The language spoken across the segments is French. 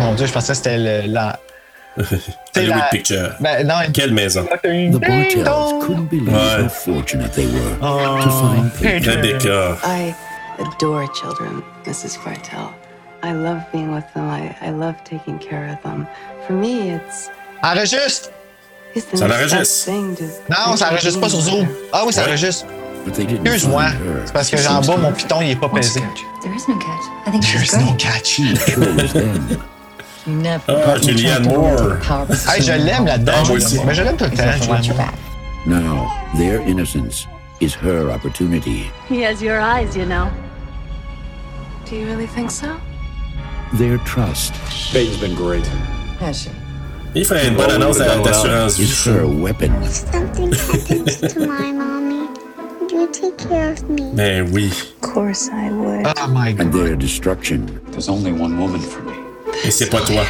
Mon Dieu, je pensais que c'était le, la. C'est Hollywood la- Picture. Ben, non, une- Quelle maison. The Ding Bartels dong! couldn't believe Aye. how fortunate they were to Oh. find Peter. Rebecca. I adore children, Mrs. Fartell. I love being with them. I, I love taking care of them. For me, it's, Enregistre! it's the Ça next l'enregistre. best thing to. Non, ça enregistre pas sur Zoom. Ah oui, ça Ouais. enregistre. But they didn't Excuse-moi. find her. C'est parce que j'en bas, mon piton, il est pas pesé. There is no catch. I think she's There's great. no catch. She chose them. You never Ah, got me Julianne talked about Moore. the power of Hey, je l'aime là-dedans. Ah, moi aussi. Mais je l'aime tout le You have to temps. watch je your l'aime. back. Now, their innocence is her opportunity. He has your eyes, you know. Do you really think so? Their trust Peyton's been great. Has she? Il ferait une bonne annonce à- d'assurance vie. is her weapon. If something happens to my mommy, you take care of me. Ben oui. Of course I would. Oh my god. And their destruction, There's only one woman for me. Et c'est pas toi.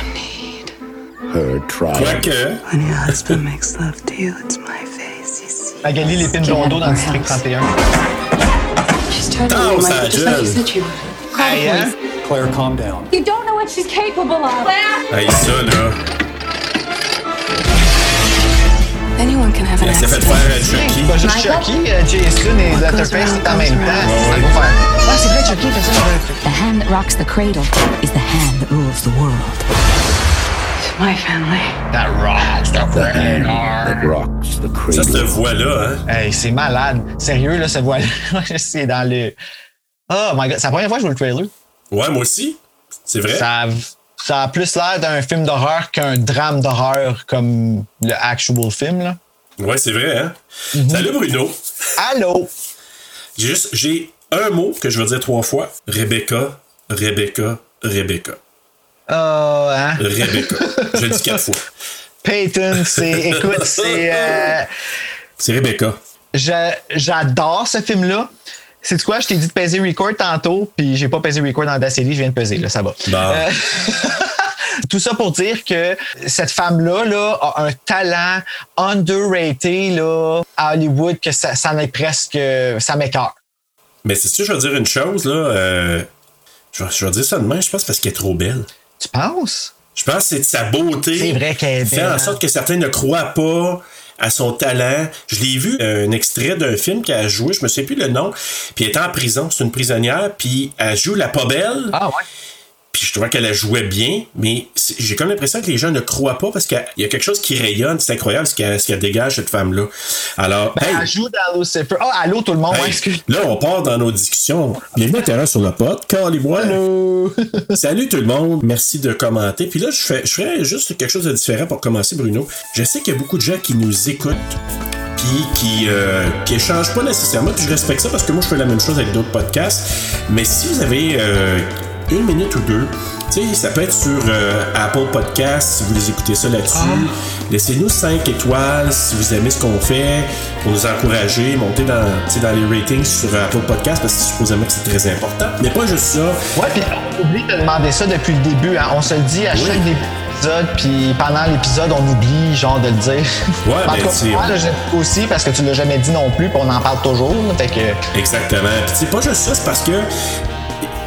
her trial. Quoique, When your husband makes love to you, it's my face you see. Magali Lépine Blondeau dans le district 31. She's totally Oh, like, ça just like you gueule. said she would. Hey, hein? Claire, calm down. You don't know what she's capable of. Claire! hey, ça là, Anyone can have an elle s'est fait accident. faire un Chucky. Pas juste Chucky, euh, Jason et Letterface c'est en même temps. Ça va faire. Ah, c'est vrai, Chucky, fait ça dans un truc. The hand that rocks the cradle is the hand that rules the world. My family. That rocks the The hand cradle. that rocks the Ça, cette cradle. voix-là, hein. Hey, c'est malade. Sérieux, là, ce voile. c'est dans le. Oh my god, c'est la première fois que je vois le trailer. Ouais, moi aussi. C'est vrai. Ça a, ça a plus l'air d'un film d'horreur qu'un drame d'horreur comme le actual film, là. Ouais, c'est vrai, hein. Salut Bruno. Allô? J'ai juste, j'ai un mot que je veux dire trois fois. Rebecca, Rebecca, Rebecca. Euh, hein? Rebecca. je le dis quatre fois. Peyton, c'est. Écoute, c'est. euh, C'est Rebecca. Je- J'adore ce film-là. C'est quoi? Je t'ai dit de peser record tantôt, puis j'ai pas pesé record dans Audacity, je viens de peser, là, ça va. Bon. Tout ça pour dire que cette femme-là là, a un talent underrated là, à Hollywood que ça, ça en est presque. ça m'écœure. Mais c'est sûr, je vais dire une chose, là. euh, je, vais, je vais dire ça demain, je pense, parce qu'elle est trop belle. Tu penses? Je pense que c'est de sa beauté. C'est vrai qu'elle est Fait belle, en hein. sorte que certains ne croient pas à son talent. Je l'ai vu euh, un extrait d'un film qu'elle a joué, je me sais plus le nom, puis elle est en prison, c'est une prisonnière, puis elle joue la pas belle, Ah ouais? puis je trouvais qu'elle la jouait bien, mais c'est- j'ai comme l'impression que les gens ne croient pas parce qu'il y a quelque chose qui rayonne, c'est incroyable ce qu'elle ce qu'elle dégage cette femme-là. Alors, hey, Elle joue dans Lucifer. Ah, allô tout le monde, hey, ouais, excuse. là, on part dans nos discussions. Bienvenue à Terreur sur le pot, Calibrois. Salut tout le monde, merci de commenter. Puis là, je, fais, je ferais juste quelque chose de différent pour commencer, Bruno. Je sais qu'il y a beaucoup de gens qui nous écoutent, puis qui, euh, qui échangent pas nécessairement, puis je respecte ça parce que moi, je fais la même chose avec d'autres podcasts. Mais si vous avez euh, une minute ou deux, tu sais, ça peut être sur euh, Apple Podcast, si vous les écoutez ça là-dessus. Laissez-nous 5 étoiles si vous aimez ce qu'on fait, pour nous encourager, monter dans, tu sais, dans les ratings sur Apple Podcast, parce que supposément que c'est très important. Mais pas juste ça. Ouais, puis on oublie de demander ça depuis le début. hein. On se le dit à Oui. chaque début d'épisode, puis pendant l'épisode, on oublie genre de le dire. Ouais, en ben, tout cas, c'est- moi, là, je le dis aussi parce que tu l'as jamais dit non plus, puis on en parle toujours. là, Fait que Exactement. Puis c'est pas juste ça, c'est parce que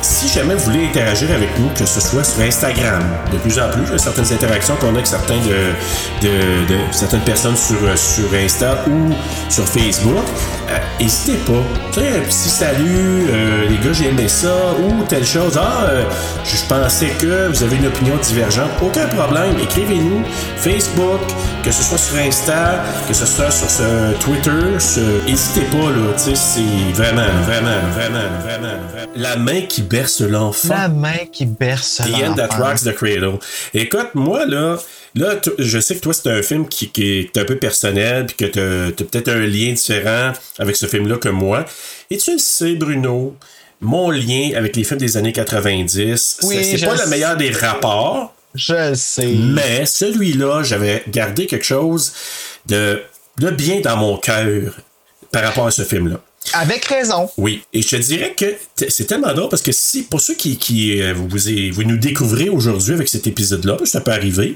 si jamais vous voulez interagir avec nous, que ce soit sur Instagram, de plus en plus, il y a certaines interactions qu'on a avec certains de, de- de- certaines personnes sur, euh, sur Insta ou sur Facebook, euh, n'hésitez pas. Tu sais, un petit salut, euh, les gars, j'ai aimé ça, ou telle chose. Ah, euh, je pensais que vous avez une opinion divergente. Aucun problème, écrivez-nous. Facebook, que ce soit sur Insta, que ce soit sur ce Twitter, ce- n'hésitez pas, là. Tu sais, c'est vraiment, vraiment, vraiment, vraiment, vraiment. La main qui berce l'enfant. la main qui berce. The End That l'enfant. Rocks the Cradle. Écoute, moi, là, là t- je sais que toi, c'est un film qui, qui est un peu personnel, puis que t'as as, peut-être un lien différent avec ce film-là que moi. Et tu le sais, Bruno, mon lien avec les films des années 90, Oui, c'est- c'est je pas le le meilleur des rapports, Je le sais. mais celui-là, j'avais gardé quelque chose de, de bien dans mon cœur par rapport à ce film-là. Avec raison. Oui, et je te dirais que t- c'est tellement drôle parce que si pour ceux qui, qui euh, vous, vous vous nous découvrez aujourd'hui avec cet épisode-là, parce que ça peut arriver,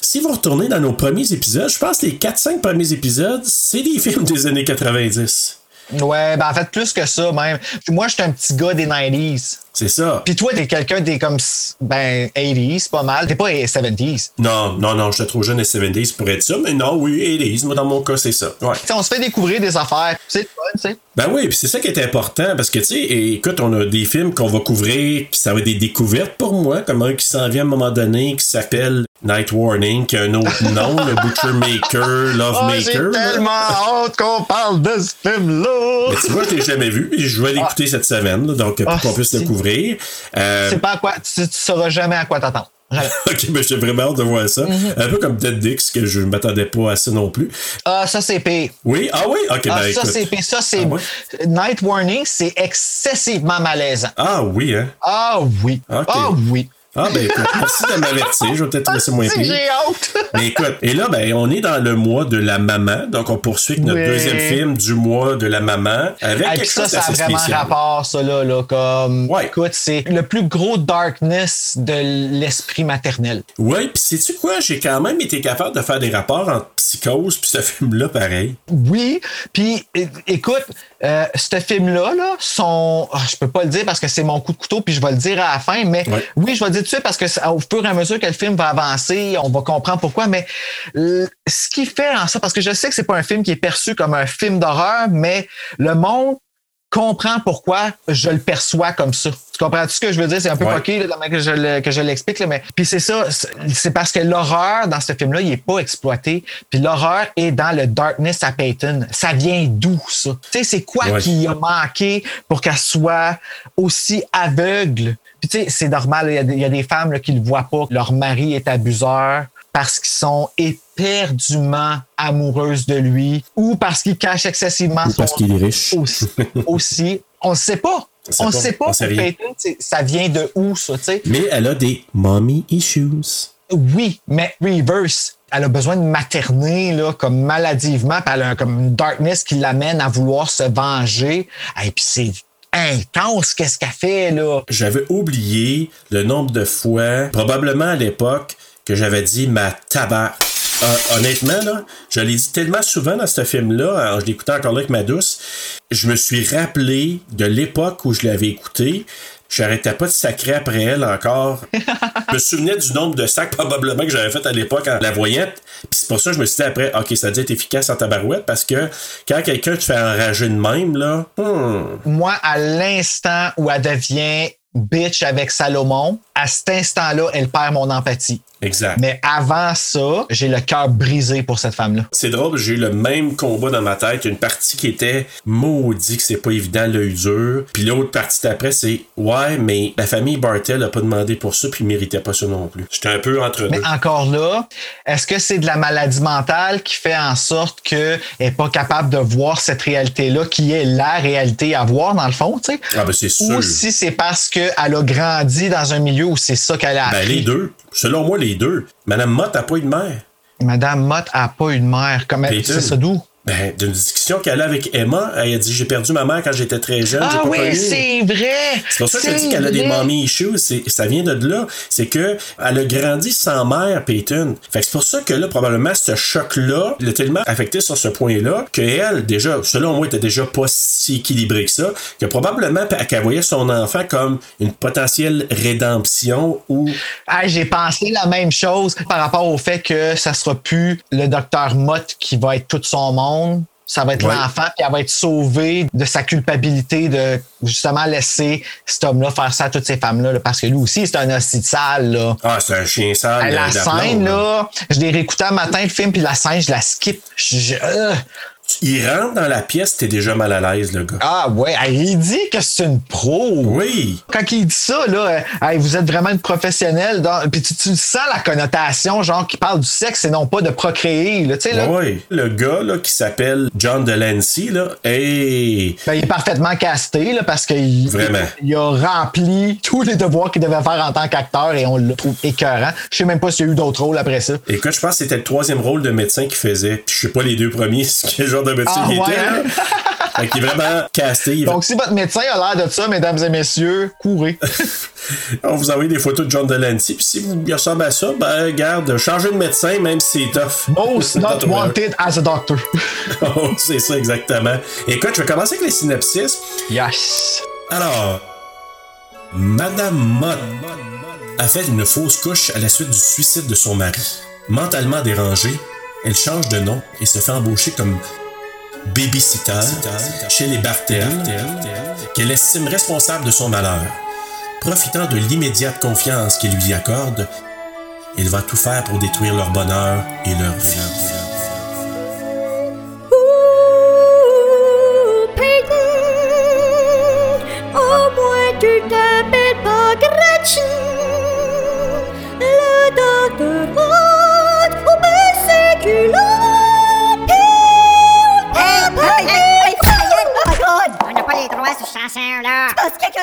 si vous retournez dans nos premiers épisodes, je pense que les 4-5 premiers épisodes, c'est des films des années 90. Ouais, ben en fait, plus que ça, même. Moi, j'étais un petit gars des 90s. C'est ça. Puis toi, t'es quelqu'un des comme, ben, 80s, pas mal. T'es pas 70s. Non, non, non, j'étais trop jeune et 70 pour être ça, mais non, oui, Elise, moi dans mon cas, c'est ça. Ouais. T'sais, on se fait découvrir des affaires. C'est le fun, tu sais. Ben oui, puis c'est ça qui est important, parce que, tu sais, écoute, on a des films qu'on va couvrir, puis ça va être des découvertes pour moi, comme un qui s'en vient à un moment donné, qui s'appelle Night Warning, qui a un autre nom, le Butcher Maker, Love Oh, j'ai Maker. là. tellement hâte qu'on parle de ce film-là. Mais tu vois, je l'ai jamais vu, puis je vais l'écouter cette semaine, là, donc pour Ah, qu'on puisse le si. couvrir. Euh, C'est pas à quoi, tu, tu sauras jamais à quoi t'attendre. Jamais. ok, mais j'ai vraiment hâte de voir ça. Mhm. Un peu comme Dead Dix, que je ne m'attendais pas à ça non plus. Ah, ça, c'est pire. Oui, ah oui, ok, Ah, ben ça, écoute. c'est pire. Ça, c'est. Ah ouais? Night Warning, c'est excessivement malaisant. Ah oui, hein. Ah oui. Ok. Ah oui. Ah ben écoute, merci de m'avertir, je vais peut-être trouver ça moins C'est que pire. Ah, j'ai hâte. Mais écoute, et là, ben, on est dans le mois de la maman, donc on poursuit avec notre Ouais. deuxième film du mois de la maman avec Et puis quelque Ah, ça, chose ça a d'assez vraiment spécial. rapport, ça, là, là comme... Ouais. Écoute, c'est le plus gros darkness de l'esprit maternel. Oui, puis sais-tu quoi? J'ai quand même été capable de faire des rapports entre Psychose puis ce film-là, pareil. Oui, puis é- écoute, euh, ce film-là, là, son... ah, je peux pas le dire parce que c'est mon coup de couteau, puis je vais le dire à la fin, mais Ouais. oui, je vais le dire tout de suite parce que ça- au fur et à mesure que le film va avancer, on va comprendre pourquoi, mais l- ce qui fait en sorte, parce que je sais que c'est pas un film qui est perçu comme un film d'horreur, mais le monde comprend pourquoi je le perçois comme ça. Tu comprends ce que je veux dire? C'est un peu Ouais. coquille, là, de la manière que je le- que je l'explique, là, mais puis c'est ça, c'est- c'est parce que l'horreur dans ce film-là, il est pas exploité. Puis l'horreur est dans le darkness à Peyton. Ça vient d'où, ça? Tu sais, c'est quoi Ouais. qui a manqué pour qu'elle soit aussi aveugle? Puis tu sais, c'est normal, là, il y a des- il y, a des femmes là, qui le voient pas. Leur mari est abuseur parce qu'ils sont éperdument amoureuses de lui ou parce qu'ils cachent excessivement son est riche. aussi, aussi. On ne sait pas. sait On ne pas. sait pas. On sait pour rien. Peyton, tu sais, ça vient de où, ça, tu sais? Mais elle a des mommy issues. Oui, mais reverse. Elle a besoin de materner, là, comme maladivement, puis elle a un- comme une darkness qui l'amène à vouloir se venger. Et puis c'est intense, qu'est-ce qu'elle fait, là? J'avais oublié le nombre de fois, probablement à l'époque, que j'avais dit ma tabac. Euh, honnêtement, là, je l'ai dit tellement souvent dans ce film-là, en- je l'écoutais encore là avec ma douce, je me suis rappelé de l'époque où je l'avais écouté. J'arrêtais pas de sacrer après elle encore. je me souvenais du nombre de sacs probablement que j'avais fait à l'époque en la voyant. Puis c'est pour ça que je me suis dit après, OK, ça doit être efficace en tabarouette parce que quand quelqu'un te fait enrager de même, là, hmm, Moi, à l'instant où elle devient bitch avec Salomon, à cet instant-là, elle perd mon empathie. exact. Mais avant ça, j'ai le cœur brisé pour cette femme-là. C'est drôle, j'ai eu le même combat dans ma tête. Une partie qui était maudit, que c'est pas évident, l'œil dur. Puis l'autre partie d'après, c'est ouais, mais la famille Bartel a pas demandé pour ça, puis méritait pas ça non plus. J'étais un peu entre Mais deux. encore là, est-ce que c'est de la maladie mentale qui fait en sorte qu'elle n'est pas capable de voir cette réalité-là qui est la réalité à voir, dans le fond, tu sais? Ah, ben c'est sûr. Ou si c'est parce qu'elle a grandi dans un milieu où c'est ça qu'elle a Ben, appris. les deux. Selon moi, les deux. Madame Mott a pas eu de mère. Madame Mott n'a pas une mère. Comme elle, Peyton. c'est ça d'où? Ben, d'une discussion qu'elle a avec Emma, elle a dit J'ai perdu ma mère quand j'étais très jeune. j'ai Ah pas oui, connu. c'est vrai! C'est pour ça que je dis qu'elle a des vrai. mommy issues. c'est- Ça vient de là. C'est que elle a grandi sans mère, Peyton. Fait que c'est pour ça que là, probablement, ce choc-là l'a tellement affecté sur ce point-là qu'elle, déjà, selon moi, était déjà pas si équilibrée que ça, que probablement pa- qu'elle voyait son enfant comme une potentielle rédemption ou... Ah, j'ai pensé la même chose par rapport au fait que ça sera plus le docteur Mott qui va être tout son monde. Ça va être Ouais. l'enfant, puis elle va être sauvée de sa culpabilité de justement laisser cet homme-là faire ça à toutes ces femmes-là, là, parce que lui aussi, c'est un hostie de sale. Là. Ah, c'est un chien sale. la euh, d'aplomb, scène, là, je l'ai réécouté un matin, le film, puis la scène, je la skip. Je- je- euh, Il rentre dans la pièce, t'es déjà mal à l'aise, le gars. Ah ouais, hey, il dit que c'est une pro. Oui! Quand il dit ça, là, euh, hey, vous êtes vraiment une professionnelle. Dans... Puis tu, tu sens la connotation, genre, qui parle du sexe et non pas de procréer. Là, tu sais, là, Oui, le gars là, qui s'appelle John Delancey, là, hey, Ben, il est parfaitement casté là, parce qu'il Vraiment. il a rempli tous les devoirs qu'il devait faire en tant qu'acteur et on le trouve écœurant. Je sais même pas s'il y a eu d'autres rôles après ça. Écoute, je pense que c'était le troisième rôle de médecin qu'il faisait. Puis je sais pas les deux premiers, quel genre de médecin Ah, il ouais, était. hein? là. fait qu'il est vraiment casté. Il- Donc, si votre médecin a l'air de ça, mesdames et messieurs, courez. On vous envoie des photos de John Delancey. Puis si vous il ressemble à ça, ben regarde, changez de médecin, même si c'est tough. Most Oh, not wanted as a doctor. Oh, c'est ça, exactement. Écoute, je vais commencer avec les synopsis. Yes. Alors, Madame Mott a fait une fausse couche à la suite du suicide de son mari. Mentalement dérangée, elle change de nom et se fait embaucher comme babysitter chez les Bartel, qu'elle estime responsable de son malheur. Profitant de l'immédiate confiance qu'il lui accorde, elle va tout faire pour détruire leur bonheur et leur vie. Ooh, Oh, Peyton, au moins tu t'appelles pas Gretchen. Le docteur Roth, au baisser du oh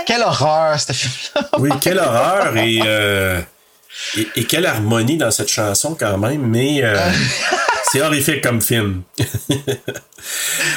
Quelle horreur, ce film-là. Oui, quelle horreur et, euh, et, et quelle harmonie dans cette chanson quand même, mais euh, c'est horrifique comme film.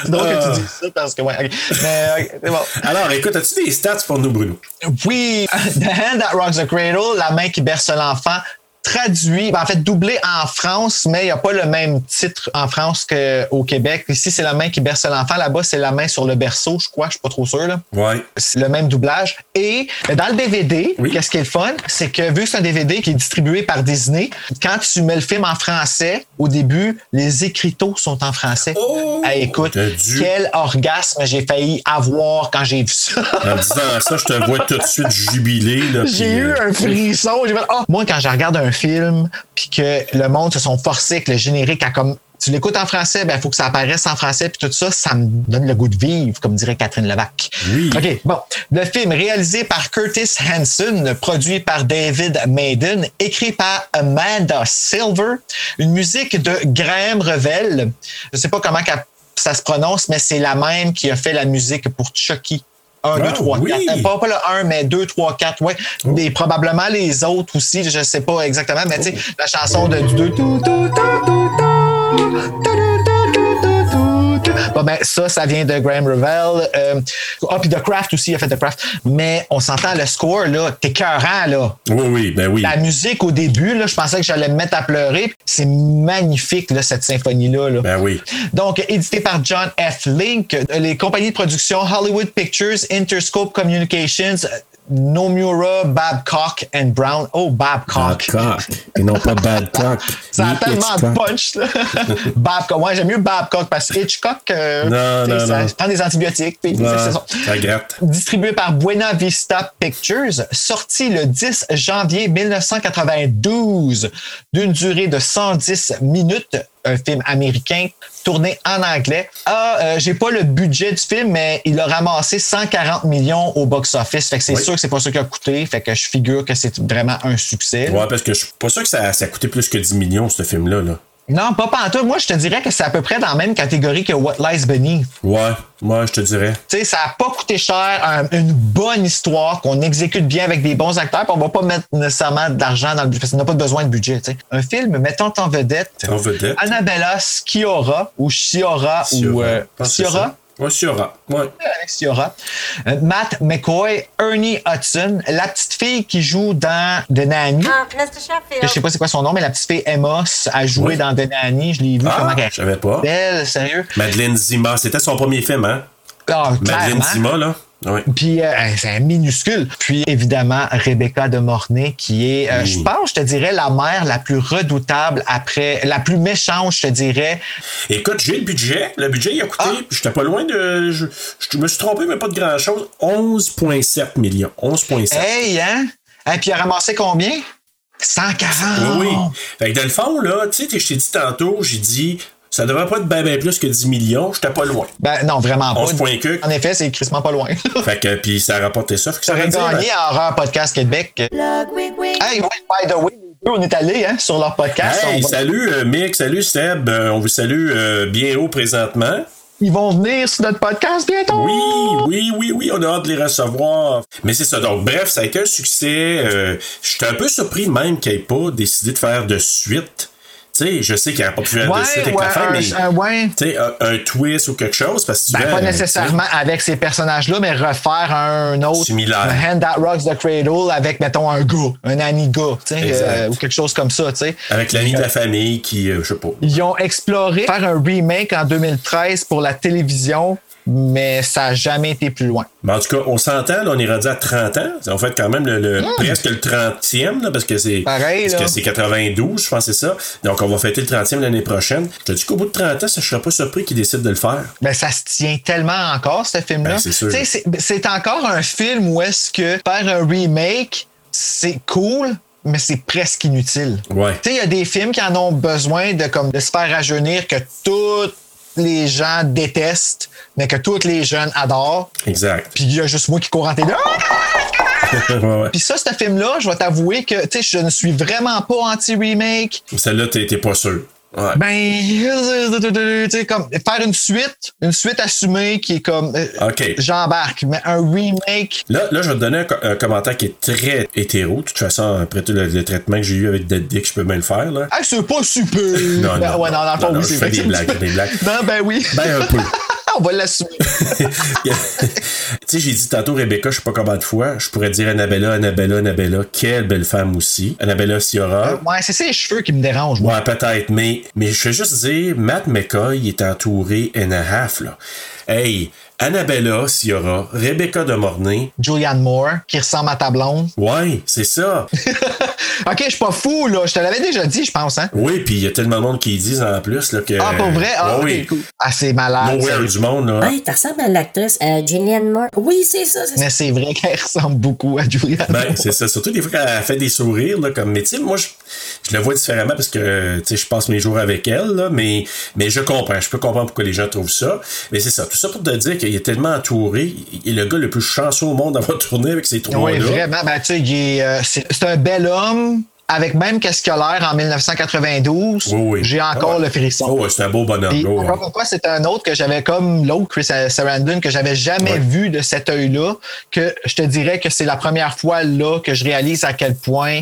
C'est drôle que Ah. tu dis ça parce que, ouais. ok. Mais, ok, c'est bon. Alors, écoute, as-tu des stats pour nous, Bruno? Oui, The Hand That Rocks the Cradle, La main qui berce l'enfant, traduit, ben, en fait doublé en France, mais il n'y a pas le même titre en France qu'au Québec. Ici, c'est La main qui berce l'enfant, là-bas, c'est La main sur le berceau, je crois, je suis pas trop sûr. Là. Ouais. C'est le même doublage. Et ben, dans le DVD, Oui. qu'est-ce qui est le fun? C'est que vu que c'est un DVD qui est distribué par Disney, quand tu mets le film en français, au début, les écriteaux sont en français. Oh! Hey, écoute, Mon Dieu. quel orgasme j'ai failli avoir quand j'ai vu ça. En disant ça, je te vois tout de suite jubilé. là, puis, J'ai eu euh, un frisson. J'ai fait, Ah! Moi, quand je regarde un film, puis que le monde se sont forcés, que le générique a comme. Tu l'écoutes en français, ben, il faut que ça apparaisse en français, puis tout ça, ça me donne le goût de vivre, comme dirait Catherine Levac. Oui. OK, bon. Le film, réalisé par Curtis Hanson, produit par David Maiden, écrit par Amanda Silver, une musique de Graham Revell. Je sais pas comment qu'elle- ça se prononce, mais c'est la même qui a fait la musique pour Chucky. 1, Ah, 2, 3, oui. Oh. 4. Euh, Pas, pas le 1, mais 2, 3, 4. Ouais. Des- probablement les autres aussi, je sais pas exactement, mais tu Oh. sais, la chanson de du 2. Bon, ben, ça, ça vient de Graham Revell. Euh, ah, puis de Craft aussi, il a fait de Craft. Mais on s'entend, le score, là, t'es cœurant, là. Oui, oui, ben oui. La musique au début, là, je pensais que j'allais me mettre à pleurer. C'est magnifique, là, cette symphonie-là. Là. Ben oui. Donc, édité par John F. Link, les compagnies de production Hollywood Pictures, Interscope Communications, Nomura, Babcock and Brown. Oh, Babcock. Et non pas Badcock. Ça a tellement de punch. là. Babcock. Ouais, j'aime mieux Babcock parce que Hitchcock, euh, Non, tu sais, non, ça non. prend des antibiotiques. puis c'est ça. Ça gratte. Distribué par Buena Vista Pictures, sorti le 10 janvier 1992, d'une durée de 110 minutes, un film américain tourné en anglais. Ah, euh, j'ai pas le budget du film, mais il a ramassé 140 millions au box-office. Fait que c'est Oui. sûr que c'est pas ça qui a coûté. Fait que je figure que c'est vraiment un succès. Ouais, parce que je suis pas sûr que ça, ça a coûté plus que 10 millions, ce film-là. Là. Non, pas pantoute. Moi, je te dirais que c'est à peu près dans la même catégorie que What Lies Beneath. Ouais, moi, je te dirais. Tu sais, ça n'a pas coûté cher, un- une bonne histoire qu'on exécute bien avec des bons acteurs, puis on va pas mettre nécessairement d'argent dans le budget, parce qu'on n'a pas besoin de budget. tu sais. Un film mettant en vedette En vedette. Annabella Sciorra ou Sciorra ou euh, Sciorra. Ouais, Sciorra. Ouais. Alex Sciorra, euh, Matt McCoy, Ernie Hudson, la petite fille qui joue dans The Nanny. Ah, Mr. Sheffield. que je sais pas c'est quoi son nom, mais la petite fille Amos a joué Oui. dans The Nanny. Je l'ai vu Ah, comment elle je savais pas. Belle, sérieux. Madeleine Zima, c'était son premier film, hein? Ah, Madeleine clairement. Zima, là? Ouais. Puis euh, hey, c'est minuscule. Puis évidemment, Rebecca de Mornay, qui est, euh, je pense, je te dirais, la mère la plus redoutable après, la plus méchante, je te dirais. Écoute, j'ai le budget. Le budget, il a Ah. coûté, puis j'étais pas loin de. Je, je me suis trompé, mais pas de grand-chose. 11,7 millions. 11,7. Hey, hein? Et puis elle a ramassé combien? 140! Eh Oui, oui. Fait que dans le fond, là, tu sais, je t'ai dit tantôt, j'ai dit, Ça devrait pas être bien ben plus que 10 millions, j'étais pas loin. Ben non, vraiment pas. 11,4 que. En effet, c'est crissement pas loin. Fait que, puis ça a rapporté ça. Fait que ça J'aurais veut dire, ben- gagné à Horreur Podcast Québec. Hey, ouais, by the way, les deux, on est allés hein, sur leur podcast. Hey, On va- salut euh, Mick, salut Seb, Euh, on vous salue euh, bien haut présentement. Ils vont venir sur notre podcast bientôt. Oui, oui, oui, oui, on a hâte de les recevoir. Mais c'est ça, donc bref, ça a été un succès. Euh, J'étais un peu surpris même qu'il n'ait pas décidé de faire de suite. Tu sais, je sais qu'il n'a pas pu faire Ouais, de suite avec ouais, la fin, un- mais un- ouais. tu sais, un, un twist ou quelque chose, parce que Ben, souvent, pas euh, nécessairement avec ces personnages-là, mais refaire un autre. Similaire. Hand That Rocks the Cradle avec, mettons, un gars, un ami gars, tu sais, Exact. euh, ou quelque chose comme ça, tu sais. avec l'ami de la famille qui, euh, je sais pas. Ils ont exploré faire un remake en 2013 pour la télévision, mais ça n'a jamais été plus loin. Mais en tout cas, on s'entend, là, on est rendu à 30 ans. En fait, quand même, le, le- presque le 30e, là, parce que c'est Hmm. Pareil, parce là. que c'est 92, je pense que c'est ça. Donc, on va fêter le 30e l'année prochaine. Je te dis qu'au bout de 30 ans, ça, je serais pas surpris qu'ils décident de le faire. Ben, ça se tient tellement encore, ce film-là. Ben, c'est sûr. Tu sais, c'est- c'est encore un film où est-ce que faire un remake, c'est cool, mais c'est presque inutile. Ouais. Tu sais, il y a des films qui en ont besoin de, comme, de se faire rajeunir que tous les gens détestent, mais que tous les jeunes adorent. Exact. Puis il y a juste moi qui cours en télé. Ah! ouais, ouais. Puis ça, ce film-là, je vais t'avouer que tu sais, je ne suis vraiment pas anti-remake. Celle-là, t'es t'es pas sûr. Ouais. Ben, tu sais, comme faire une suite, une suite assumée qui est comme euh, OK. j'embarque, mais un remake. Là, là, je vais te donner un, co- un commentaire qui est très hétéro. De toute façon, après tout le, le traitement que j'ai eu avec Dead Dick, je peux bien le faire, là. Ah, c'est pas super. Non, Ben, non, ouais, non, dans le fond, non, non, oui, c'est je vrai. fais des que c'est un blagues, petit des blagues. peu- Non, ben oui. Ben, un peu. On va l'assumer. tu sais, j'ai dit tantôt Rebecca, je sais pas combien de fois, je pourrais dire Annabella, Annabella, Annabella, quelle belle femme aussi. Annabella Ciora. Ouais, c'est ses cheveux qui me dérangent, moi. Ouais, peut-être, mais, mais je veux juste dire, Matt McCoy est entouré and a half, là. Hey, Annabella Ciora, Rebecca de Mornay, Julianne Moore, qui ressemble à ta blonde. ouais, c'est ça. Ok, je suis pas fou, là. Je te l'avais déjà dit, je pense, hein. Oui, puis il y a tellement de monde qui disent en plus, là, que. Ah, pour vrai? Ah, Ouais, ok, Ben, oui. cool. Ah, c'est malade. Nowhere sérieux. du monde, là. Hey, tu ressembles à l'actrice euh, Julianne Moore. Oui, c'est ça, c'est ça. Mais c'est vrai qu'elle ressemble beaucoup à Julianne Ben, Moore. c'est ça. Surtout des fois qu'elle fait des sourires, là, comme, mais tu sais, moi, je, je le vois différemment parce que, euh, tu sais, je passe mes jours avec elle, là, mais, mais je comprends. Je peux comprendre pourquoi les gens trouvent ça. Mais c'est ça. Tout ça pour te dire qu'il est tellement entouré. Il est le gars le plus chanceux au monde d'avoir tourné avec ces Oui, trois-là. vraiment. Ben, tu sais, il est, euh, c'est c'est un bel homme avec même qu'est-ce qu'il a l'air en 1992. Oui, oui. J'ai encore Ah ouais. le frisson. Oh, ouais, c'est un beau bonhomme. Et oh, on ouais. voit pourquoi c'est un autre que j'avais comme l'autre, Chris Sarandon, que j'avais jamais Ouais. vu de cet œil-là, que je te dirais que c'est la première fois là que je réalise à quel point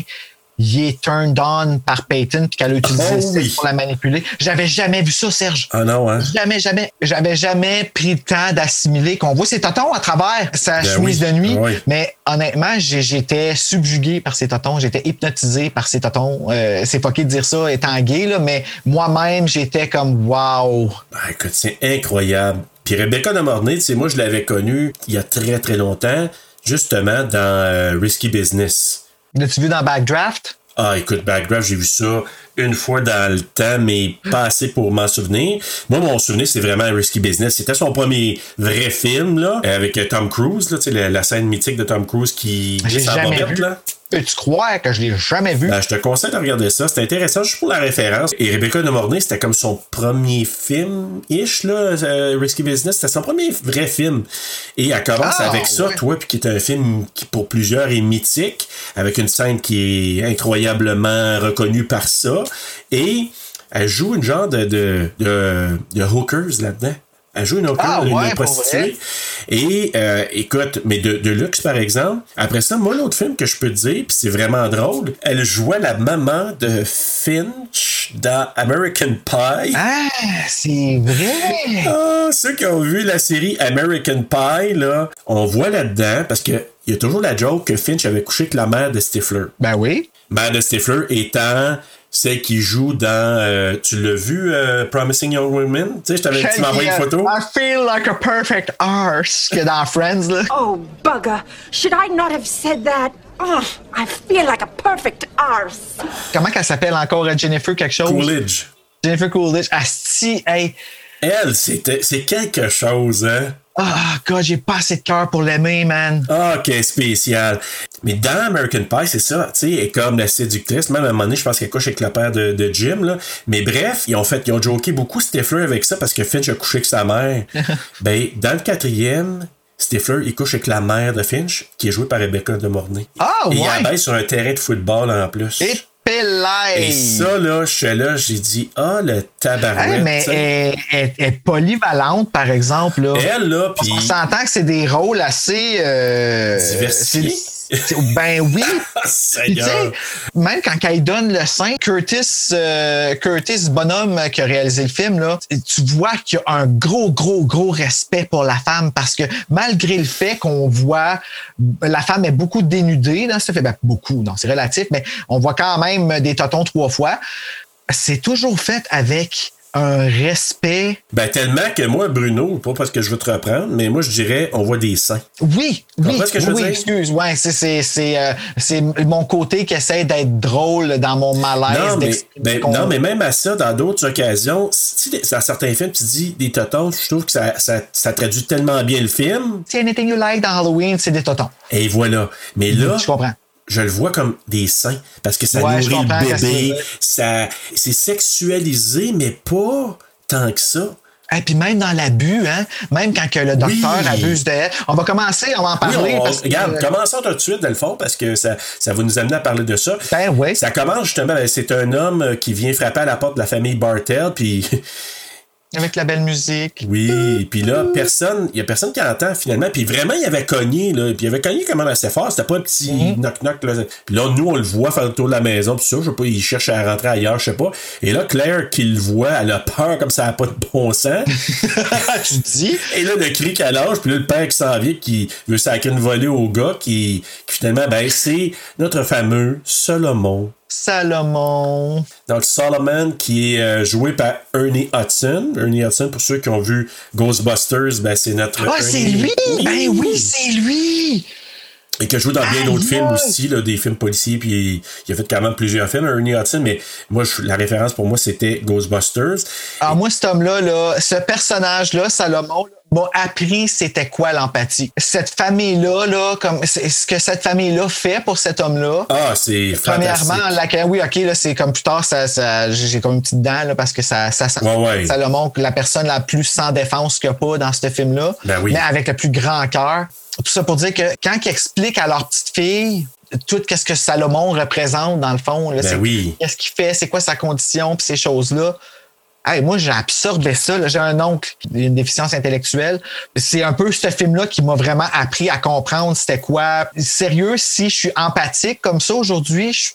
il est turned on par Peyton puis qu'elle a utilisé Oh ça oui. pour la manipuler. J'avais jamais vu ça, Serge. Ah non, hein? Jamais, jamais, j'avais jamais pris le temps d'assimiler qu'on voit ses tontons à travers sa Ben chemise oui, de nuit. oui. Mais honnêtement, j'ai- j'étais subjugué par ses tontons, j'étais hypnotisé par ses tontons. Euh, c'est fucké de dire ça étant gay, là, mais moi-même, j'étais comme wow. Ah, écoute, c'est incroyable. Puis Rebecca de Mornay, tu sais, moi, je l'avais connue il y a très, très longtemps, justement dans euh, Risky Business. L'as-tu vu dans Backdraft? Ah, écoute, Backdraft, j'ai vu ça une fois dans le temps, mais pas assez pour m'en souvenir. Moi, mon souvenir, c'est vraiment Risky Business. C'était son premier vrai film, là, avec euh, Tom Cruise, là, tu sais, la, la scène mythique de Tom Cruise qui J'ai glisse en jamais bobette, vu. là. Peux-tu croire que je l'ai jamais vu? Ben, je te conseille de regarder ça. C'est intéressant juste pour la référence. Et Rebecca de Mornay, c'était comme son premier film-ish, là, euh, Risky Business. C'était son premier vrai film. Et elle commence Ah, avec ça, ouais. toi, puis qui est un film qui, pour plusieurs, est mythique, avec une scène qui est incroyablement reconnue par ça. Et elle joue une genre de, de, de, de hookers là-dedans. Elle joue une hooker, Ah, ouais, une pour vrai? prostituée. Et euh, écoute, mais de, de luxe, par exemple, après ça, moi, l'autre film que je peux te dire, puis c'est vraiment drôle, elle jouait la maman de Finch dans American Pie. Ah, c'est vrai! Ah, ceux qui ont vu la série American Pie, là, on voit là-dedans, parce que il y a toujours la joke que Finch avait couché avec la mère de Stifler. Ben oui. Mère de Stifler étant celle qui joue dans, euh, tu l'as vu, euh, Promising Young Women? Tu sais, je t'avais tu m'as envoyé une photo. I feel like a perfect arse que dans Friends, là. Oh, bugger. Should I not have said that? Ugh, I feel like a perfect arse. Comment qu'elle s'appelle encore? euh, Jennifer quelque chose? Coolidge. Jennifer Coolidge. Asti, hey. Elle, c'était- c'est quelque chose, hein? Ah, God, j'ai pas assez de cœur pour l'aimer, man. Ah, quel spécial. Mais dans American Pie, c'est ça, tu sais, elle est comme la séductrice, même à un moment donné, je pense qu'elle couche avec le père de, de Jim, là. Mais bref, ils ont fait, ils ont joké beaucoup Stifler avec ça parce que Finch a couché avec sa mère. ben, dans le quatrième, Stifler, il couche avec la mère de Finch, qui est jouée par Rebecca de Mornay. Ah, Et il ouais. abaisse sur un terrain de football en plus. Et Et Pélé! ça, là, je suis là, j'ai dit, ah, le tabarouette. Hey, mais tu sais. elle, elle- elle est polyvalente, par exemple. Là. Elle, là, puis On s'entend que c'est des rôles assez. Euh, Diversifiés. c'est- c'est- Ben oui. Ah, Puis, tu sais, Seigneur. même quand elle donne le sein, Curtis, euh, Curtis Bonhomme euh, qui a réalisé le film, là, tu vois qu'il y a un gros, gros, gros respect pour la femme parce que malgré le fait qu'on voit la femme est beaucoup dénudée dans ce fait, ben, beaucoup, non, c'est relatif, mais on voit quand même des totons trois fois. C'est toujours fait avec un respect. Ben, tellement que moi, Bruno, pas parce que je veux te reprendre, mais moi, je dirais, on voit des seins. Oui, oui, Comprends ce que je veux oui, dire? excuse, ouais, c'est c'est c'est euh, c'est mon côté qui essaie d'être drôle dans mon malaise. Non mais, d'exprimer ben, qu'on- non, mais même à ça, dans d'autres occasions, si tu sais, dans certains films, tu dis des totons, je trouve que ça, ça, ça traduit tellement bien le film, Si anything you like dans Halloween, c'est des totons. et voilà. Mais là, Je comprends. je le vois comme des seins, parce que ça Ouais, je nourrit comprends, le parce que- bébé, ça, c'est sexualisé, mais pas tant que ça. Et puis même dans l'abus, hein, même quand que le docteur abuse d'elle, on va commencer, on va en Oui, parler. on- on- Ah parce que- euh, regarde, commençons tout de suite, dans le fond, parce que ça, ça va nous amener à parler de ça. Ben oui. Ça commence justement, avec- c'est un homme euh, qui vient frapper à la porte de la famille Bartel, puis Avec la belle musique. oui, puis là, personne, il y a personne qui entend finalement, puis vraiment, il avait cogné, là, puis il avait cogné quand même assez fort, c'était pas un petit knock-knock, là. Puis là, nous, on le voit faire le tour de la maison, puis ça, je sais pas, il cherche à rentrer ailleurs, je sais pas. Et là, Claire, qui le voit, elle a peur comme ça n'a pas de bon sens. tu dis? Et là, le cri qu'elle lâche, puis là, le père qui s'en vient, qui veut sacrer une volée au gars, qui, qui finalement, ben, c'est notre fameux Solomon. Salomon. Donc, Solomon, qui est euh, joué par Ernie Hudson. Ernie Hudson, pour ceux qui ont vu Ghostbusters, ben, c'est notre. Ah, Ernie. c'est lui! Ben oui, c'est Ah, lui! Et qui a joué dans bien Aïe, d'autres films aïe. aussi, là, des films policiers, puis il a fait quand même plusieurs films, Ernie Hudson, mais moi, je- la référence pour moi, c'était Ghostbusters. Alors Ah, moi, cet homme-là, là, ce personnage-là, Salomon, là, m'a appris c'était quoi l'empathie. Cette famille-là, là, comme c'est- ce que cette famille-là fait pour cet homme-là. Ah, c'est fantastique. Premièrement, la oui, ok, là, c'est comme plus tard, ça, ça- j'ai comme une petite dent là, parce que ça, ça, ça, Ouais, ouais. ça le montre la personne la plus sans défense qu'il n'y a pas dans ce film-là, Ben oui. mais avec le plus grand cœur. Tout ça pour dire que quand ils expliquent à leur petite fille tout quest ce que Salomon représente dans le fond, là, Ben c'est- oui. qu'est-ce qu'il fait, c'est quoi sa condition, puis ces choses-là. Hey, moi, j'ai absorbé ça. là. J'ai un oncle qui a une déficience intellectuelle. C'est un peu ce film-là qui m'a vraiment appris à comprendre c'était quoi. Sérieux, si je suis empathique comme ça aujourd'hui, je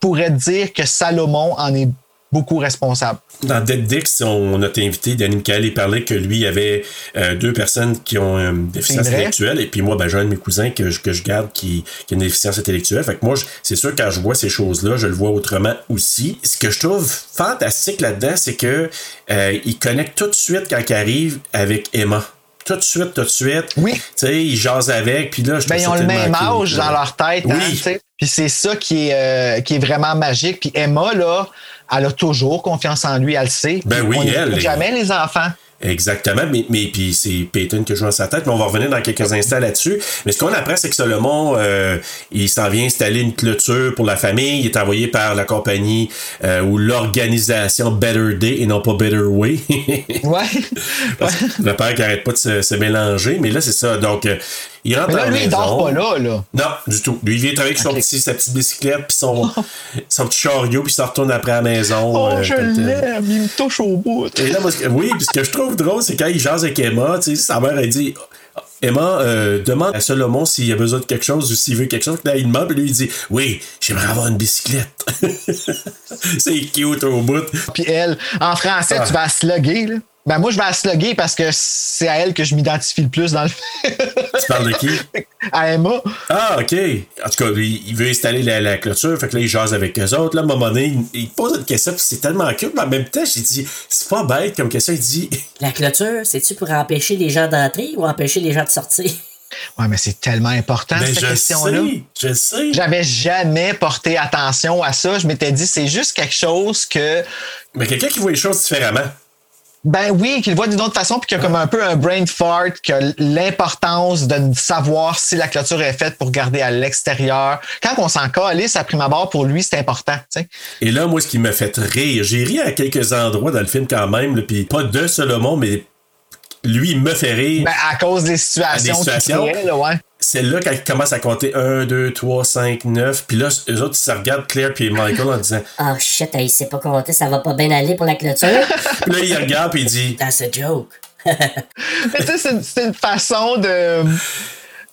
pourrais dire que Salomon en est beaucoup responsable. Dans Dead Dicks, on, notre invité, Danny Michael, il parlait que lui, il y avait euh, deux personnes qui ont euh, une déficience C'est vrai. intellectuelle. Et puis moi, ben, j'ai un de mes cousins que je, que je garde qui, qui a une déficience intellectuelle. Fait que moi, je- c'est sûr, quand je vois ces choses-là, je le vois autrement aussi. Ce que je trouve fantastique là-dedans, c'est que euh, il connecte tout de suite quand il arrive avec Emma. Tout de suite, tout de suite. Oui. Tu sais, il jase avec, puis là, je Ben, trouve ils ça ont le tellement même cool, âge là. dans leur tête. hein, Oui. tu sais. Puis c'est ça qui est, euh, qui est vraiment magique. Puis Emma, là, elle a toujours confiance en lui, elle le sait. Ben oui, On n'écoute elle, elle- jamais les enfants. Exactement, mais, mais puis c'est Peyton qui joue dans sa tête, mais on va revenir dans quelques instants là-dessus. Mais ce qu'on apprend, c'est que Solomon, euh, il s'en vient installer une clôture pour la famille. Il est envoyé par la compagnie euh, ou l'organisation Better Day et non pas Better Way. Ouais. Parce que Le père qui arrête pas de se, se mélanger, mais là c'est ça. Donc euh, il rentre Mais là, à la lui, il maison. dort pas là, là. Non, du tout. Lui, il vient travailler avec son Ok. petit, sa petite bicyclette, puis son, son petit chariot, puis il se retourne après à la maison. Oh, euh, comme tel. il me touche au bout. Et là, moi, ce que- oui, puis ce que je trouve drôle, c'est quand il jase avec Emma, tu sais, sa mère, elle dit. Emma euh, demande à Solomon s'il a besoin de quelque chose ou s'il veut quelque chose. Puis Là, il demande, puis lui, il dit Oui, j'aimerais avoir une bicyclette. c'est cute au bout. Puis elle, en français, Ah. tu vas à slugger, là. Ben moi, je vais à slugger parce que c'est à elle que je m'identifie le plus dans le Tu parles de qui à Emma. Ah, OK. En tout cas, lui, il veut installer la, la clôture. Fait que là, il jase avec eux autres. Là, à un moment donné, il, il pose une question, puis c'est tellement cute. Mais en même temps, j'ai dit C'est pas bête comme question. Il dit La clôture, c'est-tu pour empêcher les gens d'entrer ou empêcher les gens de sortir? Ouais, mais c'est tellement important, Mais Ah, cette Ben, je question-là. sais, je sais. J'avais jamais porté attention à ça. Je m'étais dit, c'est juste quelque chose que. Mais quelqu'un qui voit les choses différemment. Ben oui, qu'il voit d'une autre façon, puis qu'il y a comme un peu un brain fart, que l'importance de savoir si la clôture est faite pour garder à l'extérieur. Quand on s'en calisse à prime abord, pour lui, c'est important. tu sais. Et là, moi, ce qui me fait rire, j'ai ri à quelques endroits dans le film quand même, là, puis pas de Solomon, mais lui, il me fait rire. Ben, à cause des situations, Des situations. qui créent, là, ouais. C'est là qu'elle commence à compter 1, 2, 3, 5, 9. Puis là, eux autres, ils se regardent Claire puis Michael en disant. Oh shit, il sait pas compter, ça va pas bien aller pour la clôture. Puis là, il regarde puis il dit. That's a joke. Mais tu sais, c'est une- c'est une façon de.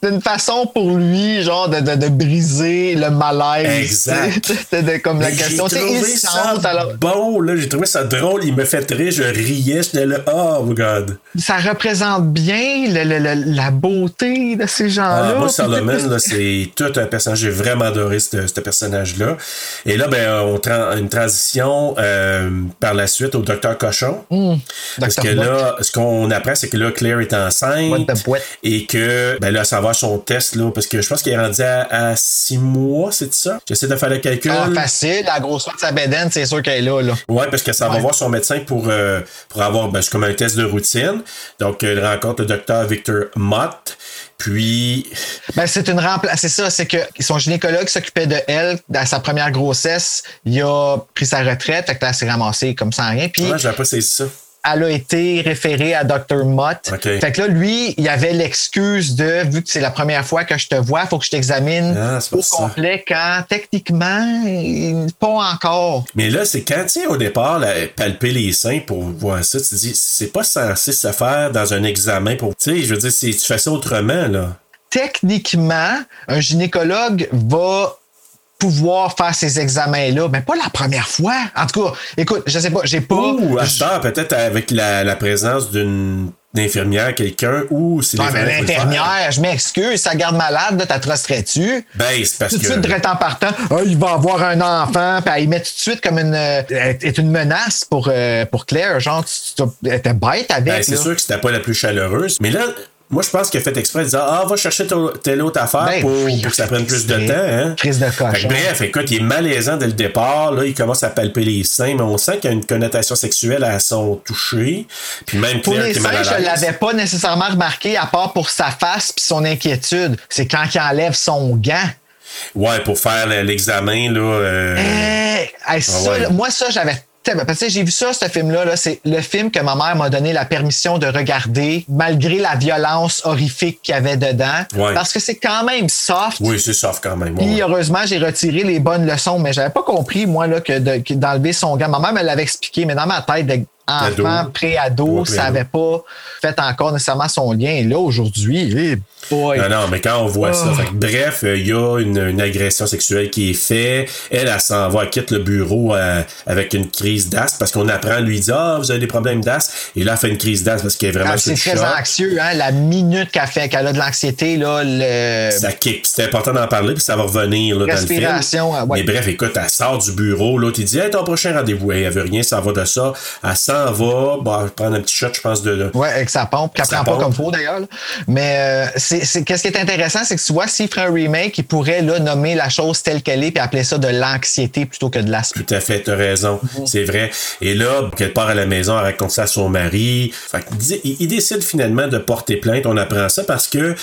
C'est une façon pour lui, genre, de, de, de briser le malaise. Exact. tu sais, De, de- comme la Mais question. J'ai tu sais, il trouvé se ça sente, alors. bon, là. J'ai trouvé ça drôle. Il me fait rire. Je riais. J'étais là. Oh, my God. Ça représente bien le- le- le- la beauté de ces Ah, gens-là. moi, Puis, tu sais, Solomon, là, c'est tout un personnage. J'ai vraiment adoré ce ce personnage-là. Et là, ben, on tra- une transition euh, par la suite au Docteur Cochon. Parce Dr. que Bock. là, ce qu'on apprend, c'est que là, Claire est enceinte. What the boîte. Et que, ben là, ça va son test, là. Parce que je pense qu'il est rendu à, à six mois, c'est ça? J'essaie de faire le calcul. Ah, facile, la grosseur de sa bédaine, c'est sûr qu'elle est là, là. Ouais, parce que ça va Ouais. voir son médecin pour, euh, pour avoir ben, c'est comme un test de routine. Donc, elle rencontre le docteur Victor Mott. Puis, Ben, c'est une rempla- C'est ça, c'est que son gynécologue s'occupait de elle dans sa première grossesse. Il a pris sa retraite, fait que là, elle s'est ramassée comme sans rien. Puis ouais, j'avais pas saisi ça. elle a été référée à Dr. Mott. OK. Fait que là, lui, il avait l'excuse de, vu que c'est la première fois que je te vois, faut que je t'examine Ah, c'est au pour ça. complet quand techniquement, il- pas encore. Mais là, c'est quand, tu sais, au départ, là, palper les seins pour voir ça, tu te dis, c'est pas censé se faire dans un examen pour. Tu sais, je veux dire, si tu fais ça autrement, là. Techniquement, un gynécologue va pouvoir faire ces examens-là, mais pas la première fois. En tout cas, écoute, je sais pas, j'ai pas. Ou à cette heure, peut-être avec la, la présence d'une infirmière, quelqu'un, ou c'est Ah, mais l'infirmière qui peut le faire. l'infirmière, je m'excuse, ça garde malade, là, t'atrocerais-tu? Ben, c'est parce Tout de que. suite, direct en partant, Ah, il va avoir un enfant, puis elle y met tout de suite comme une, euh, est une menace pour, euh, pour Claire. Genre, tu, tu- elle était bête avec. Ben, c'est là. sûr que c'était pas la plus chaleureuse. Mais là, moi, je pense qu'il a fait exprès de dire Ah, va chercher ton- telle autre affaire Ben, pour, oui, pour que ça fait prenne plus de exprès. temps. Hein? Crise de cochon. Fait que bref, écoute, il est malaisant dès le départ. Là, il commence à palper les seins, mais on sent qu'il y a une connotation sexuelle à son toucher. Puis même Pour Claire les qui est mal à seins, je l'aise. l'avais pas nécessairement remarqué, à part pour sa face puis son inquiétude. C'est quand il enlève son gant. Ouais, pour faire le- l'examen, là. euh, Eh, Hey, hey, ça, ouais. là, Moi, ça, j'avais. tellement- Parce que j'ai vu ça, ce film-là, là, c'est le film que ma mère m'a donné la permission de regarder, malgré la violence horrifique qu'il y avait dedans. Ouais. Parce que c'est quand même soft. Oui, c'est soft quand même. ouais, Puis ouais. heureusement, j'ai retiré les bonnes leçons, mais j'avais pas compris, moi, là, que de- que d'enlever son gant. Ma mère me l'avait expliqué, mais dans ma tête, d'enfant, Ado. pré-ado, Ouais, pré-ado. ça avait pas fait encore nécessairement son lien. Et là, aujourd'hui, eh boy. Non, non, mais quand on voit ça, fait que bref, euh, il y a une, une agression sexuelle qui est faite. Elle, elle s'en va, elle quitte le bureau euh, avec une crise d'asthme parce qu'on apprend, lui dit, ah, vous avez des problèmes d'asthme. Et là, elle fait une crise d'asthme parce qu'elle est Ah, vraiment sous c'est le très choc. anxieux, hein, la minute qu'elle fait, qu'elle a de l'anxiété, là, le... Ça kick. C'était important d'en parler, puis ça va revenir là, dans le film. Respiration, ah, ouais. Mais bref, écoute, elle sort du bureau, l'autre, il dit, hey, ton prochain rendez-vous. Elle, elle veut rien, ça va de ça. Elle s'en va, bon, elle prend un petit shot, je pense, de, de- Ouais, avec sa pompe, qu'elle Sa prend pas pompe. comme faux d'ailleurs. là. Mais euh, c'est c'est- qu'est-ce qui est intéressant, c'est que tu vois, s'il ferait un remake, il pourrait là, nommer la chose telle qu'elle est puis appeler ça de l'anxiété plutôt que de l'asthme. Tout à fait, t'as raison. Mhm. C'est vrai. Et là, qu'elle part à la maison, elle raconte ça à son mari. Fait qu'il dit- il, il décide finalement de porter plainte. On apprend ça parce que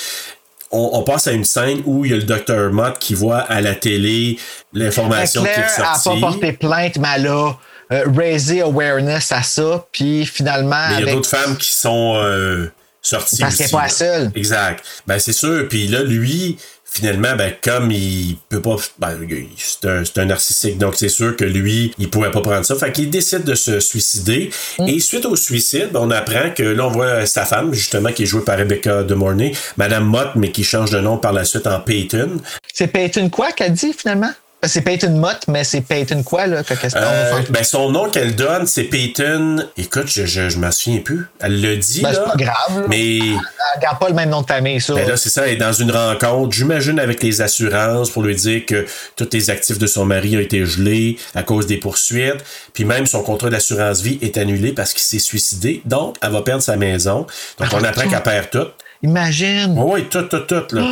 on, on passe à une scène où il y a le docteur Mott qui voit à la télé l'information qui Claire est a pas sortie. porté plainte, mais elle a euh, raisé awareness à ça, puis finalement. Mais il y a avec- d'autres femmes qui sont euh, sorties. Parce qu'elle aussi, est pas là. la seule. Exact. Ben, c'est sûr. Puis là, lui, finalement, ben, comme il peut pas. ben, c'est un, c'est un narcissique. Donc, c'est sûr que lui, il pouvait pas prendre ça. Fait qu'il décide de se suicider. Mm. Et suite au suicide, ben, on apprend que là, on voit sa femme, justement, qui est jouée par Rebecca De Mornay, Madame Mott, mais qui change de nom par la suite en Peyton. C'est Peyton quoi qu'elle dit finalement? C'est Peyton Mott, mais c'est Peyton quoi, là? Que question, Euh, enfin, ben, son nom qu'elle donne, c'est Peyton. Écoute, je, je, je m'en souviens plus. Elle le dit. Ben, c'est là. pas grave, là. Euh, Mais. elle garde pas le même nom de famille, ça. Ben là, c'est ça, elle est dans une rencontre, j'imagine, avec les assurances pour lui dire que tous les actifs de son mari ont été gelés à cause des poursuites. Puis même son contrat d'assurance vie est annulé parce qu'il s'est suicidé. Donc, elle va perdre sa maison. Donc, on apprend qu'elle perd tout. Imagine. Oui, oui, tout, tout, tout. Là.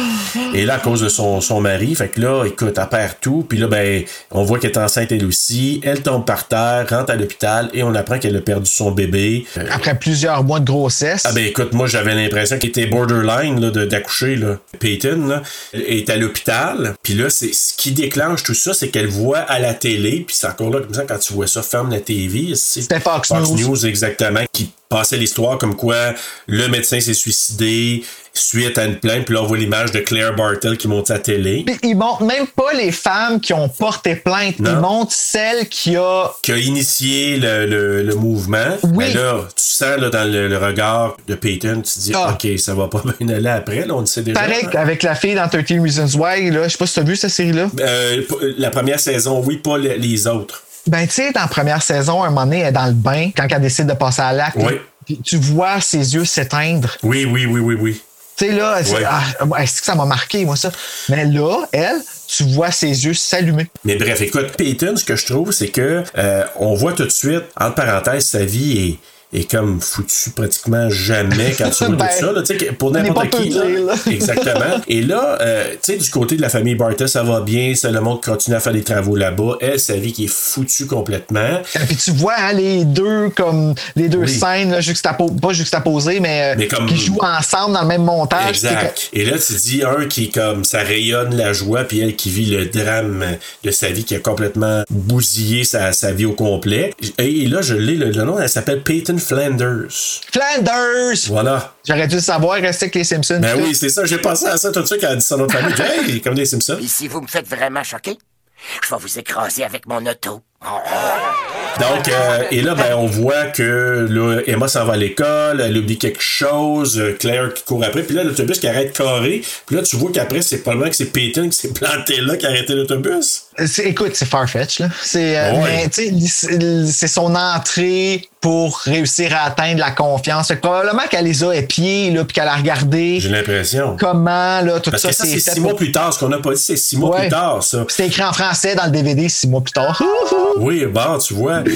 Et là, à cause de son, son mari, fait que là, écoute, elle perd tout. Puis là, ben, on voit qu'elle est enceinte elle aussi. Elle tombe par terre, rentre à l'hôpital et on apprend qu'elle a perdu son bébé. Euh, Après plusieurs mois de grossesse. ah ben écoute, moi j'avais l'impression qu'il était borderline là, de- d'accoucher. Là. Peyton là, est à l'hôpital. Puis là, c'est ce qui déclenche tout ça, c'est qu'elle voit à la télé. Puis c'est encore là comme ça, quand tu vois ça, ferme la TV. c'est- C'était Fox News. exactement, qui passait l'histoire comme quoi le médecin s'est suicidé suite à une plainte. Puis là, on voit l'image de Claire Bartel qui monte sa télé. Puis ils montrent même pas les femmes qui ont porté plainte. Non. Ils montrent celle qui a. qui a initié le, le- le mouvement. Oui. Mais là, tu sens là, dans le, le regard de Peyton, tu dis Ah. OK, ça va pas bien aller après, là, on le sait déjà. Pareil avec la fille dans 30 Reasons Why, là, je sais pas si t'as vu cette série-là. Euh, p- la première saison, oui, pas le- les autres. Ben, tu sais, dans la première saison, un moment donné, elle est dans le bain quand elle décide de passer à l'acte. Oui. Puis tu vois ses yeux s'éteindre. Oui, oui, oui, oui, oui. Tu sais, là, c'est- Oui. ah, moi, est-ce que ça m'a marqué, moi, ça? Mais là, elle, tu vois ses yeux s'allumer. Mais bref, écoute, Peyton, ce que je trouve, c'est que euh, on voit tout de suite, entre parenthèses, sa vie est, est comme foutue pratiquement jamais quand tu vois Ben, tout ça. Là, tu sais, que pour on n'est n'importe pas qui. peu là. dire, là. Exactement. Et là, euh, tu sais, du côté de la famille Barthes, ça va bien, ça, le monde continue à faire des travaux là-bas. Elle, sa vie qui est foutue complètement. Et Puis tu vois hein, les deux comme les deux Oui. scènes là, juxtapo- pas juxtaposées mais, euh, Mais comme- qui jouent ensemble dans le même montage. Exact. Et là, tu dis un qui est comme ça rayonne la joie, puis elle qui vit le drame de sa vie, qui a complètement bousillé sa, sa vie au complet. Et là, je l'ai, le, le nom, elle s'appelle Peyton Flanders. C'est que- Flanders. Voilà. J'aurais dû le savoir rester avec les Simpsons. Ben Tout. oui, c'est ça, j'ai pensé à ça tout de suite quand elle a dit son nom de famille. J'ai dit, Hey, comme les Simpsons. si vous me faites vraiment choquer, je vais vous écraser avec mon auto. Donc, euh, et là, ben, on voit que là, Emma s'en va à l'école, elle oublie quelque chose, euh, Claire qui court après, puis là, l'autobus qui arrête carré, puis là, tu vois qu'après, c'est probablement que c'est Peyton qui s'est planté là, qui a arrêté l'autobus. C'est- Écoute, c'est farfetch là. C'est euh, Ouais. mais, tu sais, li- c'est c'est son entrée pour réussir à atteindre la confiance. Fait que probablement qu'elle les a épiés là puis qu'elle a regardé J'ai l'impression. comment là tout Parce ça que ça, c'est fait six pour- mois plus tard. Ce qu'on n'a pas dit, c'est six mois Ouais. plus Ah! tard, ça. C'était écrit en français dans le DVD six mois plus tard. Oui, bon, tu vois. Ben,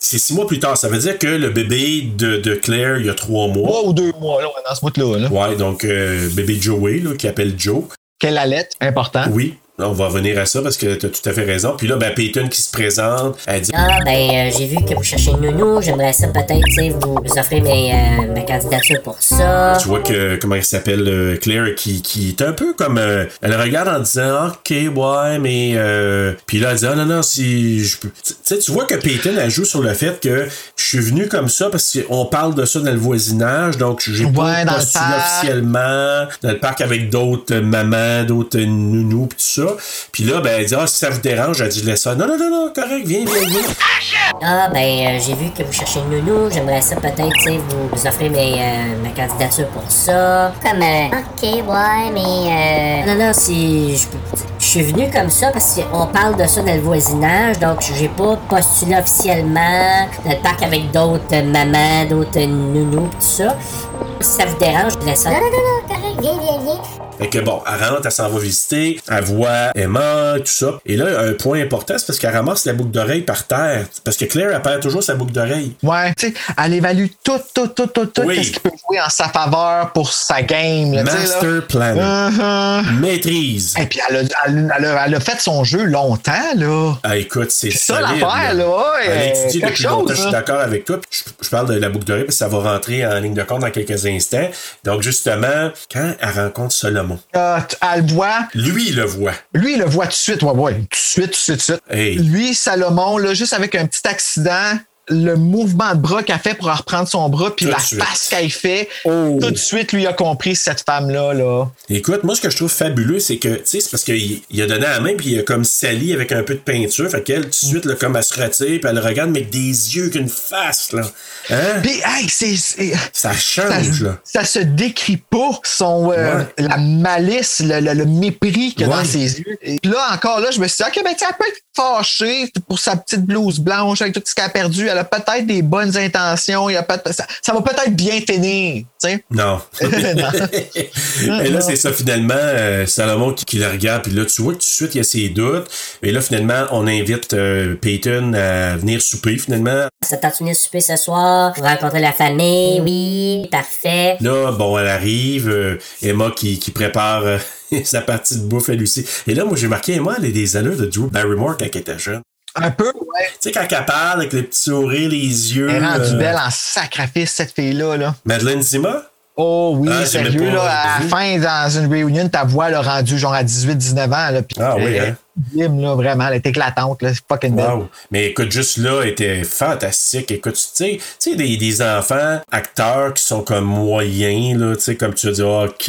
c'est six mois plus tard. Ça veut dire que le bébé de, de Claire, il y a trois mois. Trois ou deux mois là, on est dans ce bout là. Ouais, donc euh, bébé Joey, là, qui appelle Joe. Quelle allait important. Oui, on va revenir à ça parce que tu as tout à fait raison. Puis là, ben, Peyton qui se présente, elle dit Ah, ben, euh, j'ai vu que vous cherchez une nounou. J'aimerais ça peut-être, tu sais, vous offrir mes, euh, ma candidature pour ça. Euh, Tu vois que, comment elle s'appelle, euh, Claire, qui, qui est un peu comme. euh, elle regarde en disant, OK, ouais, mais. euh, Puis là, elle dit, ah non, non, si je peux. Tu sais, tu vois que Peyton, elle joue sur le fait que je suis venu comme ça parce qu'on parle de ça dans le voisinage, donc j'ai Ouais, pas dans le postulé parc. officiellement dans le parc avec d'autres euh, mamans, d'autres euh, nounous, pis tout ça. Puis là, ben, elle dit, ah, si ça vous dérange, elle dit, laisse ça. Non, non, non, non, correct, viens, viens, viens. Ah, ben, euh, j'ai vu que vous cherchez une nounou. J'aimerais ça peut-être, tu sais, vous, vous offrir mes, euh, ma candidature pour ça. Comme, euh, ok, ouais, mais, euh, non, non, si je peux- je suis venu comme ça parce qu'on parle de ça dans le voisinage, donc j'ai pas postulé officiellement dans le parc avec d'autres euh, mamans, d'autres euh, nounous, pis tout ça. Si ça vous dérange, je laisse ça. Non, non, non, non, correct, viens, viens, viens. Fait que bon, elle rentre, elle s'en va visiter, elle voit Emma, tout ça. Et là, un point important, c'est parce qu'elle ramasse la boucle d'oreille par terre. Parce que Claire, elle perd toujours sa boucle d'oreille. Ouais, tu sais, elle évalue tout, tout, tout, tout, tout, Oui. qu'est-ce qui peut jouer en sa faveur pour sa game. Là, tu sais, là. Master Plan. Uh-huh. Maîtrise. Et puis, elle a, elle, elle a- elle a fait son jeu longtemps, là. Ah, écoute, c'est ça, solide, l'affaire, là, ouais, euh, Elle a étudié quelque depuis longtemps, chose, hein. je suis là. d'accord avec toi. Puis Je, je parle de la boucle d'oreille parce que ça va rentrer en ligne de compte dans quelques instants. Donc, justement, quand elle rencontre Solomon, Euh, t- elle le voit. lui, il le voit. Lui, il le voit tout de suite. Ouais, ouais, tout de suite, tout de suite, tout de suite. Hey. Lui, Salomon, là, juste avec un petit accident, le mouvement de bras qu'elle fait pour en reprendre son bras, puis Tout de la suite. face qu'elle fait, Oh. Hein. tout de suite, lui a compris cette femme-là, là. Écoute, moi, ce que je trouve fabuleux, c'est que, tu sais, c'est parce qu'il il a donné à la main, puis il a comme sali avec un peu de peinture. Fait qu'elle, tout de suite, là, comme elle se retire, puis elle le regarde, mais avec des yeux qu'une face, là. Hein? Puis, hey, c'est- c'est. Ça ça, change, là. ça se décrit pas son euh, Ouais. la malice, le, le- le mépris qu'il y a Ouais. dans ses yeux. Et là encore là, je me suis dit, OK, ben tiens, elle peut être fâchée pour sa petite blouse blanche avec tout ce qu'elle a perdu, elle elle a peut-être des bonnes intentions, il y a peut ça, ça va peut-être bien finir, tu sais. Non. et là, c'est ça, finalement, euh, Salomon qui, qui le regarde, puis là, tu vois que tout de suite, il y a ses doutes. Et là, finalement, on invite euh, Peyton à venir souper, finalement. Ça tente de venir souper ce soir, rencontrer la famille, oui, parfait. Là, bon, elle arrive, euh, Emma qui, qui prépare euh, sa partie de bouffe, elle aussi. Et là, moi, j'ai marqué, Emma, elle a des allures de Drew Barrymore quand elle était jeune. Un peu, ouais. Tu sais, quand elle parle avec le petit sourire, les yeux. Elle est rendue euh, belle en sacrifice, cette fille-là, là. Madeleine Zima? Oh oui, Ah, j'aimais sérieux, pas, là, à euh, la fin, dans une réunion, ta voix l'a rendue genre à 18-19 ans, là. puis Ah oui, elle hein? Ah est sublime, là, vraiment, elle est éclatante, là, c'est fucking belle. Wow. Mais écoute, juste là, elle était fantastique. Écoute, tu sais, tu sais, des, des enfants acteurs qui sont comme moyens, là, tu sais, comme tu as dit, Ah, OK.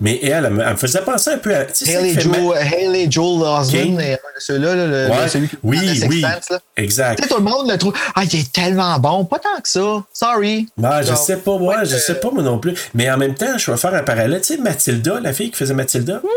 Mais elle, elle, me- elle me faisait penser un peu à. tu sais, ça qui Haley fait mal- Joel, Haley Joel Osment Ok. est un de ceux-là, là, le- Ouais. le- celui qui Oui, dans Sex oui. Sense, là. Exact. Tu sais, tout le monde le trouve. Ah, il est tellement bon. Pas tant que ça. Sorry. Non, je Donc, sais pas, moi, je euh, sais pas, moi non plus. Mais en même temps, je vais faire un parallèle. Tu sais, Mathilda, la fille qui faisait Mathilda. Oui!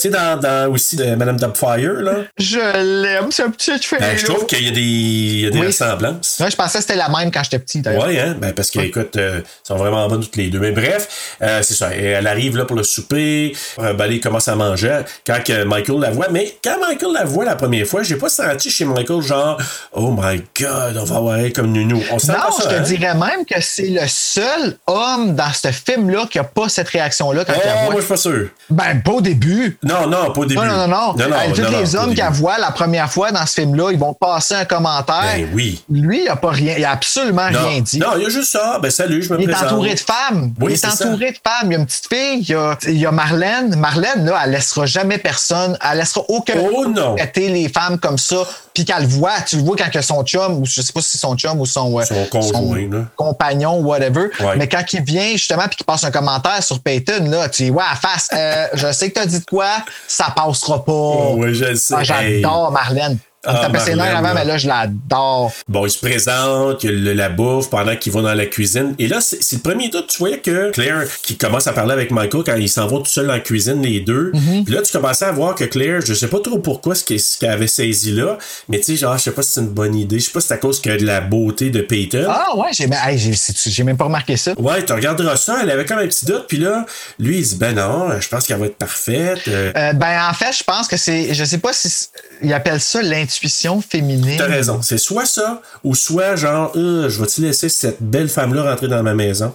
Tu sais, dans, dans aussi de Madame Dubfire, là. Je l'aime, ce petit Ben, je fille. trouve qu'il y a des, il y a des Oui. ressemblances. Ouais, je pensais que c'était la même quand j'étais petit, d'ailleurs. Oui, hein? ben parce que, écoute, euh, elles sont vraiment bonnes toutes les deux. Mais bref, euh, c'est ça. Et Elle arrive là pour le souper. Euh, ben, elle commence à manger quand que Michael la voit. Mais quand Michael la voit la première fois, j'ai pas senti chez Michael genre Oh my God, on va avoir elle comme nounou. On sent Non, pas ça. je hein? te dirais même que c'est le seul homme dans ce film-là qui a pas cette réaction-là quand Ah, il la moi, voit. je suis pas sûr. Ben, pas au début. Non, non, pas au début. Non, non, non, non. Euh, Tous non, les pas au hommes début. qu'elle voit la première fois dans ce film-là, ils vont passer un commentaire. Ben oui. Lui, il a pas rien, il a absolument Non, rien dit. non, il y a juste ça. Ben salut, je me Il est présente. entouré de femmes. Oui, il est c'est ça. entouré de femmes. Il y a une petite fille, il y a, il y a Marlène. Marlène, là, elle laissera jamais personne, elle laissera aucun Oh non. traiter les femmes comme ça. Puis qu'elle le voit, tu le vois quand que son chum, ou je sais pas si son chum ou son, euh, Son conjoint, là. compagnon, whatever. Ouais. Mais quand il vient justement puis qu'il passe un commentaire sur Peyton, là, tu dis ouais, à face, euh, je sais que t'as dit de quoi, ça passera pas. Oh, oui, je le sais. Ah, J'adore Marlène. On Ah, tapait ses nerfs Marlène, là. avant, mais là, je l'adore. Bon, il se présente, il y a le- la bouffe pendant qu'il va dans la cuisine. Et là, c'est c'est le premier doute. Tu voyais que Claire, qui commence à parler avec Michael quand ils s'en vont tout seuls dans la cuisine, les deux. Puis là, tu commençais à voir que Claire, je sais pas trop pourquoi ce qu'elle ce qu'elle avait saisi là, mais tu sais, genre, je sais pas si c'est une bonne idée. Je sais pas si c'est à cause que de la beauté de Peyton. Ah ouais, j'ai hey, j'ai- c'est- j'ai même pas remarqué ça. Ouais, tu regarderas ça, elle avait comme un petit doute, puis là, lui, il dit, ben non, je pense qu'elle va être parfaite. Euh, Euh, ben en fait, je pense que c'est, je sais pas si c'est- ils appellent ça l'intuition féminine. T'as raison. C'est soit ça, ou soit genre, Euh, je vais-tu laisser cette belle femme-là rentrer dans ma maison?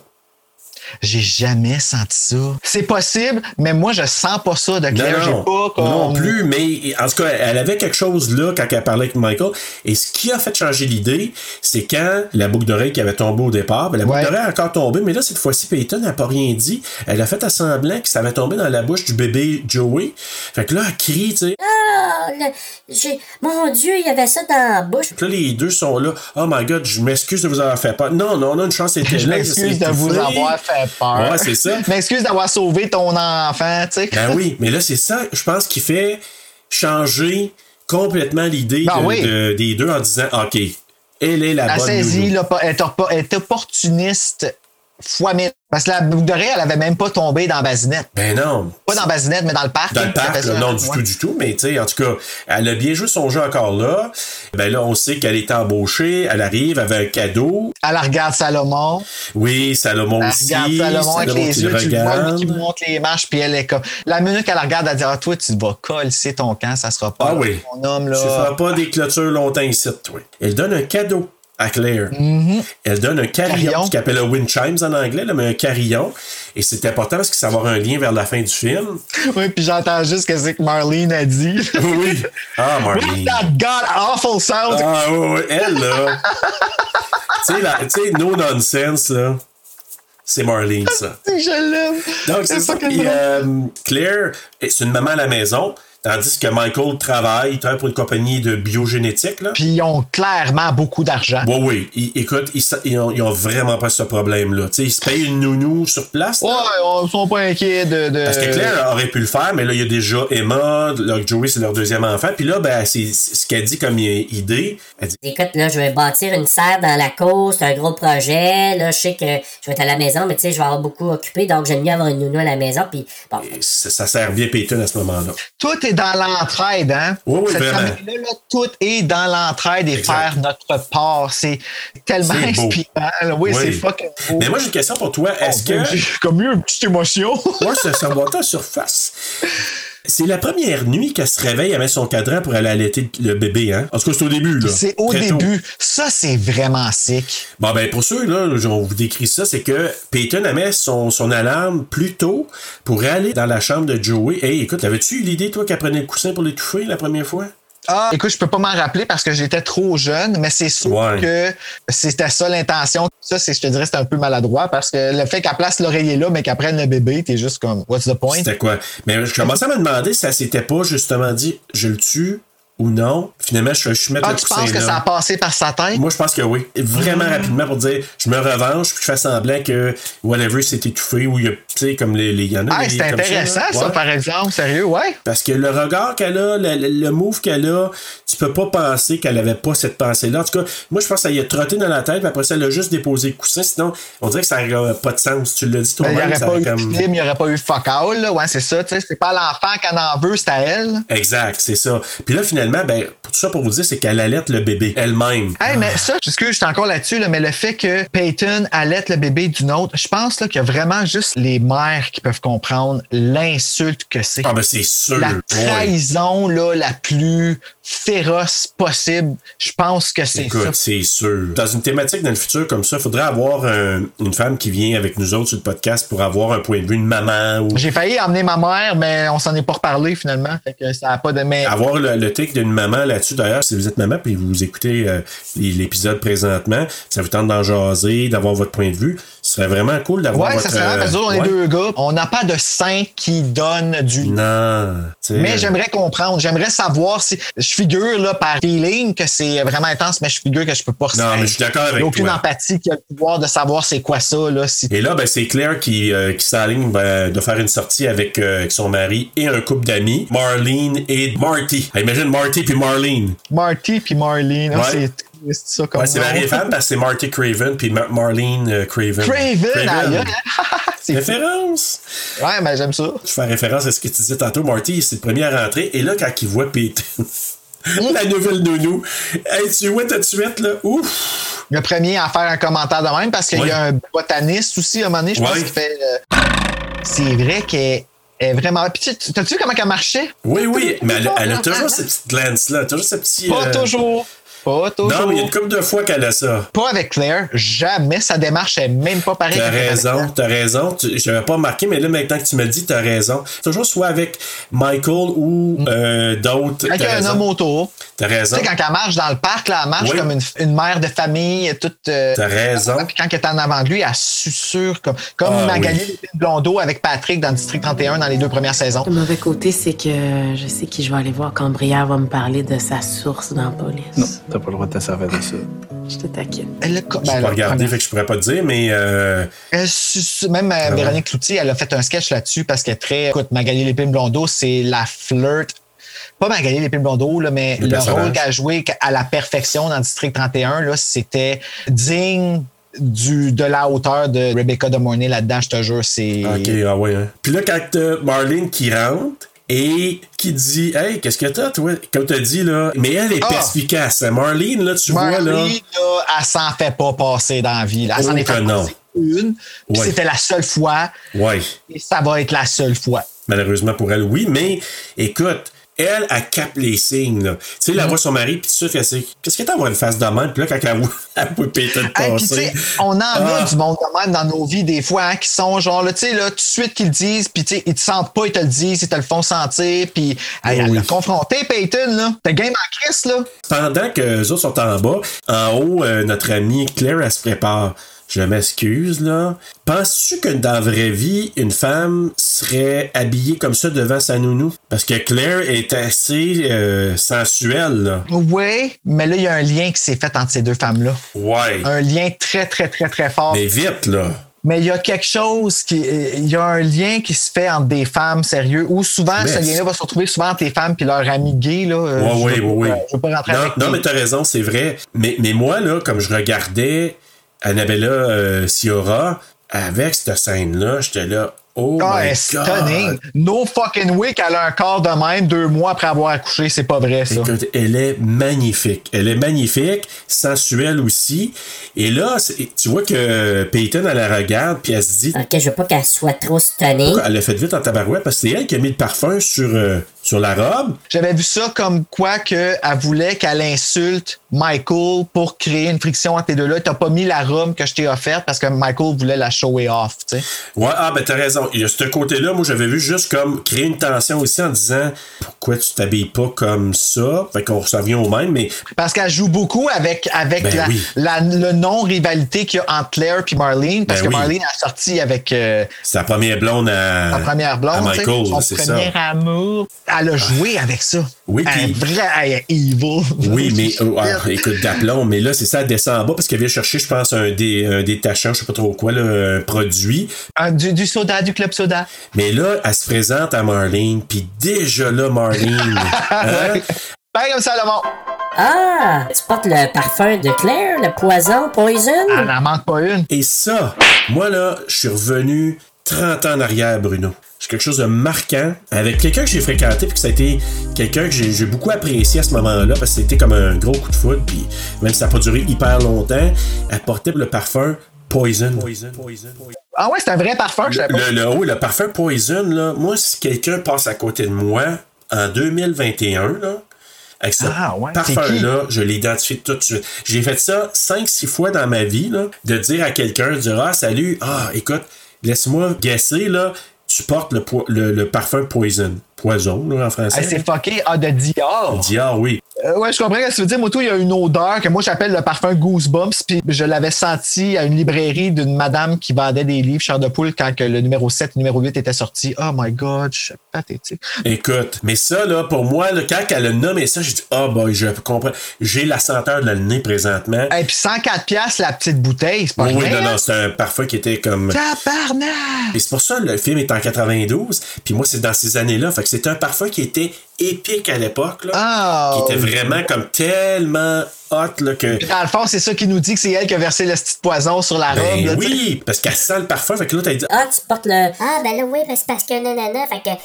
J'ai jamais senti ça. C'est possible, mais moi je sens pas ça de Claire. J'ai pas comme- non plus, mais en tout cas, elle avait quelque chose là quand elle parlait avec Michael. Et ce qui a fait changer l'idée, c'est quand la boucle d'oreille qui avait tombé au départ, ben, la boucle Ouais. d'oreille a encore tombé, mais là, cette fois-ci, Peyton n'a pas rien dit. Elle a fait à semblant que ça avait tombé dans la bouche du bébé Joey. Fait que là, elle crie, tu sais. Ah, le- j'ai, mon Dieu, il y avait ça dans la bouche. Puis là, les deux sont là. Oh my god, je m'excuse de vous avoir fait peur. Non, non, non, une chance était Je là. m'excuse c'est de vous étouffé. avoir fait peur. Ouais, c'est ça. Je m'excuse d'avoir sauvé ton enfant, tu sais. Ben oui, mais là, c'est ça, je pense, qui fait changer complètement l'idée Ben de- oui. Ah, de- des deux en disant OK, elle est la Elle bonne. saisit, nounou. là, pas- elle est oppo- elle est opportuniste fois mille. Parce que la boucle d'oreille, elle avait même pas tombé dans Basinette. Ben non. Pas dans Basinette, mais dans le parc. Dans le parc, là, non, du Ouais. tout, du tout, mais tu sais, en tout cas, elle a bien joué son jeu encore là. Ben là, on sait qu'elle est embauchée, elle arrive avec un cadeau. Elle regarde Salomon. Oui, Salomon Elle aussi. Ben, regarde Salomon avec Salomon les qui le yeux, tu le vois, lui regarde. qui monte les marches, puis elle est comme. La minute qu'elle regarde, elle dit Ah, toi, tu vas coller ton camp, ça sera pas Ah oui. mon homme, Tu feras là. pas des clôtures longtemps ici, toi. Elle donne un cadeau à Claire. Elle donne un carillon, Mm-hmm. Carillon. ce qu'on appelle un wind chimes en anglais, là, mais un carillon. Et c'est important parce que ça va avoir un lien vers la fin du film. Oui, puis j'entends juste ce que c'est que Marlene a dit. oui. Ah, With Marlene. that god awful sound. Ah, oui, oui, elle, là. tu sais, la- tu sais, no nonsense, là. C'est Marlene, ça. Je l'aime. Donc, c'est ça. fucking Puis, drôle. euh, Claire, eh, c'est une maman à la maison, tandis que Michael travaille, il travaille pour une compagnie de biogénétique, là. Puis ils ont clairement beaucoup d'argent. Oui, oui. Ils- écoute, ils, sa- ils ont, ils ont vraiment pas ce problème-là. Tu sais, ils se payent une nounou sur place. là. Ouais, ils sont pas inquiets de. de- Parce que Claire aurait pu le faire, mais là, il y a déjà Emma, là, Joey, c'est leur deuxième enfant. Puis là, ben, c'est c'est ce qu'elle dit comme i- idée. Elle dit, Écoute, là, je vais bâtir une serre dans la course, c'est un gros projet. Là, je sais que je vais être à la maison, mais tu sais, je vais avoir Mm. beaucoup occupé, donc j'aime mieux avoir une nounou à la maison. Puis, bon, ça, ça sert bien Peyton à ce moment-là. Tout est dans l'entraide, hein? Oui, oui, Cette vraiment. famille-là, là, tout est dans l'entraide et Exact. faire notre part. C'est tellement C'est beau. inspirant. là. Oui, c'est fucking beau. Mais moi, j'ai une question pour toi. Est-ce Oh, que. J'ai comme eu une petite émotion. Moi, ça, ça monte à surface. C'est la première nuit qu'elle se réveille, elle met son cadran pour aller allaiter le bébé, hein? En tout cas, c'est au début, là. c'est au Très tôt. début. Ça, c'est vraiment sick. Bon, ben, pour ceux, là, on vous décrit ça, c'est que Peyton, elle met son, son alarme plus tôt pour aller dans la chambre de Joey. Hey, écoute, avais-tu eu l'idée, toi, qu'elle prenait le coussin pour l'étouffer la première fois? Ah, écoute, je peux pas m'en rappeler parce que j'étais trop jeune, mais c'est sûr Ouais. que c'était ça l'intention. Ça, c'est, je te dirais, c'est un peu maladroit parce que le fait qu'elle place l'oreiller là, mais qu'elle prenne le bébé, t'es juste comme, what's the point? C'était quoi? Mais je commençais à me demander si elle s'était pas justement dit, je le tue ou non. Finalement, je, je mets Ah, Mm-hmm. le tu coussin penses que là. ça a passé par sa tête? Moi, je pense que oui. Vraiment rapidement pour dire, je me revanche, puis je fais semblant que whatever s'est étouffé, ou il y a, tu sais, comme les, les, il y en a. Ah, des- c'est comme intéressant, là. ça, Ouais. par exemple. Sérieux, ouais. Parce que le regard qu'elle a, le, le- le move qu'elle a, tu peux pas penser qu'elle avait pas cette pensée-là. En tout cas, moi, je pense qu'elle y a trotté dans la tête, puis après ça, elle a juste déposé le coussin. Sinon, on dirait que ça n'aurait pas de sens. Tu l'as dit Ben, Il n'y toi-même, aurait Ah ça pas eu aurait de comme. film, il n'y aurait pas eu fuck all, là. Ouais, c'est ça, tu sais. C'est pas à l'enfant qu'elle en veut, c'est à elle. Exact, c'est ça. Puis là, finalement, ben, pour tout ça pour vous dire, c'est qu'elle allait le bébé elle-même. Hey, mais ça, excuse, je suis encore là-dessus, là, mais le fait que Peyton allait le bébé d'une autre, je pense là, qu'il y a vraiment juste les mères qui peuvent comprendre l'insulte que c'est. Ah, ben, c'est sûr. la Ouais. trahison là, la plus féroce possible, je pense que c'est ça. Écoute, c'est sûr. Dans une thématique dans le futur comme ça, il faudrait avoir un- une femme qui vient avec nous autres sur le podcast pour avoir un point de vue, une maman ou J'ai failli emmener ma mère, mais on s'en est pas reparlé finalement. Fait que ça a pas de mais. avoir le, le take d'une maman là-dessus. D'ailleurs, si vous êtes maman puis vous écoutez euh, les- l'épisode présentement, ça vous tente d'en jaser, d'avoir votre point de vue, ce serait vraiment cool d'avoir Ouais, votre... ça serait vrai, parce que euh, on est ouais. deux gars. On n'a pas de sein qui donne du. Non. tu sais. Mais j'aimerais comprendre, j'aimerais savoir si. Je figure là, par feeling que c'est vraiment intense, mais je figure que je peux pas Non, mais je suis d'accord avec J'ai aucune toi. empathie qui a le pouvoir de savoir c'est quoi ça, là, si Et là, ben, c'est Claire qui, euh, qui s'aligne ben, de faire une sortie avec, euh, avec son mari et un couple d'amis, Marlene et Marty. Ah, Imagine Marty puis Marlene. Marty puis Marlene, hein, Ouais. c'est triste ça comme Ouais, c'est nom. mari et femme parce que c'est Marty Craven puis Mar- Marlene euh, Craven. Craven, aïe, aïe, aïe. C'est fou. Référence! Ouais, mais j'aime ça. Je fais référence à ce que tu disais tantôt, Marty, c'est le premier à rentrer, et là, quand il voit Pete, la nouvelle nounou, hey, tu vois tout de suite, là, ouf! Le premier à faire un commentaire de même parce qu'il Ouais. y a un botaniste aussi à un moment donné, je pense Ouais. qu'il fait. euh, C'est vrai qu'elle est vraiment. Puis tu- tu- t'as-tu vu comment elle marchait? Oui, oui, mais elle, elle a toujours cette petite glance-là, toujours ce petit. Pas euh, toujours. Pas toujours. Non, mais il y a une couple de fois qu'elle a ça. Pas avec Claire, jamais. Sa démarche est même pas pareille. T'as qu'avec raison, Alexandre. t'as raison. Tu- Je l'avais pas marqué, mais là, maintenant que tu me le dis, t'as raison. Toujours soit avec Michael ou euh, d'autres. Quand il y t'as a Mm. raison. un homme autour, T'as tu raison. sais, quand elle marche dans le parc, là, elle marche Oui. comme une, une mère de famille, toute. euh, T'as raison. Puis quand elle est en avant de lui, elle susurre comme, comme Ah, Magali oui. Blondeau avec Patrick dans District 31 dans les deux premières saisons. Le mauvais côté, c'est que je sais qui je vais aller voir quand Brière va me parler de sa source dans la police. T'as pas le droit de te servir de ça. Je te taquine. Elle, a co- ben, J'ai elle pas a- regardé, fait que je pourrais pas te dire, mais. euh, elle susurre- même euh, Ah Véronique Cloutier, elle a fait un sketch là-dessus parce qu'elle est très. Écoute, Magali Lépine Blondeau, c'est la flirt. Pas Magali Lépine Blondeau, là, mais Le le, personnage. rôle qu'elle a joué à la perfection dans District 31, là, c'était digne. Du, de la hauteur de Rebecca De Mornay là-dedans, je te jure, c'est. Ok, ah ouais. Hein. Puis là, quand t'as Marlene qui rentre et qui dit Hey, qu'est-ce que t'as, toi Comme t'as dit, là. Mais elle est Ah! perspicace. hein. Marlene, là, tu Marley, vois, là. là, elle s'en fait pas passer dans la vie. là. Elle Oh s'en est que fait non. passer une. puis Ouais. C'était la seule fois. Ouais. Et ça va être la seule fois. Malheureusement pour elle, oui. Mais écoute, elle, elle capte les signes, là. Tu sais, Mm-hmm. elle voit son mari, puis tout ça, qu'elle sait Qu'est-ce que t'as, on va une face de même. Puis là, quand elle voit, elle voit péter de Hey, puis tu passer. sais, on en Ah. a du monde de même dans nos vies des fois hein, qui sont genre là, tu sais, là, tout de suite qu'ils le disent, puis tu sais, ils te sentent pas, ils te le disent, ils te le font sentir, puis hey, elle oui. l'a confronté, Peyton, là. T'as game en crise, là. Pendant que les autres sont en bas, en haut, euh, notre amie Claire, elle se prépare. Je m'excuse, là. Penses-tu que dans la vraie vie, une femme serait habillée comme ça devant sa nounou? Parce que Claire est assez euh, sensuelle, là. Oui, mais là, il y a un lien qui s'est fait entre ces deux femmes-là. Ouais. Un lien très, très, très, très fort. Mais vite, là. Mais il y a quelque chose qui. euh, Il y a un lien qui se fait entre des femmes sérieux, où souvent Mais ce lien-là va se retrouver souvent entre les femmes puis leurs amis gays. Là, Euh, Ouais, je ouais, veux pas- ouais, ouais. Je veux pas rentrer non, avec non, les- mais t'as raison, c'est vrai. Mais, mais moi, là, comme je regardais Annabella euh, Ciora avec cette scène-là, j'étais là, Oh Ah, my elle est God. stunning. No fucking way qu'elle a un corps de même deux mois après avoir accouché. C'est pas vrai, ça. Écoute, elle est magnifique. Elle est magnifique, sensuelle aussi. Et là, c'est- tu vois que Peyton, elle la regarde, puis elle se dit, Ok, je veux pas qu'elle soit trop stunnée. elle l'a fait vite en tabarouette, parce que c'est elle qui a mis le parfum sur, euh, sur la robe. J'avais vu ça comme quoi qu'elle voulait qu'elle insulte Michael pour créer une friction entre les deux-là. T'as pas mis la robe que je t'ai offerte parce que Michael voulait la shower off, tu sais. Ouais, ah, ben t'as raison. Il y a ce côté-là, moi j'avais vu juste comme créer une tension aussi en disant pourquoi tu t'habilles pas comme ça. Fait qu'on s'en vient au même, mais Parce qu'elle joue beaucoup avec, avec Ben la, oui. la- le non-rivalité qu'il y a entre Claire et Marlene. Parce Ben que oui. Marlene a sorti avec euh, c'est la première blonde à. sa première Euh, à blonde, tu sais, Michael, son c'est ça. Ah. premier amour. Elle a joué avec ça. Oui, Elle est puis- vraie, elle est evil. Oui, mais oh, ah, écoute, d'aplomb, mais là, c'est ça, elle descend en bas parce qu'elle vient chercher, je pense, un, dé, un détachant, je sais pas trop quoi, là, un produit. Ah, du, du soda, du club soda. Mais là, elle se présente à Marlene, puis déjà là, Marlene. hein, Ben comme ça, le monde. Ah! Tu portes le parfum de Claire, le poison, poison? Elle n'en manque pas une. Et ça, moi là, je suis revenu 30 ans en arrière, Bruno. C'est quelque chose de marquant avec quelqu'un que j'ai fréquenté, puis que ça a été quelqu'un que j'ai j'ai beaucoup apprécié à ce moment-là, parce que c'était comme un gros coup de foot, puis même si ça n'a pas duré hyper longtemps, elle portait le parfum Poison. Ah ouais, c'est un vrai parfum. Je savais pas. Le, le haut, le parfum Poison, là, moi, si quelqu'un passe à côté de moi en 2021, là, avec ce Ah ouais, c'est parfum-là, je l'identifie tout de suite. J'ai fait ça 5-6 fois dans ma vie, là, de dire à quelqu'un, de dire Ah, salut, ah, écoute, laisse-moi guesser, là, tu portes le, po- le- le parfum Poison. Poison, là, en français. Hey, c'est fucké. Ah, de Dior. Dis, ah oui. Euh, ouais, je comprends ce que tu veux dire. Moi, tout, il y a une odeur que moi, j'appelle le parfum Goosebumps. Puis je l'avais senti à une librairie d'une madame qui vendait des livres chair de poule quand que le numéro 7 le numéro 8 était sorti. Oh my God, je suis pathétique. Écoute, mais ça, là, pour moi, là, quand elle a nommé ça, j'ai dit, ah, boy, je comprends. J'ai la senteur de le nez présentement. Et puis 104 pièces la petite bouteille, c'est pas Oui, oui, rien. non, non, c'est un parfum qui était comme. Tabarnak! Et c'est pour ça le film est en 92, puis moi c'est dans ces années-là, fait que c'est un parfum qui était épique à l'époque là, Ah! qui était vraiment comme tellement hot là que Puis Dans le fond, c'est ça qui nous dit que c'est elle qui a versé le petit poison sur la robe. là, ben tu sais. oui, parce qu'elle sent le parfum, fait que là t'as dit Ah, tu portes le. Ah, ben là, oui, ben, c'est parce que nanana, fait que.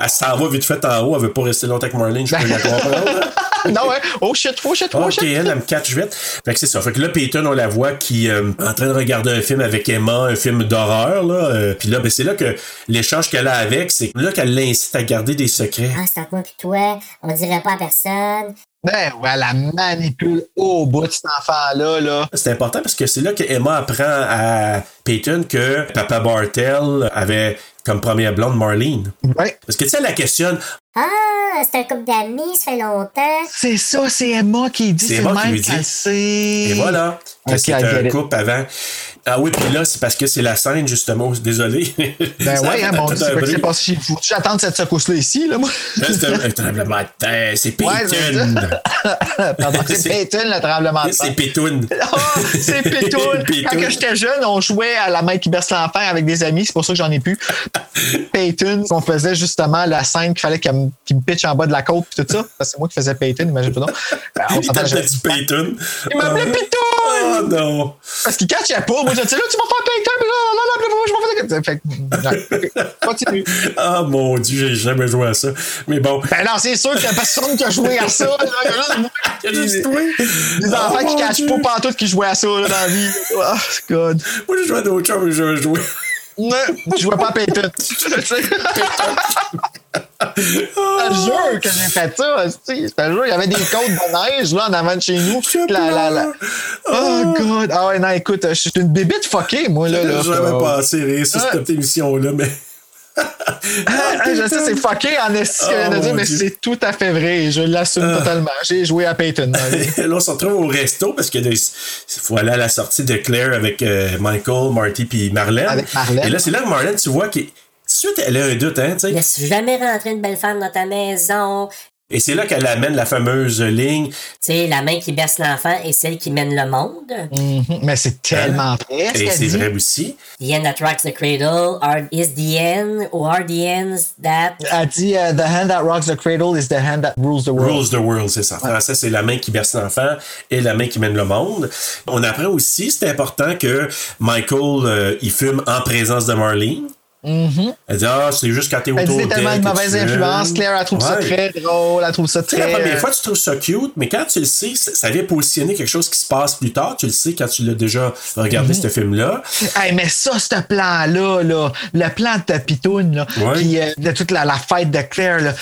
elle s'en va vite fait en haut, elle veut pas rester longtemps avec Marlene, je peux la comprendre. là. non, hein? Oh shit, oh shit, oh Ok, shit. elle, elle me catch vite. Fait que c'est ça. Fait que là, Peyton, on la voit qui euh, en train de regarder un film avec Emma, un film d'horreur, là. Euh, Puis là, ben, c'est là que l'échange qu'elle a avec, c'est là qu'elle l'incite à garder des secrets. Ah, c'est entre moi pis toi, on dirait pas à personne. Ben, ouais, elle la manipule au bout de cet enfant-là, là. C'est important parce que c'est là que Emma apprend à Peyton que Papa Bartel avait comme première blonde Marlene. Ouais. Parce que tu sais, elle la questionne. Ah, c'est un couple d'amis, ça fait longtemps. C'est ça, c'est Emma qui dit, C'est c'est Emma le qui lui même dit. qu'elle sait. Et voilà. que Ok, C'était Ah, I get un it. couple avant. Ah oui, puis là, c'est parce que c'est la scène, justement. Désolé. Ben ouais, hein, mon Tout Dieu, un c'est quoi qui bruit. s'est passé? Faut-tu attendre cette secousse-là ici, là, moi? Là, c'est un- un tremblement de terre. C'est Ouais, c'est Peyton. Pardon, c'est C'est- Peyton, le tremblement de C'est terre. Peyton. Oh, c'est Pétoune. Quand Pétoune. que j'étais jeune, on jouait à la main qui berce l'enfer avec des amis. C'est pour ça que j'en ai plus. Peyton, on faisait justement la scène qu'il fallait qu'elle me- qu'il me pitche en bas de la côte pis tout ça. Parce que c'est moi qui faisais Peyton, imagine pas non. Alors, on Il s'entend, t'appelait j'avais- du Peyton. Il m'appelait euh. Pétoune! Oh non. Parce qu'il catchait pas. Moi, je disais, là, tu m'as fait Peyton, mais là, là, là, là, je m'en fais Fait que, ouais. Ok, continue. Ah mon Dieu, j'ai jamais joué à ça. Mais bon. Ben non, c'est sûr qu'il y a personne qui a joué à ça. là. Il y a juste moi. Les enfants qui cachent pas pantoute qui jouaient à ça, là, dans la vie. Oh, God. Moi, je jouais à d'autres choses, mais je jouais. Non, je vois pas Peyton. Je te jure que j'ai fait ça, hostie. Je te jure, il y avait des côtes de neige là en avant de chez nous. La, la, la- Oh god. Ah ouais, non, écoute, je suis une bébite fuckée, moi, là. là. J'avais jamais Ah, pensé rire sur Ah. cette émission-là, mais. ah, je sais, c'est fucké en esti ce que je viens de Oh, dire, mon mais Dieu. Ah. c'est tout à fait vrai. Je l'assume totalement. J'ai joué à Peyton. dans la vie. Là, on se retrouve au resto parce que il faut aller à la sortie de Claire avec euh, Michael, Marty puis Marlène. Avec Marlène. Et là, c'est là que Marlène, tu vois, qui. Tout de suite, elle a un doute, hein, tu sais. Laisse jamais rentrer une belle femme dans ta maison. Et c'est là qu'elle amène la fameuse ligne. Tu sais, la main qui berce l'enfant et celle qui mène le monde. Mhm, Mais c'est tellement vrai. ce Ah, et qu'elle c'est dit. vrai aussi. The end that rocks the cradle are, is the end, or are the ends that. Elle dit euh, The hand that rocks the cradle is the hand that rules the world. Rules the world, c'est ça. En français, c'est la main qui berce l'enfant et la main qui mène le monde. On apprend aussi, c'est important, que Michael, euh, il fume en présence de Marlene. Elle dit, ah, c'est juste quand t'es Mm-hmm. Elle autour dit d'elle. c'est tellement une que mauvaise tu aimes. influence. Claire, elle trouve ça Ouais. très drôle. Elle trouve ça Tu très. sais, la première fois, tu trouves ça cute, mais quand tu le sais, ça ça vient positionner quelque chose qui se passe plus tard. Tu le sais quand tu l'as déjà regardé, Mm-hmm. ce film-là. Hey, mais ça, ce plan-là, là, le plan de Tapitoun, là, Ouais. puis euh, de toute la, la fête de Claire, là.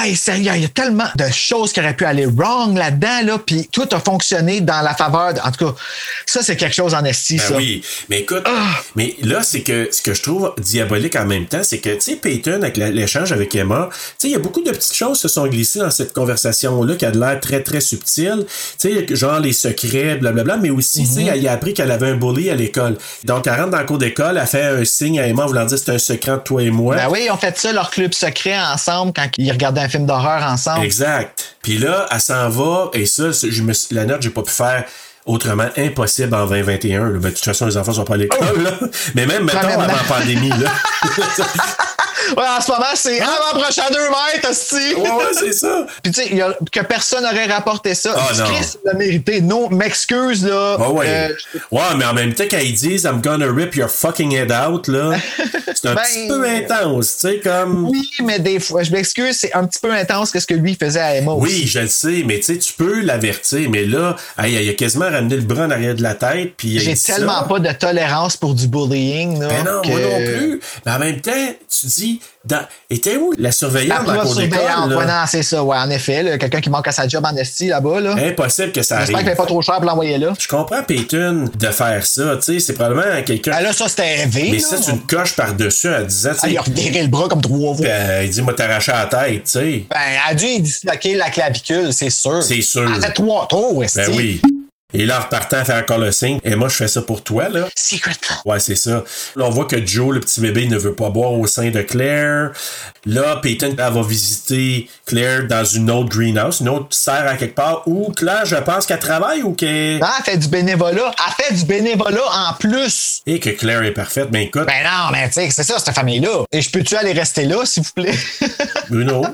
Hey, sérieux, il y a tellement de choses qui auraient pu aller wrong là-dedans, là, puis tout a fonctionné dans la faveur. de- En tout cas, ça, c'est quelque chose en esti, Ben ça. Ah! oui, mais écoute, mais là, c'est que ce que je trouve diabolique en même temps, c'est que, tu sais, Peyton, avec la- l'échange avec Emma, tu sais, il y a beaucoup de petites choses qui se sont glissées dans cette conversation-là qui a de l'air très, très subtile. Tu sais, genre les secrets, blablabla, mais aussi, tu sais, Mm-hmm. elle a appris qu'elle avait un bully à l'école. Donc, elle rentre dans le cours d'école, elle fait un signe à Emma en voulant dire c'est un secret entre toi et moi. Ben oui, ils ont fait ça, leur club secret ensemble, quand ils regardaient un film d'horreur ensemble. Exact. Puis là, elle s'en va, et ça, c'est- je me suis- la note, j'ai pas pu faire autrement impossible en 2021. là. Ben, de toute façon, les enfants sont pas à l'école. là. Mais même, mettons, avant Premièrement. la pandémie, là. Ouais, en ce moment, c'est avant-prochain deux mètres, hostie. Hein? ouais, ouais, c'est ça. Puis tu sais, il y a- que personne n'aurait rapporté ça. Ah, non. Ah Chris l'a mérité. Non, m'excuse, là. Ouais, ouais. Euh, ouais, mais en même temps, quand ils disent I'm gonna rip your fucking head out, là, c'est un Ben, petit peu intense, tu sais, comme. oui, mais des fois, je m'excuse, c'est un petit peu intense que ce que lui faisait à Emma aussi. Oui, je le sais, mais tu sais, tu peux l'avertir, mais là, hey, il a quasiment ramené le bras en arrière de la tête, puis il a J'ai dit ça. tellement pas de tolérance pour du bullying, là. Ben non, moi que- non plus. Mais en même temps, tu dis, dans... était où la surveillante dans La la cour d'école? surveillante, ouais, là? non, c'est ça, ouais, en effet, là, quelqu'un qui manque à sa job en esti Ben là-bas, là. Impossible que ça arrive. J'espère qu'elle n'est pas trop cher pour l'envoyer là. Je comprends Peyton de faire ça, tu sais, c'est probablement quelqu'un. Ah, là, ça, c'était rêvé. mais là. Ben ça, tu une coche par-dessus en disant, tu Ah, sais, il a reviré le bras comme trois fois. puis, euh, il dit, moi, t'arracher la tête, tu sais. Ben, elle a dû y disloquer la clavicule, c'est sûr. C'est sûr. Elle fait trois tours, esti. Ben oui. Et là, en repartant, faire encore le signe. Et moi, je fais ça pour toi, là. Secret Ouais, c'est ça. Là, on voit que Joe, le petit bébé, ne veut pas boire au sein de Claire. Là, Peyton, elle va visiter Claire dans une autre greenhouse, une autre serre à quelque part où Claire, je pense qu'elle travaille ou qu'elle. Non, Ben, elle fait du bénévolat. Elle fait du bénévolat en plus. Et que Claire est parfaite. Ben écoute, Ben non, mais tu sais, c'est ça, cette famille-là. Et je peux-tu aller rester là, s'il vous plaît? Bruno,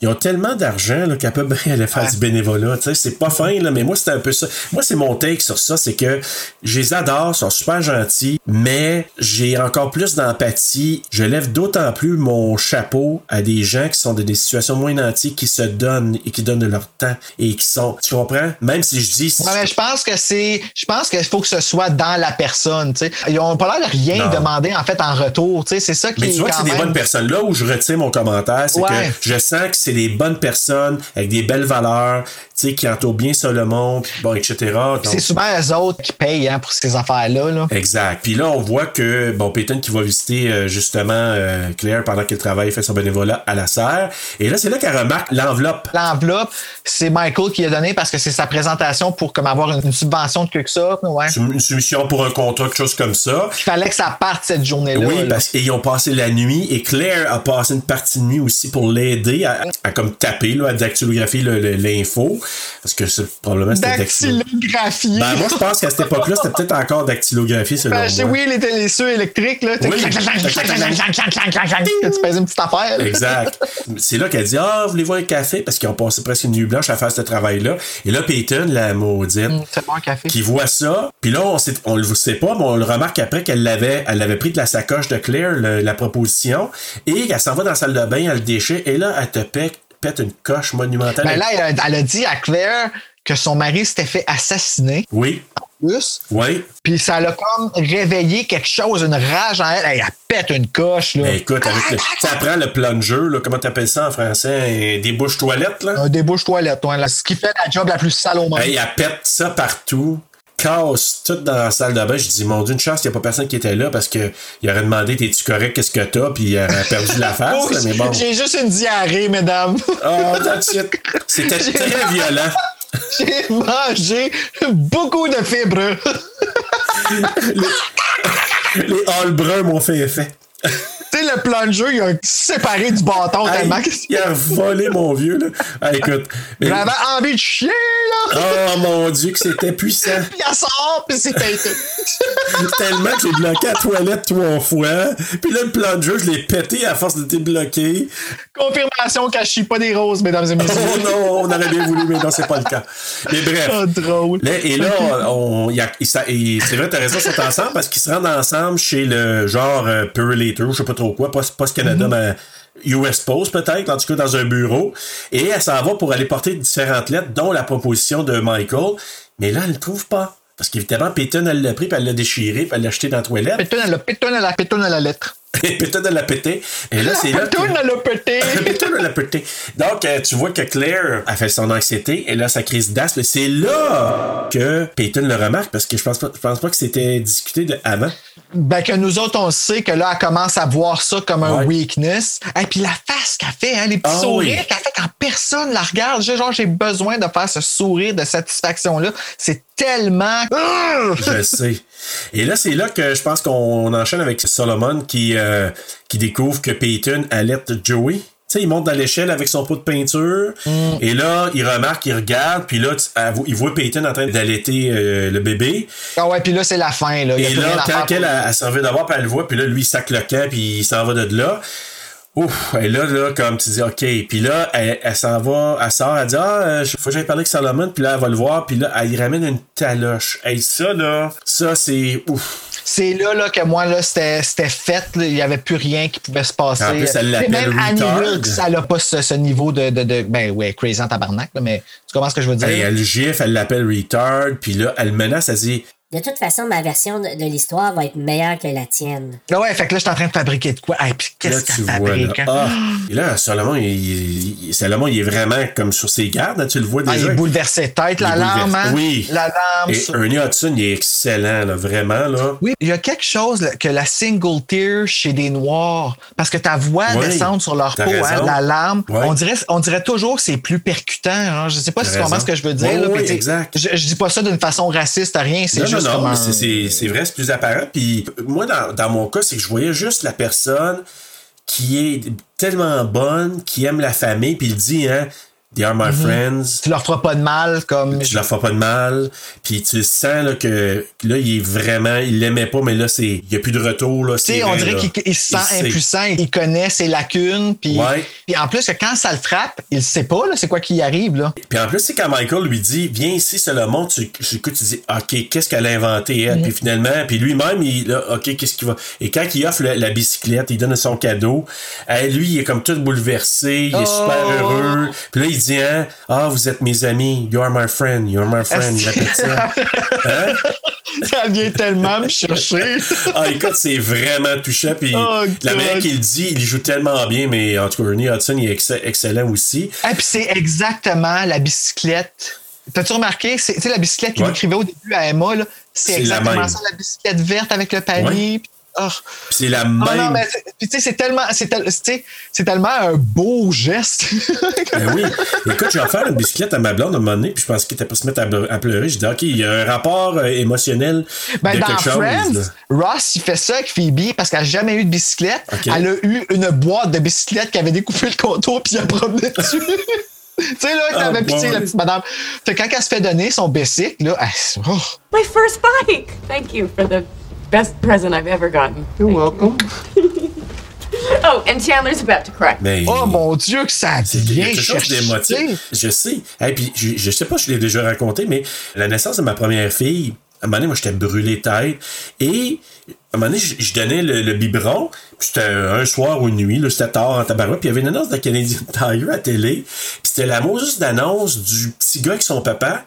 ils ont tellement d'argent là, qu'elle peut bien aller faire du bénévolat. Tu sais, c'est pas fin, là, mais moi, c'est un peu ça. Moi, c'est mon take sur ça, c'est que je les adore, ils sont super gentils, mais j'ai encore plus d'empathie. Je lève d'autant plus mon chapeau à des gens qui sont dans des situations moins nantis, qui se donnent et qui donnent de leur temps et qui sont. Tu comprends? Même si je dis. Ouais, mais je pense que c'est. Je pense qu'il faut que ce soit dans la personne, tu sais. Ils ont pas l'air de rien Non. demander, en fait, en retour, tu sais. C'est ça qui Mais tu est vois que quand c'est des même- bonnes personnes. Là où je retiens mon commentaire, c'est Ouais. que je sens que c'est des bonnes personnes avec des belles valeurs, tu sais, qui entourent bien Solomon, puis bon, etc. Donc, C'est souvent eux autres qui payent hein, pour ces affaires-là. Là. Exact. Puis là, on voit que, bon, Peyton qui va visiter euh, justement euh, Claire pendant qu'elle travaille, fait son bénévolat à la serre. Et là, c'est là qu'elle remarque l'enveloppe. L'enveloppe, c'est Michael qui l'a donné parce que c'est sa présentation pour comme avoir une, une subvention de quelque sorte. Ouais. Une une soumission pour un contrat, quelque chose comme ça. Il fallait que ça parte cette journée-là. Oui, là. parce qu'ils ont passé la nuit et Claire a passé une partie de nuit aussi pour l'aider à, à comme taper, là, à dactylographier le- le- l'info. Parce que ben, c'est probablement c'était dactylo- Dactylographié. Ben, moi, je pense qu'à cette époque-là, c'était peut-être encore dactylographié, selon Ben, c'est- moi. oui, les, les ceux électriques, là. Oui. Tu pèses une petite affaire. là. Exact. C'est là qu'elle dit Ah, voulez-vous un café Parce qu'ils ont passé presque une nuit blanche à faire ce travail-là. Et là, Peyton, la maudite, Mm, C'est bon, un café. qui voit ça, puis là, on, sait, on le sait pas, mais on le remarque après qu'elle l'avait elle l'avait pris de la sacoche de Claire, le- la proposition, et qu'elle s'en va dans la salle de bain, elle le déchire, et là, elle te pète, pète une coche monumentale. Ben là, elle a, elle a dit à Claire que son mari s'était fait assassiner. Oui, Plus. oui. Puis ça l'a comme réveillé quelque chose, une rage en elle. Elle, elle pète une coche, là. Ben écoute, avec le, ça prend le plunger, là, comment t'appelles ça en français, euh, des bouches toilettes, là. Un débouche toilette, toi, là. Ce qui fait la job la plus sale au monde. Hey, elle pète ça partout. Casse tout dans la salle de bain. Je dis, mon Dieu, une chance qu'il n'y a pas personne qui était là parce qu'il aurait demandé T'es-tu correct, qu'est-ce que t'as Puis il aurait perdu la face. là, mais bon. J'ai juste une diarrhée, mesdames. Oh, that's it. C'était très violent. J'ai mangé beaucoup de fibres. Les halls bruns m'ont fait effet. Tu sais, le plan de jeu, il a séparé du bâton Hey, tellement que... il a volé mon vieux. Là. Hey, écoute. mais- J'avais envie de chier, là! Oh mon Dieu, que c'était puissant. Puis elle sort, puis c'est pété. Tellement que j'ai bloqué la toilette trois fois. Puis là, le plan de jeu, je l'ai pété à force de débloquer. Confirmation qu'elle chie pas des roses, mesdames et messieurs. Oh non, on aurait bien voulu, mais non, c'est pas le cas. Mais bref. Oh, drôle. Là, et là, on, on- y a- y- ça- et c'est vrai, t'as raison, ils sont ensemble parce qu'ils se rendent ensemble chez le genre euh, Purulator, je sais pas trop trop quoi, Post, Post Canada, ben, US Post peut-être, en tout cas dans un bureau. Et elle s'en va pour aller porter différentes lettres, dont la proposition de Michael. Mais là, elle ne le trouve pas. Parce qu'évidemment, Peyton, elle l'a pris, puis elle l'a déchiré, puis elle l'a jeté dans la toilette. Pétonne à la pétonne à la pétonne à la lettre. Et Peyton, elle l'a pété. Et là, c'est là. que- Pétonne à la pété. Pétain, elle a pété. Donc, euh, tu vois que Claire a fait son anxiété et là, sa crise d'asthme. C'est là que Peyton le remarque parce que je pense pas, je pense pas que c'était discuté de avant. Ben que nous autres, on sait que là, elle commence à voir ça comme un weakness. Et puis la face qu'elle fait, hein, les petits Ah sourires oui. qu'elle fait quand personne la regarde. J'ai- Genre, j'ai besoin de faire ce sourire de satisfaction-là. C'est tellement... Ah! Je sais. Et là, c'est là que je pense qu'on enchaîne avec Solomon qui, euh, qui découvre que Peyton alerte Joey. Tu sais, il monte dans l'échelle avec son pot de peinture. Et là, il remarque, il regarde. Puis là, tu- elle vo- il voit Peyton en train d'allaiter euh, le bébé. Ah ouais, puis là, c'est la fin. Là. Il y a Et plus rien là, à quand faire. elle a, elle s'en vient d'avoir, puis elle le voit, puis là, lui, il sac le camp, puis il s'en va de là. Ouf, et là, là, comme tu dis, OK. Puis là, elle, elle s'en va, elle sort, elle dit, ah, euh, faut que j'aille parler avec Salomon, puis là, elle va le voir, puis là, elle y ramène une taloche. Et ça, là, ça, c'est ouf. C'est là, là que moi, là, c'était c'était fait. là. Il n'y avait plus rien qui pouvait se passer. En plus, elle Et l'appelle Même Annie retard. Wilkes, elle n'a pas ce, ce niveau de, de, de- Ben ouais, crazy en tabarnak, là, mais tu comprends ce que je veux dire? Et elle gifle, elle l'appelle retard, puis là, elle menace, elle dit, De toute façon, ma version de, de l'histoire va être meilleure que la tienne. Là, Ah ouais, fait que là, je suis en train de fabriquer de quoi? Hey, puis Là, qu'est-ce tu qu'elle vois, là. fabrique? hein? Ah. Et là, Salomon, il, il- il- Salomon, il est vraiment comme sur ses gardes, hein, tu le vois Ah, il déjà. est bouleversé de tête, Il est l'alarme, bouleversé. hein? Oui. L'alarme. Et sur- Ernie Hudson, il est excellent, là, vraiment, là. Oui, il y a quelque chose là, que la single tear chez des Noirs, parce que ta voix Oui, descend sur leur peau, t'as hein, raison. l'alarme, Oui. on, dirait, on dirait toujours que c'est plus percutant. hein. Je sais pas T'as si tu comprends raison. ce que je veux dire. Oui, là, oui, puis, tu sais, exact. Je, je dis pas ça d'une façon raciste, rien, c'est Non, juste non, non, comme un- mais c'est- c'est c'est vrai, c'est plus apparent. Puis moi, dans, dans mon cas, c'est que je voyais juste la personne qui est tellement bonne, qui aime la famille, puis il dit, hein, they are my friends. Tu leur feras pas de mal, comme... Je leur fais pas de mal. Puis tu sens là, que que là, il est vraiment. Il l'aimait pas, mais là, c'est. Il n'y a plus de retour. Là, Tu sais, c'est on vrai, dirait là. qu'il il se sent sait. impuissant, il connaît ses lacunes, puis Ouais. puis en plus, que quand ça le frappe, il sait pas, là, c'est quoi qui arrive, là. Puis en plus, c'est quand Michael lui dit Viens ici, Salomon, tu, tu, écoutes, tu dis OK, qu'est-ce qu'elle a inventé, elle Mm-hmm. Puis finalement, puis lui-même, il là, OK, qu'est-ce qu'il va. Et quand il offre le- la bicyclette, il donne son cadeau, euh, lui, il est comme tout bouleversé, il est Oh! super heureux. Puis là, il dit hein, Ah, vous êtes mes amis, you are my friend, you are my friend, il répète ça. Hein? Ça vient tellement me chercher. Ah, écoute, c'est vraiment touchant. Puis Oh, la God. manière qu'il le dit, il joue tellement bien, mais en tout cas, Ernie Hudson, il est exce- excellent aussi. Et Ah, puis c'est exactement la bicyclette. T'as-tu remarqué, c'est tu sais, la bicyclette qu'il Ouais. décrivait au début à Emma, là, c'est C'est la même. exactement ça, la bicyclette verte avec le panier. puis- oh. Puis c'est la Oh même. non, mais c'est- puis tu sais, c'est tellement, c'est tel- tu sais, c'est tellement un beau geste. Ben oui. Écoute, j'ai offert une bicyclette à ma blonde à un moment donné, puis je pensais qu'elle était pour se mettre à, ble- à pleurer. J'ai dit, OK, il y a un rapport euh, émotionnel Ben, de dans quelque chose. là. Friends, Ross, il fait ça avec Phoebe parce qu'elle n'a jamais eu de bicyclette. Ok. Elle a eu une boîte de bicyclette qui avait découpé le contour puis elle promenait dessus. tu sais, là, que Ah, t'avais pitié, ouais. la petite madame. Fait que quand elle se fait donner son bicycle, là, elle- oh. My first bike! Thank you for the best present I've ever gotten. You're welcome. Oh, and Chandler's about to cry. Mais Oh mon Dieu, que ça il y a vient quelque chose chercher. d'émotif. Je sais. Et puis, je, je sais pas, je l'ai déjà raconté, mais la naissance de ma première fille, à un moment donné, moi, j'étais brûlé tête. Et à un moment donné, je, je donnais le, le biberon. puis C'était un soir ou une nuit, là, c'était tard en tabarouette. Puis il y avait une annonce de Canadian Tire à télé. Puis c'était la mauvaise d'annonce du petit gars avec son papa.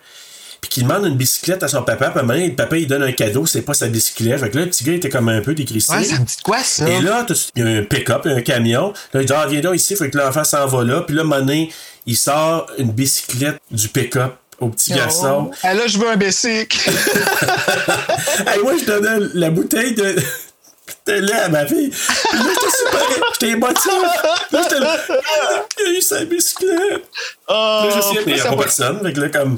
puis qu'il demande une bicyclette à son papa, puis à un moment donné, le papa, il donne un cadeau, c'est pas sa bicyclette. Fait que là, le petit gars, il était comme un peu décrissé. Ouais, ça me dit de quoi, ça? Et là, tout de suite, il y a un pick-up, un camion. Là, il dit, ah, viens là ici, fait que l'enfant s'en va là. Puis là, Mané, il sort une bicyclette du pick-up au petit garçon. Oh. Ah, là, je veux un bicycle. Hey, moi, je donnais la bouteille de. de lait à ma fille. Puis là, j'étais super. J'étais émotif. Là, j'étais là. Ah, Il a eu sa bicyclette. Oh, Là, je sais, mais il n'y a ça pas va- personne. Fait que là, comme.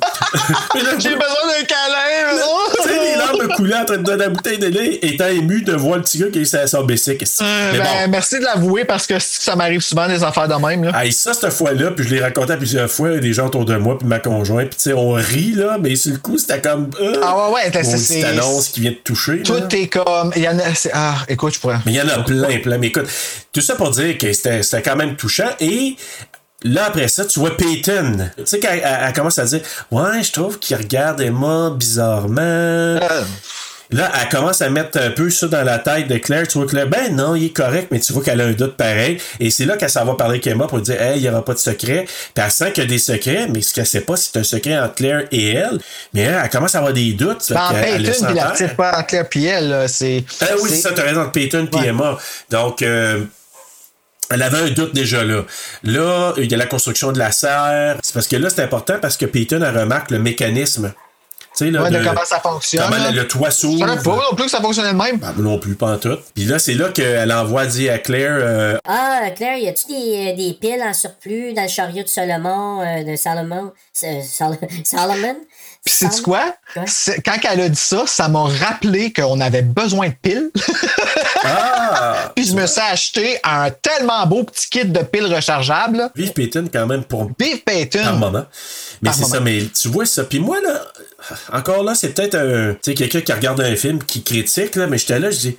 Mais là, J'ai besoin d'un câlin. mais- oh. Tu sais, les larmes coulaient en train de donner la bouteille de lait, étant ému de voir le petit gars qui est à son bicycle. Euh, Mais ben, bon. Merci de l'avouer parce que ça m'arrive souvent des affaires de même. Là. Hey, ça, cette fois-là, puis je l'ai raconté à plusieurs fois, des gens autour de moi, puis ma conjointe, puis tu sais, on rit, là, mais sur le coup, c'était comme. euh, Ah ouais, ouais, une c'est- petite c'est- annonce qui vient de toucher. là. Tout est comme. il y en a- c'est- ah, écoute, je pourrais. Mais il y en a plein, plein. Mais écoute, tout ça pour dire que c'était c'était quand même touchant. Et là, après ça, tu vois Peyton. Tu sais, quand Ah. elle, elle- elle commence à dire Ouais, je trouve qu'il regarde Emma bizarrement. Là, elle commence à mettre un peu ça dans la tête de Claire. Tu vois que là, ben non, il est correct, mais tu vois qu'elle a un doute pareil. Et c'est là qu'elle s'en va parler avec Emma pour dire, hey, il n'y aura pas de secret. Puis elle sent qu'il y a des secrets, mais ce qu'elle sait pas, c'est un secret entre Claire et elle. Mais elle, elle commence à avoir des doutes. Ben, en Fait qu'elle- fait, elle le une, sent puis la faire. tire pas en clair, puis elle, là, c'est. Ah oui, c'est ça, t'as raison, Peyton puis Emma. Donc, euh, elle avait un doute déjà là. Là, il y a la construction de la serre. C'est parce que là, c'est important parce que Peyton, elle remarque le mécanisme. Tu sais, là, Ouais, de comment ça fonctionne, Comment là. le, le toit Je savais pas s'ouvre. non plus que ça fonctionnait de même. Ah, Non plus, pas en tout. Puis là, c'est là qu'elle envoie dire à Claire, euh, Ah, euh, Claire, y a-tu des, euh, des piles en surplus dans le chariot de Solomon, euh, de Salomon, S- euh, Sol- Solomon? Puis ah, sais-tu quoi? C'est- Quand elle a dit ça, ça m'a rappelé qu'on avait besoin de piles. Ah! puis je me suis acheté un tellement beau petit kit de piles rechargeables. là. Vive Peyton quand même pour Vive Peyton. par moment. Mais Par c'est moment. ça, mais tu vois ça. Puis moi, là, encore là, c'est peut-être un. Tu sais, quelqu'un qui regarde un film, qui critique, là, mais j'étais là, je dis.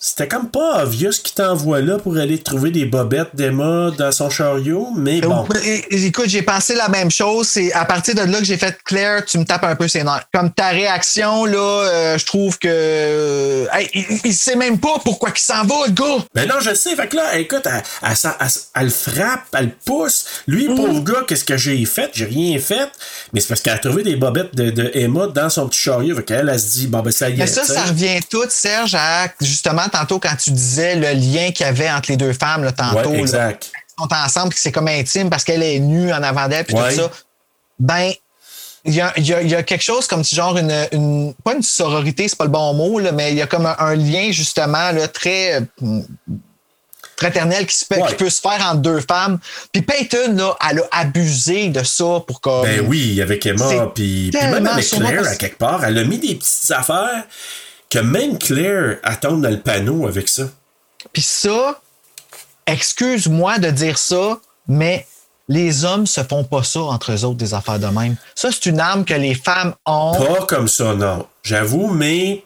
C'était comme pas obvious qu'il t'envoie là pour aller trouver des bobettes d'Emma dans son chariot, mais bon. É- Écoute, j'ai pensé la même chose. C'est à partir de là que j'ai fait Claire, tu me tapes un peu ses nerfs. Comme ta réaction, là, euh, je trouve que. euh, hey, il, il sait même pas pourquoi il s'en va, le gars! Mais Ben non, je sais. Fait que là, écoute, elle, elle s'en- elle s- elle le frappe, elle le pousse. Mhm. Lui, pauvre gars, qu'est-ce que j'ai fait? J'ai rien fait. Mais c'est parce qu'elle a trouvé des bobettes de, de Emma dans son petit chariot. Fait qu'elle, elle se dit, bon, ben, ça y est. Mais ça, tu sais. ça revient tout, Serge, à justement tantôt quand tu disais le lien qu'il y avait entre les deux femmes, là, tantôt. Ouais, là. exact. Ils sont ensemble, puis c'est comme intime parce qu'elle est nue en avant d'elle, puis Ouais. tout ça. Ben, il y a, il y a- il y a quelque chose comme si genre une, une- Pas une sororité, c'est pas le bon mot, là, mais il y a comme un, un lien, justement, là, très. euh, fraternel qui, se peut, Ouais. qui peut se faire entre deux femmes. Puis Peyton, là, elle a abusé de ça pour comme... Ben oui, avec Mm. C'est Emma, puis puis même tellement avec sûrement Claire, parce- à quelque part, elle a mis des petites affaires que même Claire attend dans le panneau avec ça. Puis ça, excuse-moi de dire ça, mais les hommes se font pas ça entre eux autres, des affaires de même. Ça, c'est une arme que les femmes ont. Pas comme ça, non. J'avoue, mais.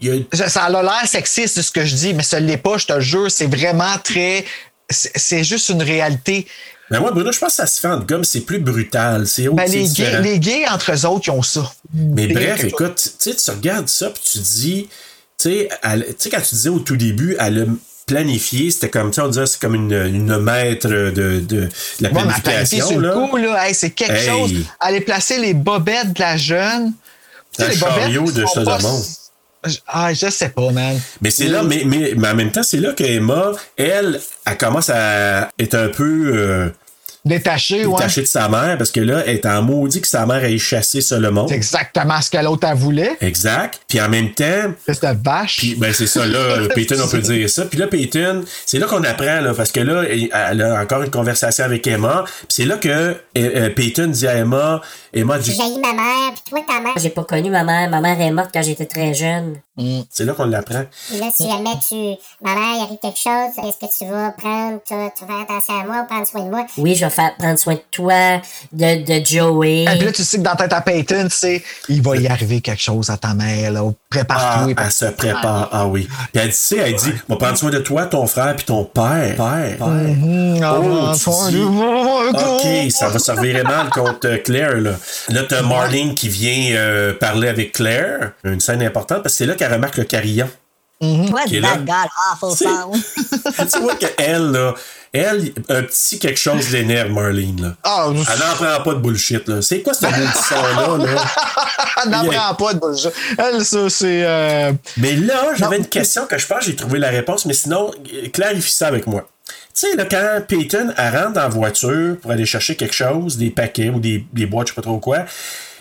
Il y a- Ça, ça a l'air sexiste de ce que je dis, mais ça l'est pas, je te jure. C'est vraiment très. C'est c'est juste une réalité. Ben moi, Bruno, je pense que ça se fait en gomme, c'est plus brutal. C'est autre, Ben, c'est les, différent. gays, les gays, entre eux autres, ils ont ça. Mais C'est bref, quelque chose- écoute, tu sais, tu regardes ça, puis tu dis, tu sais, elle- tu sais, quand tu disais au tout début, elle a planifié, c'était comme, ça on disait, c'est comme une, une maître de, de, de la Ouais, mais la planifier planification, sur le là. coup, là, hey, c'est quelque Hey. chose. Aller placer les bobettes de la jeune. Tu sais, Dans les le bobettes, chariot de ils sont pas- Salomon. Ah, je sais pas, man. Mais c'est là, mais, mais, mais en même temps, c'est là que Emma, elle, elle commence à être un peu euh, Détaché, ouais. détachée de sa mère parce que là, elle est en maudit que sa mère ait chassé Solomon. C'est exactement ce que l'autre elle voulait. Exact. Puis en même temps, C'est une vache. puis, ben c'est ça, là, Peyton, on peut dire ça. Puis là, Peyton, c'est là qu'on apprend, là, parce que là, elle a encore une conversation avec Emma. Puis c'est là que euh, euh, Peyton dit à Emma, Emma dit, J'ai eu ma mère, puis toi, ta mère. J'ai pas connu ma mère. Ma mère est morte quand j'étais très jeune. c'est là qu'on l'apprend. Puis là, si jamais tu. Ma mère, il arrive quelque chose, est-ce que tu vas prendre. Tu, vas- tu vas faire attention à moi ou prendre soin de moi? Oui, je vais faire prendre soin de toi, de, de Joey. Et puis là, tu sais que dans ta tête à Peyton, c'est il va y arriver quelque chose à ta mère, là. Ben Ah, Prépare-toi. elle se prépare, ah oui. Puis elle dit, tu sais, elle dit, on va prendre soin de toi, ton frère, puis ton père. Père, père. Ah, Oh, tu dis, OK, ça va servir mal contre euh, Claire. Là, là t'as Marlene qui vient euh, parler avec Claire. Une scène importante parce que c'est là qu'elle remarque le carillon. What's Qui est that là. god awful See? sound? Ah, tu vois qu'elle, là, elle, un petit quelque chose l'énerve, Marlene. Là. Ah, je- Elle n'en prend pas de bullshit. Là. C'est quoi ce petit son-là? Là? Elle n'en prend pas de bullshit. Elle, ça, c'est. euh, Mais là, j'avais une question que je pense que j'ai trouvé la réponse, mais sinon, euh, clarifie ça avec moi. Tu sais, là, quand Peyton elle rentre en voiture pour aller chercher quelque chose, des paquets ou des, des boîtes, je sais pas trop quoi,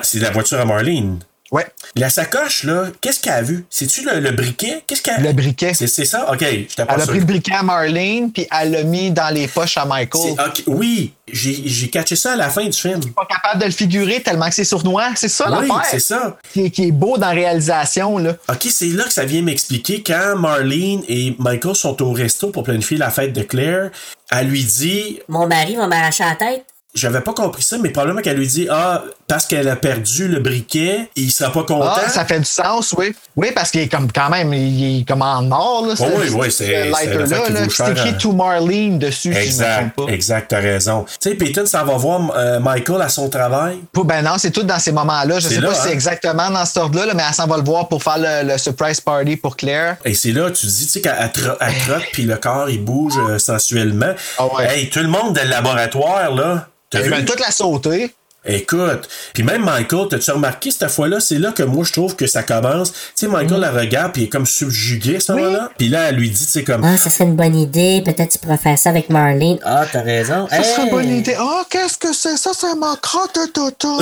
c'est la voiture à Marlene. Ouais. La sacoche, là, qu'est-ce qu'elle a vu? C'est-tu le, le briquet? Qu'est-ce qu'elle Le briquet. C'est c'est ça? OK, je t'ai pas Elle a sûr. pris le briquet à Marlene, puis elle l'a mis dans les poches à C'est- Michael. ok, Oui, j'ai j'ai catché ça à la fin du film. Pas capable de le figurer tellement que c'est sournois. C'est ça Oui, l'affaire. c'est ça. Qui, qui est beau dans la réalisation, là. OK, c'est là que ça vient m'expliquer. Quand Marlene et Michael sont au resto pour planifier la fête de Claire, elle lui dit Mon mari va m'arracher la tête. J'avais pas compris ça, mais probablement qu'elle lui dit Ah, parce qu'elle a perdu le briquet, il sera pas content. Ah, ça fait du sens, oui. Oui, parce qu'il est comme quand même, il est comme en or, là. Oui, oui, oui, c'est- c'est lighter la affaire là, qui là. vaut Puis cher, C'est écrit hein. To Marlene dessus, si je me Exact, trompe pas. exact, t'as raison. Tu sais, Peyton s'en va voir euh, Michael à son travail. Pou- Ben non, c'est tout dans ces moments-là. Je C'est sais là, pas si hein? c'est exactement dans cet ordre-là, là, mais elle s'en va le voir pour faire le, le surprise party pour Claire. Et c'est là, tu dis, tu sais, qu'elle elle tro- elle Eh. trotte, puis le corps, il bouge euh, sensuellement. Ah Hey, tout le monde dans le laboratoire, là. T'as Ils vu? veulent ben, toute la sauter. Écoute, puis même Michael, t'as-tu remarqué cette fois-là, c'est là que moi je trouve que ça commence. Tu sais, Mm. Michael la regarde, puis il est comme subjugué à ce moment-là. Puis là, elle lui dit, tu sais, comme, Ah, ça serait une bonne idée. Peut-être tu pourrais faire ça avec Marlene. Ah, t'as raison. Ça serait Hey! une bonne idée. Oh, qu'est-ce que c'est? Ça, c'est mon crotte de toto.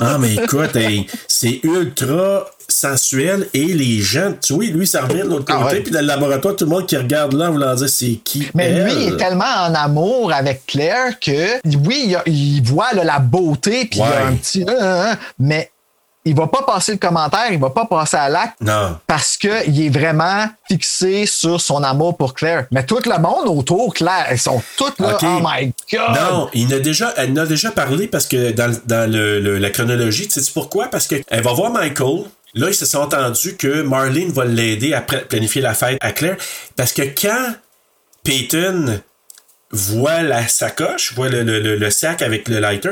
Ah, mais écoute, hey, c'est ultra sensuel et les gens, tu vois, lui, ça revient de l'autre côté, puis dans le laboratoire, tout le monde qui regarde là en voulant dire c'est qui. Mais elle? lui, il est tellement en amour avec Claire que, oui, il, a- il voit là, la beauté, puis il Ouais. a un petit. euh, euh, euh, mais il va pas passer le commentaire, il va pas passer à l'acte. Non. Parce qu'il est vraiment fixé sur son amour pour Claire. Mais tout le monde autour, Claire, ils sont tous là. Ok. Oh my God! Non, il n'a déjà, elle en a déjà parlé parce que dans, le- dans le- le- la chronologie, tu sais pourquoi? Parce qu'elle va voir Michael. Là, ils se sont entendus que Marlene va l'aider à pla- planifier la fête à Claire. Parce que quand Peyton voit la sacoche, voit le, le- le- le sac avec le lighter,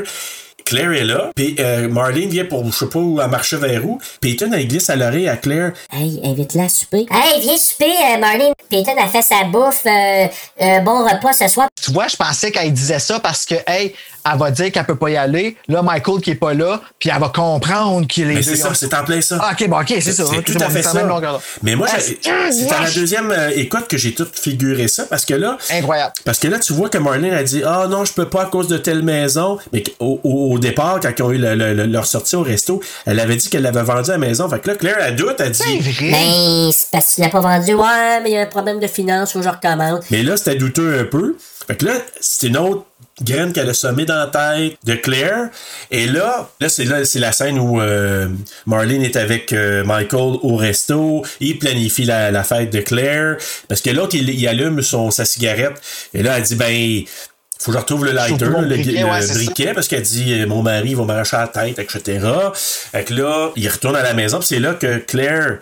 Claire est là. Puis euh, Marlene vient pour, je sais pas où, à marcher vers où. Peyton, elle glisse à l'oreille à Claire. Hey, invite-la à souper. Hey, viens souper, euh, Marlene. Peyton a fait sa bouffe. euh, euh, bon repas ce soir. Tu vois, je pensais qu'elle disait ça parce que, hey, elle va dire qu'elle peut pas y aller. Là, Michael qui est pas là, puis elle va comprendre qu'il est Mais c'est ça, c'est en plein ça. Ah, ok, bon, ok, c'est ça. C'est Ok, tout bon, à on fait est sur la ça. même longueur d'onde. Mais moi, j'ai- Ah, c'est à la wesh! deuxième euh, écoute que j'ai tout figuré ça parce que là. Incroyable. Parce que là, tu vois que Marlene a dit Ah non, je peux pas à cause de telle maison. Mais qu- au, au- au départ, quand ils ont eu le- le- le- leur sortie au resto, elle avait dit qu'elle l'avait vendue à la maison. Fait que là, Claire, elle doute, elle dit. Hein? Ben, c'est parce qu'il l'a pas vendu. Ouais, mais il y a un problème de finances, faut que je recommande. Mais là, c'était douteux un peu. Fait que là, c'est une autre graine qu'elle a semée dans la tête de Claire. Et là, là c'est là, c'est la scène où euh, Marlene est avec euh, Michael au resto. Il planifie la, la fête de Claire. Parce que l'autre, il, il allume son, sa cigarette. Et là, elle dit, ben, faut que je retrouve le lighter, Faut mon le, le briquet, briquet, ouais, c'est ça. parce qu'elle dit, euh, mon mari va m'arracher la tête, etc. Fait que là, il retourne à la maison. Puis c'est là que Claire...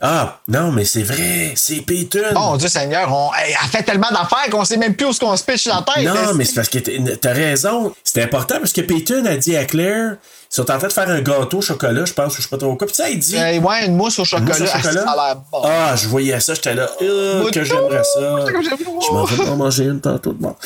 Ah, non, mais c'est vrai, c'est Peyton. Mon Dieu Seigneur, on, hey, elle fait tellement d'affaires qu'on sait même plus où ce qu'on se pitche dans la tête. Non, mais c'est parce que t'es- t'as raison. C'est important parce que Peyton a dit à Claire, ils sont en train de faire un gâteau au chocolat, je pense, ou je sais pas trop quoi. Puis ça, il dit. Hey, ouais, une mousse au une chocolat, mousse au ah, chocolat. ça a l'air bon. Ah, je voyais ça, j'étais là. Euh, Moi, que j'aimerais ça. c'est comme j'aime. Je m'en vais en manger une tantôt de mort.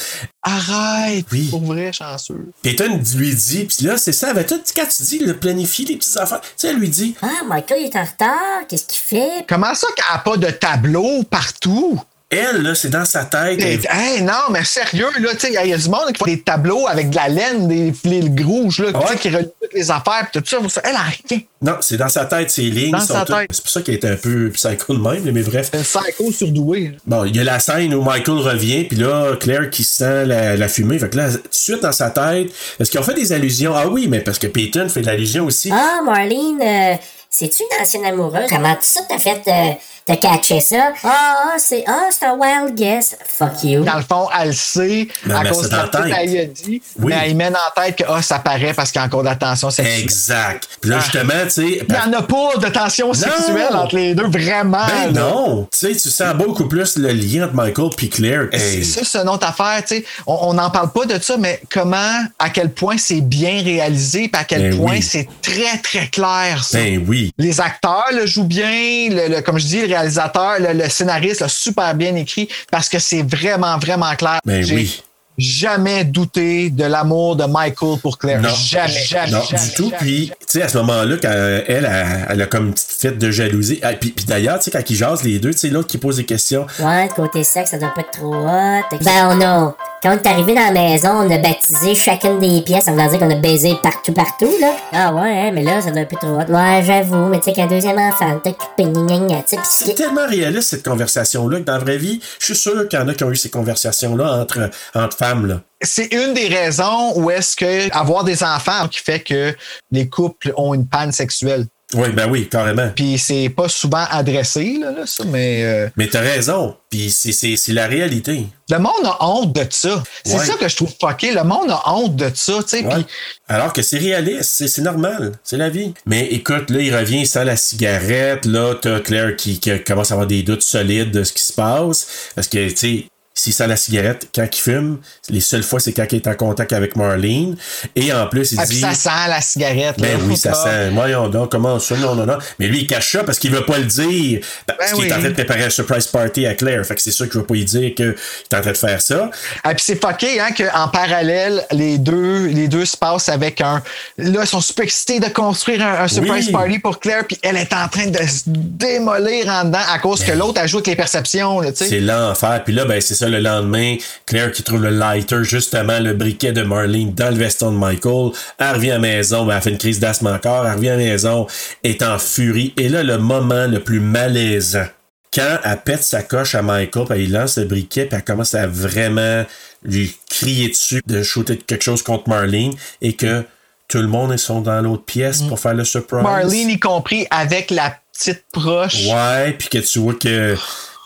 Arrête, pour vrai, chanceux. Peyton lui dit, puis là, c'est ça, avec tout, quand tu dis, le planifier les petites affaires, tu sais, elle lui dit, Ah, Michael, il est en retard. Qu'est-ce qu'il fait? Comment ça qu'elle n'a pas de tableau partout? elle, là, c'est dans sa tête. Hey, elle- hey, non, mais sérieux, là, tu sais, il y a du monde qui fait des tableaux avec de la laine, des fils rouges, là, tu Ah sais, qui relient toutes les affaires, pis tout ça, vous- elle a rien. Non, c'est dans sa tête, ces lignes. Dans sont sa toutes- tête. C'est pour ça qu'elle était un peu psycho de même, mais bref. Psycho surdoué. Bon, il y a la scène où Michael revient, puis là, Claire qui sent la, la fumée. Fait que là, tout de suite dans sa tête, est-ce qu'ils ont fait des allusions? Ah oui, mais parce que Peyton fait de l'allusion aussi. Ah, Marlene, euh, c'est-tu une ancienne amoureuse? Comment ça t'as fait euh, de catcher ça? Ah, ah, c'est ah, c'est un wild guess. Fuck you. Dans le fond, elle le sait, Ben, à mais cause c'est de dans la la petite tête. elle lui a dit, Oui. mais elle mène en tête que, ah, ça paraît parce qu'il y a encore de la tension sexuelle. Exact. Puis là, Ah. justement, tu sais. Il n'y en a pas de tension sexuelle entre les deux, vraiment. Ben là. non! Tu sais, tu sens beaucoup plus le lien entre Michael puis Claire. C'est Hey. ça, c'est une autre affaire. tu sais. On n'en parle pas de ça, mais comment, à quel point c'est bien réalisé, puis à quel Ben point oui. c'est très, très clair. ça. Ben oui. Les acteurs le jouent bien, le, le- comme je dis, le réalisateur, le, le scénariste l'a super bien écrit parce que c'est vraiment, vraiment clair. Ben J'ai oui. Jamais douté de l'amour de Michael pour Claire. Non, jamais, jamais, non, jamais, du tout. jamais. puis, tu sais, à ce moment-là, quand euh, elle, elle, elle a comme une petite fête de jalousie. Ah, puis, puis d'ailleurs, tu sais, quand ils jasent les deux, tu sais, l'autre qui pose des questions. Ouais, côté sexe, ça doit pas être trop hot. Ben, on a. Quand on est arrivé dans la maison, on a baptisé chacune des pièces. Ça veut dire qu'on a baisé partout, partout, là. Ah ouais, hein, mais là, ça doit être plus trop hot. Ouais, j'avoue, mais tu sais qu'un deuxième enfant, t'as coupé, gna gna gna, tu sais, pis C'est tellement réaliste cette conversation-là que dans la vraie vie, je suis sûr qu'il y en a qui ont eu ces conversations-là entre, entre femmes. Là. c'est une des raisons où est-ce que avoir des enfants qui fait que les couples ont une panne sexuelle. Oui, ben oui, carrément. Puis c'est pas souvent adressé, là, là, ça, mais. euh, Mais t'as raison. Puis c'est- c'est c'est la réalité. le monde a honte de ça. C'est Ouais. ça que je trouve fucké. Le monde a honte de ça, tu sais. Ouais. puis Alors que c'est réaliste, c'est- c'est normal, c'est la vie. Mais écoute, là, il revient sans la cigarette, là, t'as Claire qui, qui commence à avoir des doutes solides de ce qui se passe, parce que, tu sais, s'il sent la cigarette quand il fume, les seules fois, c'est quand il est en contact avec Marlene, et en plus, il Ah, puis dit... ça sent la cigarette. Ben là. oui, ça Ah. sent. Voyons donc, comment ça, non, non, non. Mais lui, il cache ça parce qu'il veut pas le dire. Parce Ben qu'il est en oui. train de préparer un surprise party à Claire. Fait que c'est sûr qu'il veut pas lui dire qu'il est en train de faire ça. Ah, puis c'est fucké hein, qu'en parallèle, les deux, les deux se passent avec un. Là, ils sont super excités de construire un, un surprise Oui. party pour Claire, puis elle est en train de se démolir en dedans à cause que l'autre ajoute les perceptions. Là, tu sais. C'est l'enfer. Puis là, ben, c'est ça le lendemain. Claire qui trouve le lighter, justement, le briquet de Marlene dans le veston de Michael. Elle revient à la maison, ben, elle fait une crise d'asthme encore. Elle revient à la maison, est en furie. Et là, le moment le plus malaisant. Quand elle pète sa coche à Michael, puis il lance le briquet, puis elle commence à vraiment lui crier dessus, de shooter quelque chose contre Marlene, et que tout le monde ils sont dans l'autre pièce pour faire le surprise. Marlene, y compris, avec la petite proche. Ouais, puis que tu vois que,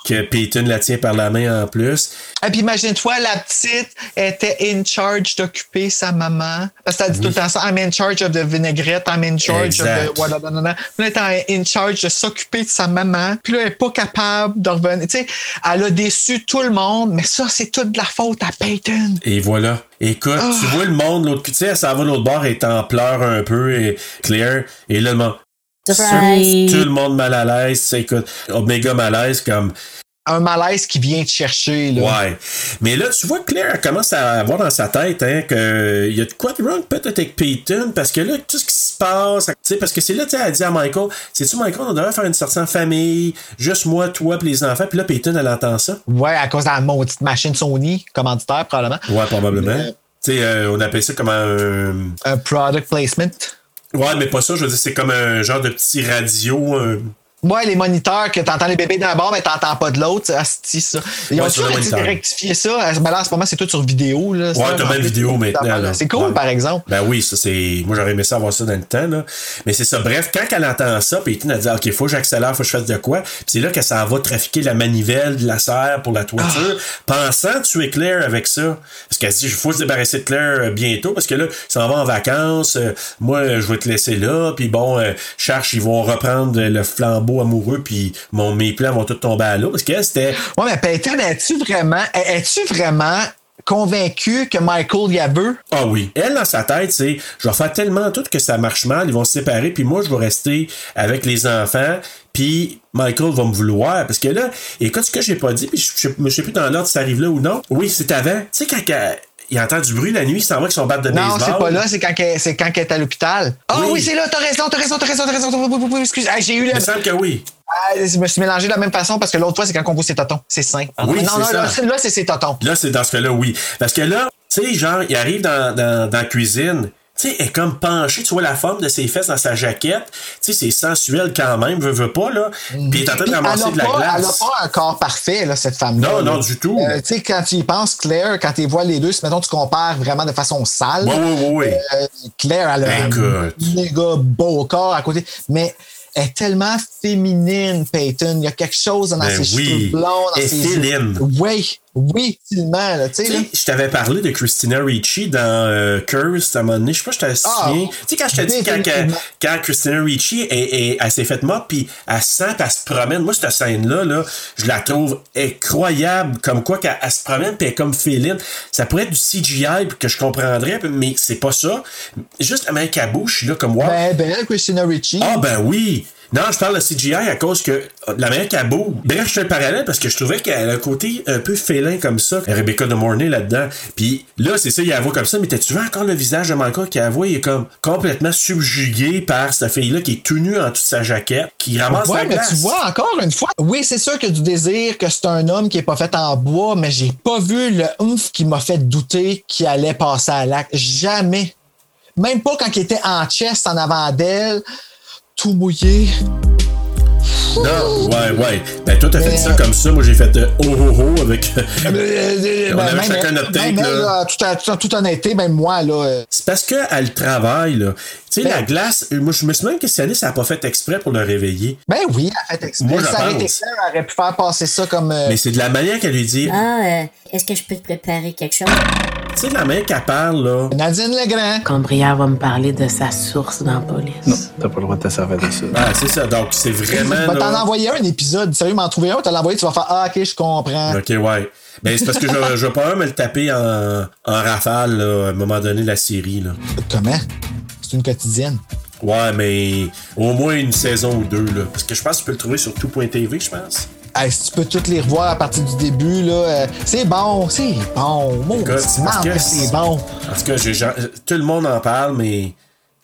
que Peyton la tient par la main en plus. Et Ah, puis imagine-toi, la petite était in charge d'occuper sa maman. Parce qu'elle dit tout le temps ça, I'm in charge of the vinaigrette, I'm in charge of Exact. the... Ouais, non, non, non, non. Puis Là, elle est en- in charge de s'occuper de sa maman. Puis là, elle n'est pas capable de revenir. Tu sais, elle a déçu tout le monde, mais ça, c'est toute de la faute à Peyton. Et voilà. Écoute, tu vois le monde, l'autre, tu sais, elle s'en va de l'autre bord, elle est en pleurs un peu, et Claire, et là, le monde, Surprise. tout le monde mal à l'aise, tu sais, écoute, méga mal à l'aise, comme, Un malaise qui vient te chercher, là. ouais. Mais là, tu vois, Claire, elle commence à avoir dans sa tête, hein, que, il y a de quoi de wrong, peut-être avec Peyton, parce que là, tout ce qui se passe, tu sais, parce que c'est là, tu sais, elle dit à Michael, c'est-tu, Michael, on devrait faire une sortie en famille, juste moi, toi, puis les enfants, puis là, Peyton, elle entend ça. Ouais, à cause de la maudite machine Sony, commanditaire, probablement. Ouais, probablement. Mais- Tu sais, euh, on appelle ça comme un. Un product placement. Ouais, mais pas ça. Je veux dire, c'est comme un genre de petit radio. euh, Ouais, les moniteurs que t'entends les bébés d'un bord, mais t'entends pas de l'autre, c'est asti, ça. Ils Ouais, ont sur le toujours essayé de moniteur. rectifier ça. Ben là, en ce moment, c'est tout sur vidéo. Là, Ça, Ouais, t'as en même plus, vidéo maintenant. là. C'est cool, Ouais. par exemple. Ben oui, ça c'est. Moi j'aurais aimé ça avoir ça dans le temps, là. Mais c'est ça. Bref, quand elle entend ça, Peyton a dit OK, faut que j'accélère, faut que je fasse de quoi. Puis c'est là qu'elle s'en va trafiquer la manivelle de la serre pour la toiture, pensant tuer Claire avec ça. Parce qu'elle se dit faut se débarrasser de Claire euh, bientôt, parce que là, ils s'en vont en vacances. euh, moi, euh, je vais te laisser là. Puis bon, euh, Charge, ils vont reprendre le flambeau amoureux, puis mon, mes plans vont tous tomber à l'eau. Parce que c'était. Ouais, mais Peyton, es-tu vraiment, es-tu vraiment convaincu que Michael y a veut? Ah oui. Elle, dans sa tête, c'est je vais faire tellement tout que ça marche mal, ils vont se séparer, puis moi, je vais rester avec les enfants, puis Michael va me vouloir. Parce que là, écoute ce que j'ai pas dit, puis je je- je sais plus dans l'ordre si ça arrive là ou non. Oui, c'est avant. Tu sais, quand qu'elle- il entend du bruit la nuit, il s'en va avec son bat de Non, baseball. c'est pas là, c'est quand qu'elle c'est quand qu'elle est à l'hôpital. Ah Oui. oui, c'est là, t'as raison, t'as raison, t'as raison, t'as raison, t'as raison, excuse. Ah, j'ai eu le. Il me semble que oui. Ah, je me suis mélangé de la même façon parce que l'autre fois, c'est quand on voit ses totons. C'est sain. Oui, non, c'est non, ça. là, c'est- là, c'est ses totons. Là, c'est dans ce cas-là, oui. Parce que là, tu sais, genre, il arrive dans, dans, dans la cuisine. Tu sais, elle est comme penchée, tu vois la forme de ses fesses dans sa jaquette. Tu sais, c'est sensuel quand même, veut, veut pas, là. Puis il est en train Puis de ramasser Mm-hmm. elle a de la pas- glace. Elle n'a pas un corps parfait, là, cette femme-là. Non, non, là. du tout. Euh, tu sais, quand tu y penses, Claire, quand tu vois les deux, si mettons tu compares vraiment de façon sale, Oui, oui, oui, oui. euh, Claire, elle a Écoute. un méga beau corps à côté, mais elle est tellement féminine, Peyton. Il y a quelque chose dans Ben ses oui. cheveux blonds, dans Elle est ses yeux. féline. Oui, oui, tellement, là, tu sais. Tu là. sais, je t'avais parlé de Christina Ricci dans euh, Curse à un moment donné. Je sais pas, je te Ah, souviens. tu sais, quand je te dis quand, quand, définitivement. quand Christina Ricci est- est- elle s'est faite mordre, puis elle sent, puis elle se promène. Moi, cette scène-là, là, je la trouve incroyable. Comme quoi, qu'elle elle se promène, puis elle est comme féline. Ça pourrait être du CGI que je comprendrais, mais c'est pas ça. Juste la main qu'elle bouge, je suis là comme wow. Ben, belle, Christina Ricci. Ah ben oui! Non, je parle de CGI à cause que de la manière qu'elle bouge. Bref, je fais le parallèle parce que je trouvais qu'elle a un côté un peu félin comme ça. Rebecca de Mornay là-dedans. Puis là, c'est ça, il la voit comme ça, mais t'as-tu vu encore le visage de Malcolm qui la voit, il est comme complètement subjugué par cette fille-là qui est tout nue en toute sa jaquette, qui ramasse Ouais, la mais glace. tu vois, encore une fois, oui, c'est sûr que du désir, que c'est un homme qui est pas fait en bois, mais j'ai pas vu le ouf qui m'a fait douter qu'il allait passer à l'acte. Jamais. Même pas quand il était en chest en avant d'elle, tout mouillé. Non, ouais, ouais. Ben, toi, t'as fait ça comme ça. Moi, j'ai fait euh, oh oh oh avec. on Ben, avait même- chacun notre take, même elle, là. euh, tout à- tout en toute honnêteté, même moi, là. euh, C'est parce qu'elle travaille, là. Tu sais, la Ben- glace, euh, moi, je me suis même questionné si elle n'a pas fait exprès pour le réveiller. Ben oui, elle a fait exprès. Moi, Si je ça aurait été pense. clair, elle aurait pu faire passer ça comme. euh, Mais c'est de la manière qu'elle lui dit. Ah, euh, est-ce que je peux te préparer quelque chose? Tu sais, de la manière qu'elle parle, là. Nadine Legrand. Quand Brière va me parler de sa source dans la police. Non, t'as pas le droit de te servir de ça. Ah, c'est ça. Donc, c'est vraiment. va t'en là- envoyer un épisode. Sérieux, m'en trouver un, t'as l'envoyé, tu vas faire Ah, ok, je comprends. Ok, ouais. Ben, c'est parce que je, je vais pas me le taper en, en rafale, là, à un moment donné, la série, là. Comment? C'est une quotidienne. Ouais, mais au moins une saison ou deux, là. Parce que je pense que tu peux le trouver sur tout.tv, je pense. Hey, si tu peux toutes les revoir à partir du début, là, euh, c'est bon, c'est bon. Mon Écoute, petit parce marde, que- c'est bon. En tout cas, j'ai- j'en- tout le monde en parle, mais.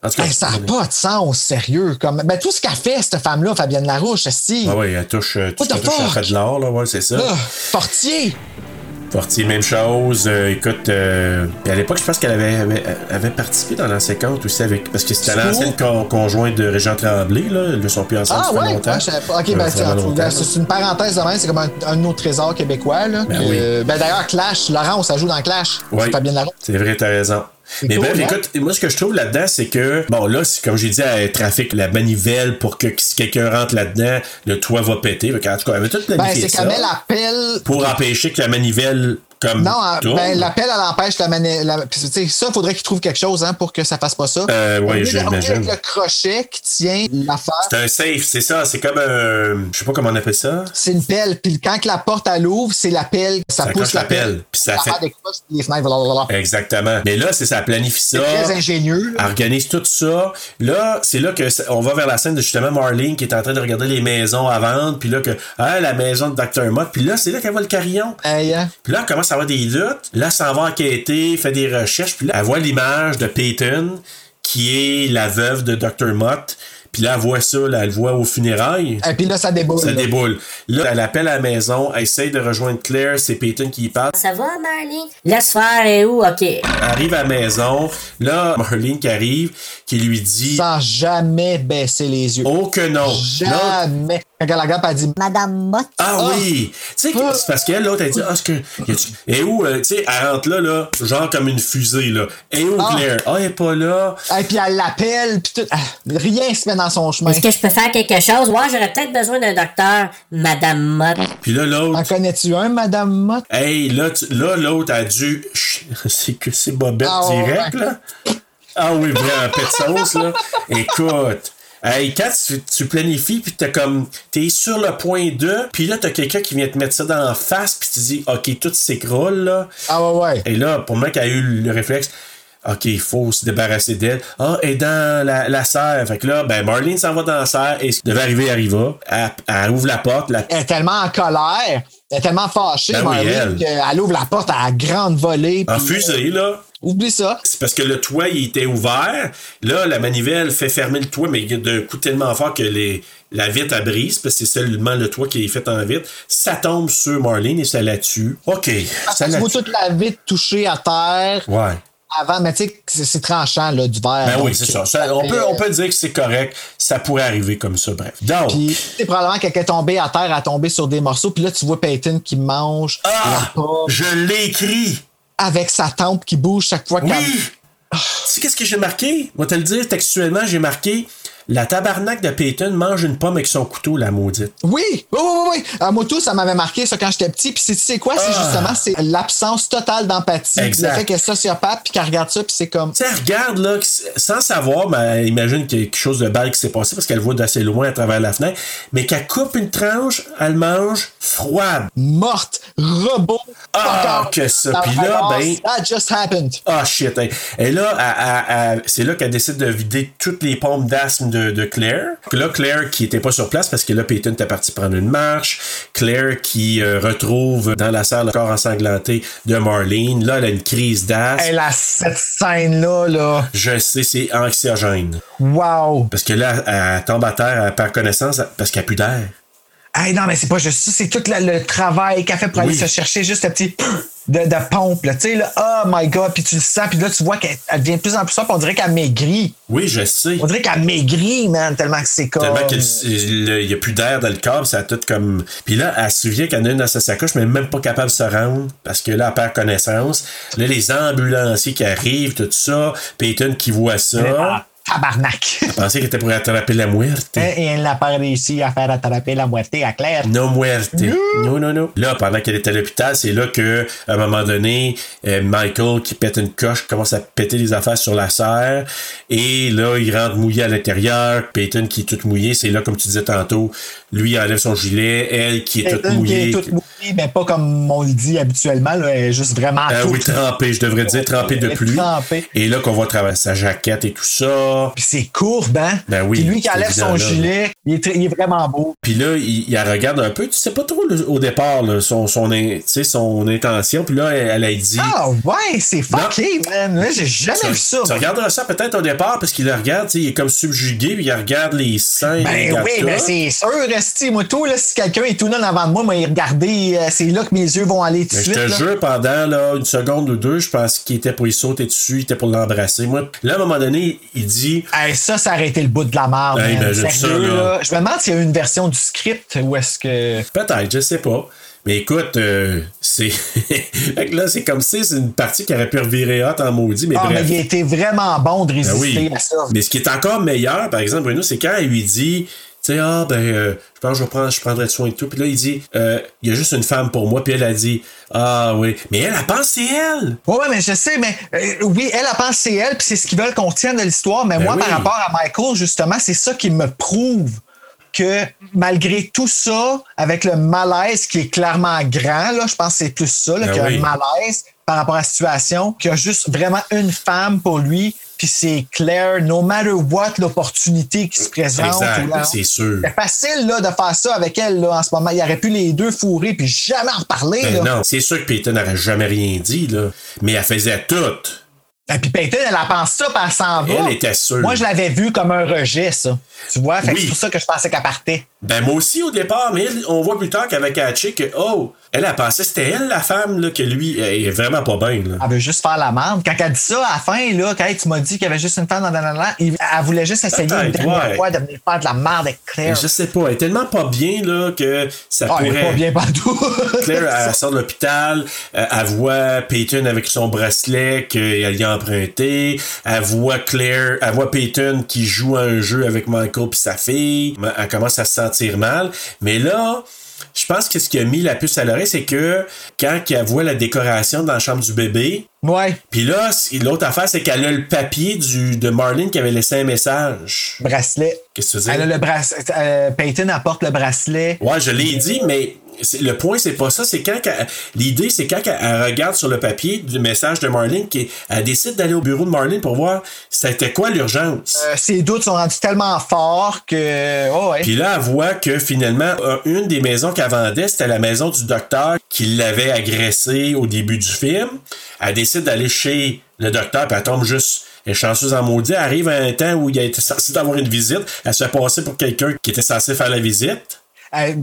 En tout cas. Hey, ça n'a pas de sens, sérieux. Comme... Ben, tout ce qu'a fait, cette femme-là, Fabienne Larouche, si. Ah ouais, elle touche. euh, Tout What ce qu'elle the touche, elle fuck? Ah. fait de l'or, là, ouais, c'est ça. Là, Fortier. Fortier, même chose. Euh, écoute, euh, puis à l'époque, je pense qu'elle avait, avait, avait participé dans l'ancien compte aussi avec. Parce que c'était C'est l'ancienne con- conjointe de Régent Tremblay, là. Ils ne sont plus ensemble. Ah ça fait ouais, longtemps. ouais, je savais pas. Ok, Ça ben, fait c'est- vraiment longtemps. c'est c'est une parenthèse de même, c'est comme un, un autre trésor québécois. Là, Ben que- oui. ben, D'ailleurs, Clash, Laurent, ça joue dans Clash. Oui. C'est Fabienne Larouche. C'est vrai, t'as raison. Mais cool, bref, hein? écoute, moi, ce que je trouve là-dedans, c'est que, bon, là, c'est comme j'ai dit, elle trafique euh, la manivelle pour que si quelqu'un rentre là-dedans, le toit va péter. Fait qu'en tout cas, elle avait tout Ben, planifié c'est ça. comme elle appelle. Pour empêcher que la manivelle, comme. Non, elle- tourne. ben, l'appel, elle empêche la manette. ça, il faudrait qu'il trouve quelque chose hein, pour que ça fasse pas ça. Euh, ouais, Au lieu je de- au lieu l'imagine. avec le crochet qui tient l'affaire. C'est un safe, c'est ça. C'est comme un. Je sais pas comment on appelle ça. C'est une pelle. Puis quand que la porte elle ouvre, c'est la pelle. Ça, Ça pousse coche la la pelle, pelle. puis ça L'affaire fait- des crosses, les fenêtres, blablabla. Exactement. Mais là, c'est ça, elle planifie ça. C'est très ingénieux. Elle organise tout ça. Là, c'est là que ça- on va vers la scène de justement Marlene qui est en train de regarder les maisons à vendre, puis là que ah la maison de Dr. Mott, puis là c'est là qu'elle voit le carillon. Hey, hein. Puis là, elle commence à avoir des luttes. Là, elle s'en va enquêter, fait des recherches. Puis là, elle voit l'image de Peyton, qui est la veuve de Dr. Mott. Puis là, elle voit ça, là, elle le voit au funérailles. Et puis là, ça déboule. Ça là. déboule. Là, elle appelle à la maison, elle essaye de rejoindre Claire, c'est Peyton qui y parle. Ça va, Marlene? Laisse faire et où? OK. Elle arrive à la maison. Là, Marlene qui arrive, qui lui dit Sans jamais baisser les yeux. Oh que non! Non. Jamais. Quand elle regarde, elle dit Madame Mott. Ah oui! Tu sais, que- c'est parce qu'elle, l'autre, elle dit, ah, ce que. y a-tu- Et où, euh, tu sais, elle rentre là, là, genre comme une fusée, là. Et où, Ah. Claire? Ah, elle est pas là. Et puis elle l'appelle, puis tout. Ah, rien se met dans son chemin. Est-ce que je peux faire quelque chose? Ouais, j'aurais peut-être besoin d'un docteur, Madame Mott. Puis là, l'autre. En connais-tu un, Madame Mott? Hey, là, tu- là, l'autre a dû. Chut, C'est que c'est Bobette Ah, ouais. direct, là. Ah oui, vraiment, un pet de sauce, là. Écoute. Hey, quand tu, tu planifies, puis t'es comme. T'es sur le point 2, puis là, t'as quelqu'un qui vient te mettre ça dans la face, puis tu dis, OK, tout s'écroule, là. Ah ouais, ouais. Et là, pour moi, qui a eu le réflexe. OK, il faut se débarrasser d'elle. Ah, elle est dans la, la serre. Fait que là, ben, Marlene s'en va dans la serre et ce qui devait arriver arriva. Elle, elle ouvre la porte. La... Elle est tellement en colère, elle est tellement fâchée, Ben oui, elle. Ah. Marlene, qu'elle ouvre la porte à grande volée. En puis, fusée, là. euh, Oublie ça. C'est parce que le toit, il était ouvert. Là, la manivelle fait fermer le toit, mais il y a d'un coup tellement fort que les, la vitre elle brise, parce que c'est seulement le toit qui est fait en vitre. Ça tombe sur Marlene et ça la tue. OK. Ça Tu la vois tue. toute la vie touchée à terre Ouais. avant, mais tu sais, c'est c'est tranchant, là, du verre. Ben oui, Donc, c'est ça. Ça, on, peut, on peut dire que c'est correct. Ça pourrait arriver comme ça, bref. Donc, Puis, c'est probablement que quelqu'un est tombé à terre, a tombé sur des morceaux. Puis là, tu vois Peyton qui mange ah, la pomme je l'ai écrit. avec sa tempe qui bouge chaque fois Oui. qu'elle. Ah. Tu sais qu'est-ce que j'ai marqué? Moi, te le dire textuellement, j'ai marqué la tabarnak de Peyton mange une pomme avec son couteau, la maudite. Oui, oui, oui, oui. oui. Euh, moi, tout, ça m'avait marqué ça quand j'étais petit. Puis, c'est- tu sais quoi? C'est Ah. justement c'est l'absence totale d'empathie. Puis Exact. Le fait qu'elle est sociopathe, puis qu'elle regarde ça, puis c'est comme. Tu sais, elle regarde, là, que- sans savoir, mais elle imagine qu'il y a quelque chose de bal qui s'est passé parce qu'elle voit d'assez loin à travers la fenêtre, mais qu'elle coupe une tranche, elle mange froide. Morte, robot, Ah, que ça. Puis là, ben- That just happened. Ah, shit. hein. Et là, elle- elle- elle- c'est là qu'elle décide de vider toutes les pompes d'asthme de, de Claire. Là, Claire qui était pas sur place parce que là, Peyton était parti prendre une marche. Claire qui euh, retrouve dans la salle le corps ensanglanté de Marlene. Là, elle a une crise d'asthme. Hey, là, cette scène-là, là. Je sais, c'est anxiogène. Wow. Parce que là, elle tombe à terre, elle perd connaissance parce qu'elle a plus d'air. Hey, non, mais c'est pas juste ça. C'est tout la- le travail qu'elle fait pour aller Oui. se chercher juste un petit. de, de pompe, là, tu sais, là, oh my god, puis tu le sens, puis là, tu vois qu'elle elle devient de plus en plus simple, on dirait qu'elle maigrit. Oui, je sais. On dirait qu'elle maigrit, man, tellement que c'est comme. Tellement qu'il n'y a plus d'air dans le corps, ça a tout comme. Puis là, elle se souvient qu'il y en a une dans sa sacoche, mais elle est même pas capable de se rendre parce que là, elle perd connaissance. Là, les ambulanciers qui arrivent, tout ça, Peyton qui voit ça. Ah, Tabarnak! Elle pensait qu'elle était pour attraper la muerte. Et elle n'a pas réussi à faire attraper la muerte à Claire. No muerte. Non, non, non. Là, pendant qu'elle est à l'hôpital, c'est là que, à un moment donné, euh, Michael, qui pète une coche, commence à péter les affaires sur la serre. Et là, il rentre mouillé à l'intérieur. Peyton, qui est toute mouillée, c'est là, comme tu disais tantôt, lui enlève son gilet. Elle, qui est toute Peyton qui est mouillée. toute mouillée, mais pas comme on le dit habituellement, là, elle est juste vraiment Ah oui, toute. trempée, je devrais dire trempée de Elle est pluie. trempée. Et là qu'on voit traverser sa jaquette et tout ça. Puis c'est courbe, hein? Ben oui, Puis lui qui c'est enlève son évident, là. gilet, il est, tr- il est vraiment beau. Puis là, il, il la regarde un peu. Tu sais pas trop le- au départ là, son, son, in- tu sais, son intention. Puis là, elle, elle a dit. Ah ouais, c'est fucké, man! Là, j'ai jamais tu, vu ça. tu regarderas ça peut-être au départ parce qu'il le regarde, tu sais, il est comme subjugué, puis il regarde les scènes. il Ben regarde oui, ça. ben c'est sûr, Resti. Moi, tout, là, si quelqu'un est tout là en avant de moi, moi, il regardait, euh, c'est là que mes yeux vont aller tout de Mais Ben, je suite. te là. jure, pendant là, une seconde ou deux, je pense qu'il était pour y sauter dessus, il était pour l'embrasser. Moi, là, à un moment donné, il dit Hey, ça, ça aurait été le bout de la merde. Hey, man. imagine Sérieux, ça, là. là. Je me demande s'il y a eu une version du script ou est-ce que. Peut-être, je sais pas. Mais écoute, euh, c'est. Fait que là, c'est comme si c'est une partie qui aurait pu revirer hot en maudit, mais Ah, mais bref. il a été vraiment bon de Ben résister oui. à ça. Mais ce qui est encore meilleur, par exemple, Bruno, c'est quand elle lui dit, tu sais, ah, ben, euh, je pense que je, prends, je prendrai soin de tout. Puis là, il dit, Euh, il y a juste une femme pour moi. Puis elle a dit, ah, oui. Mais elle, elle pense, c'est elle. Ouais, ouais, mais je sais, mais euh, oui, elle, elle pense que c'est elle, puis c'est ce qu'ils veulent qu'on tienne de l'histoire. Mais Ben moi, oui. par rapport à Michael, justement, c'est ça qui me prouve que malgré tout ça, avec le malaise qui est clairement grand, là, je pense que c'est plus ça, là, Ben qu'il y a oui. un malaise par rapport à la situation, qu'il y a juste vraiment une femme pour lui, puis c'est clair, no matter what l'opportunité qui se présente. Exact, Ben, ou la- c'est sûr. C'est facile là, de faire ça avec elle là, en ce moment. Il aurait pu les deux fourrer puis jamais en reparler. Ben là. non, c'est sûr que Peyton n'aurait jamais rien dit, là. Mais elle faisait tout. Et puis Peyton, elle en pense ça, puis elle s'en va. Elle était sûre. Oh! Moi, je l'avais vu comme un rejet, ça. Tu vois? Fait que Oui. c'est pour ça que je pensais qu'elle partait. Ben moi aussi au départ, mais elle- on voit plus tard qu'avec Hatché que oh, elle a pensé c'était elle la femme là, que lui elle est vraiment pas bien là. Elle veut juste faire la merde. Quand elle dit ça à la fin, là, quand hey, tu m'as dit qu'il y avait juste une femme dans la elle voulait juste essayer une Peut-être, dernière ouais. fois de venir faire de la merde avec Claire. Je sais pas, elle est tellement pas bien là que ça Ah, elle est pourrait. pas bien partout. Claire, elle sort de l'hôpital, euh, elle voit Peyton avec son bracelet qu'elle lui a emprunté, elle voit Claire, elle voit Peyton qui joue à un jeu avec Michael puis sa fille, elle commence à se sentir mal, mais là, je pense que ce qui a mis la puce à l'oreille, c'est que quand elle voit la décoration dans la chambre du bébé, ouais. puis là, c- l'autre affaire, c'est qu'elle a le papier du, de Marlene qui avait laissé un message. Bracelet. Qu'est-ce que tu veux Elle dire? a le bracelet. euh, Peyton apporte le bracelet. Ouais, je l'ai dit, mais c'est- le point, c'est pas ça. C'est quand qu'elle- l'idée, c'est quand qu'elle- elle regarde sur le papier du message de Marlene, qu'elle elle décide d'aller au bureau de Marlene pour voir c'était quoi l'urgence. Euh, ses doutes sont rendus tellement forts que. Oh, ouais. Puis là, elle voit que finalement, euh, une des maisons qu'elle vendait, c'était la maison du docteur qui l'avait agressé au début du film. Elle décide d'aller chez le docteur, puis elle tombe juste. Elle est chanceuse en maudit. Elle arrive à un temps où il a été censé avoir une visite. Elle se fait passer pour quelqu'un qui était censé faire la visite. Euh,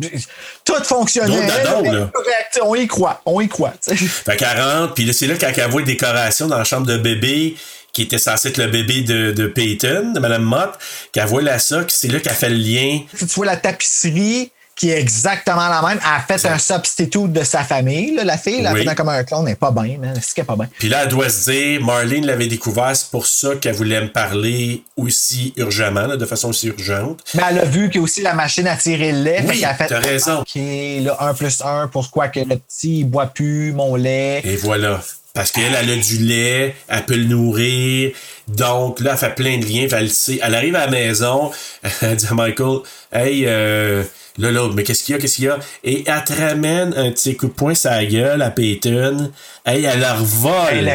tout fonctionnait. Drôle de là, drôle, mais là. correct, On y croit. On y croit. tu sais. Fait qu'elle rentre, puis là, c'est là qu'elle voit une décoration dans la chambre de bébé qui était censée être le bébé de, de Peyton, de Madame Mott, qu'elle voit la soc, c'est là qu'elle fait le lien. Si tu vois la tapisserie qui est exactement la même, elle a fait un substitut de sa famille, là, la fille, elle a Oui. fait un- comme un clone, elle n'est pas bien, man. Est-ce qu'elle est pas bien? Puis là, elle doit se dire, Marlene l'avait découvert, c'est pour ça qu'elle voulait me parler aussi urgemment, là, de façon aussi urgente. Mais elle a vu qu'il y a aussi la machine à tirer le lait. Oui, fait qu'elle a fait, t'as raison. OK, là, 1 plus 1, pourquoi que le petit, il boit plus mon lait? Et voilà. Parce qu'elle, elle a du lait, elle peut le nourrir. Donc, là, elle fait plein de liens, elle le sait. Elle arrive à la maison, elle dit à Michael, Hey, euh, là, là, mais qu'est-ce qu'il y a, qu'est-ce qu'il y a? Et elle te ramène un petit coup de poing sur la gueule à Peyton. Hey, elle la revole. Et le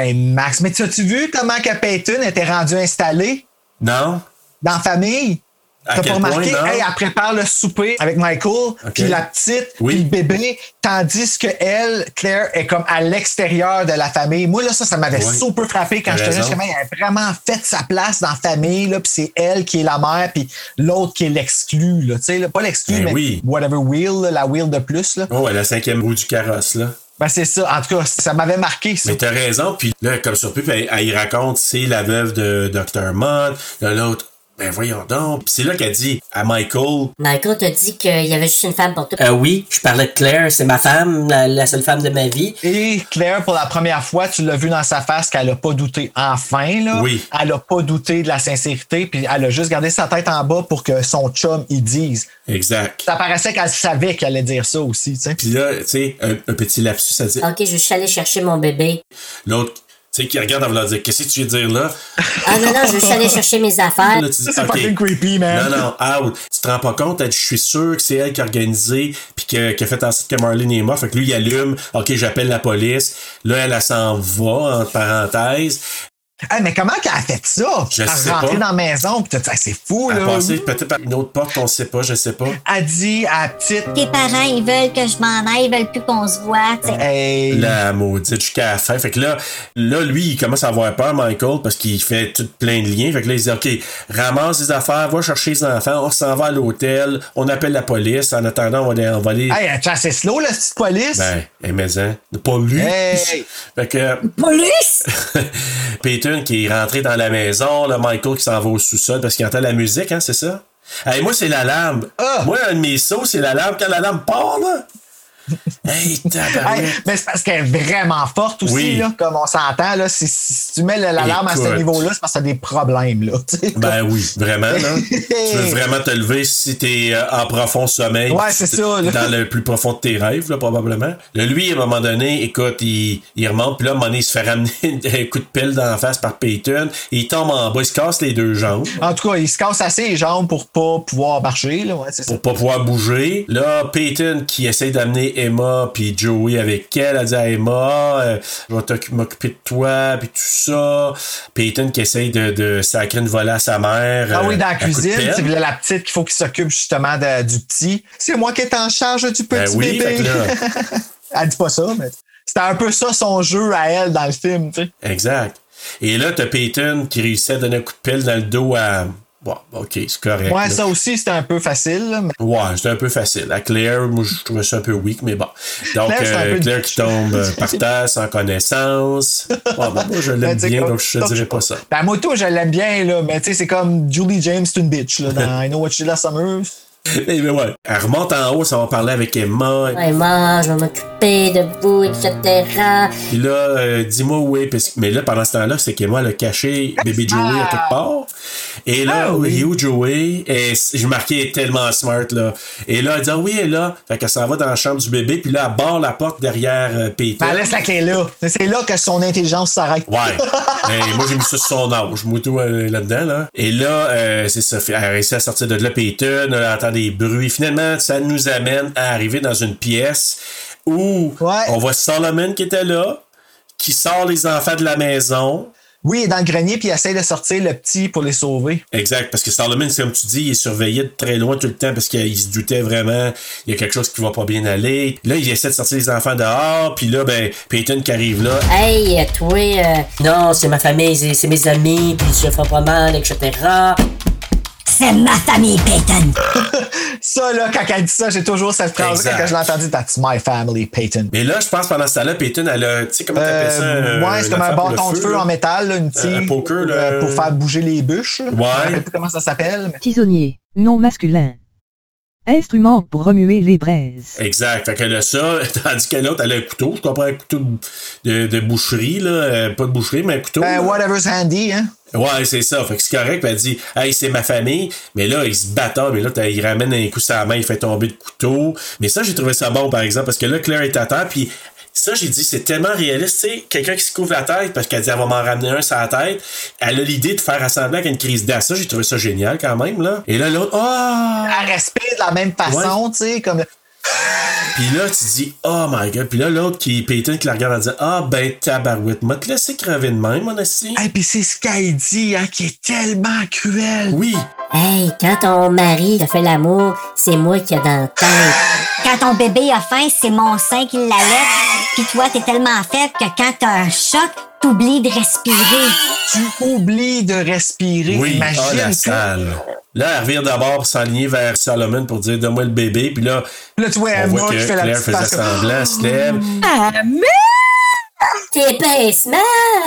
climax. Mais tu as-tu vu comment que Peyton était rendue installée Non? dans la famille? À T'as quel pas remarqué? point, non? Hey, elle prépare le souper avec Michael, puis la petite, Oui. puis le bébé, tandis que elle, Claire, est comme à l'extérieur de la famille. Moi, là, ça, ça m'avait Oui. super frappé quand T'as je te raison. dis elle a vraiment fait sa place dans la famille, là, puis c'est elle qui est la mère, puis l'autre qui est l'exclu, là. Tu sais, là, pas l'exclu, Ben mais oui. whatever wheel, là, la wheel de plus, là. Oh, elle a la cinquième roue du carrosse, là. Ben, c'est ça. En tout cas, ça m'avait marqué, ça. Mais t'as raison. Puis là, comme sur Pub, elle, elle y raconte, c'est la veuve de Dr. Mott, de l'autre. Ben voyons donc. Puis c'est là qu'elle dit à Michael. Michael t'a dit qu'il y avait juste une femme pour toi. Euh, oui, je parlais de Claire, c'est ma femme, la, la seule femme de ma vie. Et Claire, pour la première fois, tu l'as vu dans sa face qu'elle a pas douté. Enfin, là. Oui. Elle a pas douté de la sincérité, puis elle a juste gardé sa tête en bas pour que son chum y dise. Exact. Ça paraissait qu'elle savait qu'elle allait dire ça aussi, tu sais. Puis là, tu sais, un, un petit lapsus, ça dit. Ok, je suis allée chercher mon bébé. L'autre, tu sais, qui regarde en voulant dire Qu'est-ce que tu veux dire là Ah non, non, je suis allée chercher mes affaires. Là, tu dis, Ça, c'est OK. fucking creepy, man. Non, non, out. Tu te rends pas compte, elle dit, je suis sûr que c'est elle qui a organisé, puis que- qui a fait en sorte que Marlene est mort. Fait que lui, il allume, OK, j'appelle la police. Là, elle, elle s'en va, entre parenthèses. Hey, mais comment qu'elle a fait ça? Je elle sais est rentrée pas. dans la maison, puis tout ça, c'est fou, Elle là. a passé peut-être par une autre porte, on sait pas, je sais pas. Elle dit à la petite, Tes parents, ils veulent que je m'en aille, ils veulent plus qu'on se voit, tu sais. hey, La maudite jusqu'à la fin. Fait que là, là, lui, il commence à avoir peur, Michael, parce qu'il fait tout plein de liens. Fait que là, il dit, OK, ramasse les affaires, va chercher les enfants, on s'en va à l'hôtel, on appelle la police. En attendant, on va aller- on va aller hey, elle chasse c'est slow, la petite police. Ben, eh, mais hein, pas lui. Hey! Fait que Police! Peyton qui est rentré dans la maison, là, Michael qui s'en va au sous-sol parce qu'il entend la musique, hein, c'est ça? Hey, moi, c'est l'alarme. Ah! Moi, un de mes sauts, c'est l'alarme. Quand l'alarme part, là. hey, tabarouette. Hey, mais c'est parce qu'elle est vraiment forte aussi, Oui. là, comme on s'entend. Là, si, si tu mets l'alarme à ce Écoute. niveau-là, c'est parce que t'as des problèmes. Là, tu sais, Ben oui, vraiment, là. tu veux vraiment te lever si t'es euh, en profond sommeil. Ouais, c'est ça, là. Dans le plus profond de tes rêves, là, probablement. Là, lui, à un moment donné, écoute, il, il remonte, puis là, à un moment donné, il se fait ramener un coup de pelle dans la face par Peyton. Il tombe en bas, il se casse les deux jambes. En tout cas, il se casse assez les jambes pour pas pouvoir marcher. Là, ouais, c'est ça. pour pas pouvoir bouger. Là, Peyton qui essaie d'amener Emma puis Joey avec elle, elle dit à Emma, euh, je vais t'occu- m'occuper de toi puis tout ça. Peyton qui essaie de, de sacrer une volée à sa mère. Ah oui, euh, dans à la coups de cuisine, pelle. c'est la la petite qu'il faut qu'il s'occupe justement de- du petit. C'est moi qui est en charge du petit Ben oui, fait que bébé. là- elle dit pas ça, mais c'était un peu ça son jeu à elle dans le film. tu sais. Exact. Et là, t'as Peyton qui réussit à donner un coup de pelle dans le dos à. Bon, ok, c'est correct. Ouais, là. ça aussi, c'était un peu facile. là, mais- Ouais, c'était un peu facile. À Claire, moi, je trouvais ça un peu weak, mais bon. Donc, Claire, c'est un euh, peu Claire qui tombe euh, par terre, sans connaissance. Ouais, bon, moi, je Ben, l'aime tu sais, bien, comme- donc je te comme- dirais pas ça. Ben, moi, tout, je l'aime bien, là, mais tu sais, c'est comme Julie James, c'est une bitch, là, dans I Know What You Did Last Summer. Eh ben ouais. Elle remonte en haut, ça va parler avec Emma. Ouais, moi, je vais m'occuper de vous, etc. Puis là, euh, dis-moi où est. parce que- mais là, pendant ce temps-là, c'est qu'Emma elle a caché bébé Joey à quelque part. Et là, Ah oui. il est où Joey? Et c- j'ai marqué elle est tellement smart, là. Et là, elle dit, ah oui, elle est là. Fait qu'elle s'en va dans la chambre du bébé, puis là, elle barre la porte derrière euh, Peyton. Ben, elle laisse la clé là. C'est là que son intelligence s'arrête. Ouais. Et moi, j'ai mis ça sur son âge. Moi, tout euh, là-dedans, là. Et là, euh, c'est ça. Elle a réussi à sortir de là, Peyton. Elle entend des bruits. Finalement, ça nous amène à arriver dans une pièce où Ouais. on voit Solomon qui était là, qui sort les enfants de la maison. Oui, il est dans le grenier, puis il essaie de sortir le petit pour les sauver. Exact, parce que Solomon, c'est comme tu dis, il est surveillé de très loin tout le temps parce qu'il se doutait vraiment, il y a quelque chose qui va pas bien aller. Là, il essaie de sortir les enfants dehors, puis là, ben, Peyton qui arrive là, Hey, toi, euh, Non, c'est ma famille, c'est c'est mes amis, puis je fais pas mal, etc. C'est ma famille, Peyton. Ça, là, quand elle dit ça, j'ai toujours cette phrase Exact. quand je l'ai entendue. That's my family, Peyton. Mais là, je pense pendant ce temps-là, Peyton, elle a. Tu sais, comment t'appelles ça? Euh, euh, ouais, c'est comme un l'affaire pour le bâton de feu là? en métal, là, une tire. un poker, là. euh, Pour faire bouger les bûches. là. Ouais. Je me rappelle plus comment ça s'appelle. mais- Tisonnier, non masculin. Instrument pour remuer les braises. Exact. Fait qu'elle a ça, tandis que l'autre, elle a un couteau. Je comprends un couteau de, de- de boucherie, là. euh, Pas de boucherie, mais un couteau. Ben, là. whatever's handy, hein. Ouais, c'est ça. Fait que c'est correct. Puis elle dit, hey, c'est ma famille. Mais là, il se battent. Mais là, t'as- il ramène un coup sur la main, il fait tomber le couteau. Mais ça, j'ai trouvé ça bon, par exemple, parce que là, Claire est à terre. Puis ça, j'ai dit, c'est tellement réaliste. Tu sais, quelqu'un qui se couvre la tête parce qu'elle dit, elle va m'en ramener un sur la tête. Elle a l'idée de faire semblant qu'il y a une crise d'asthme. Ça, j'ai trouvé ça génial quand même, là. Et là, l'autre, ah! Elle respire de la même façon, tu sais, comme. Puis là, tu dis, oh my god. Puis là, l'autre qui, Peyton, qui la regarde en disant, ah ben, tabarouette, m'a te laissé crever de même, mon assis. Et puis c'est ce qu'elle dit, hein, qui est tellement cruel. Oui. Hey, quand ton mari te fait l'amour, c'est moi qui ai dans la tête. Quand ton bébé a faim, c'est mon sein qui l'allait. Puis toi, t'es tellement faible que quand t'as un choc, T'oublies de respirer. Tu oublies de respirer. Oui, Imagine ah, la que- salle. Là, elle revient d'abord s'aligner vers Salomon pour dire Donne-moi le bébé. Puis là, Là, tu vois on Emma voit qui que fait la Claire petite Oh. faisait face comme- semblant, elle se lève. Ah, T'es pincement,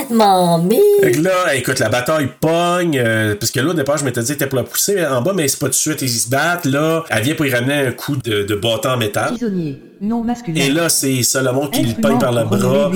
mon Fait mi. que là, écoute, la bataille pogne. euh, parce que là, au départ, je m'étais dit T'es pour la pousser en bas, mais c'est pas tout de suite. Ils se battent. Là, elle vient pour y ramener un coup de, de bâton en métal. Prisonnier, non masculin. Et là, c'est Salomon Eh, qui le peint par le bras.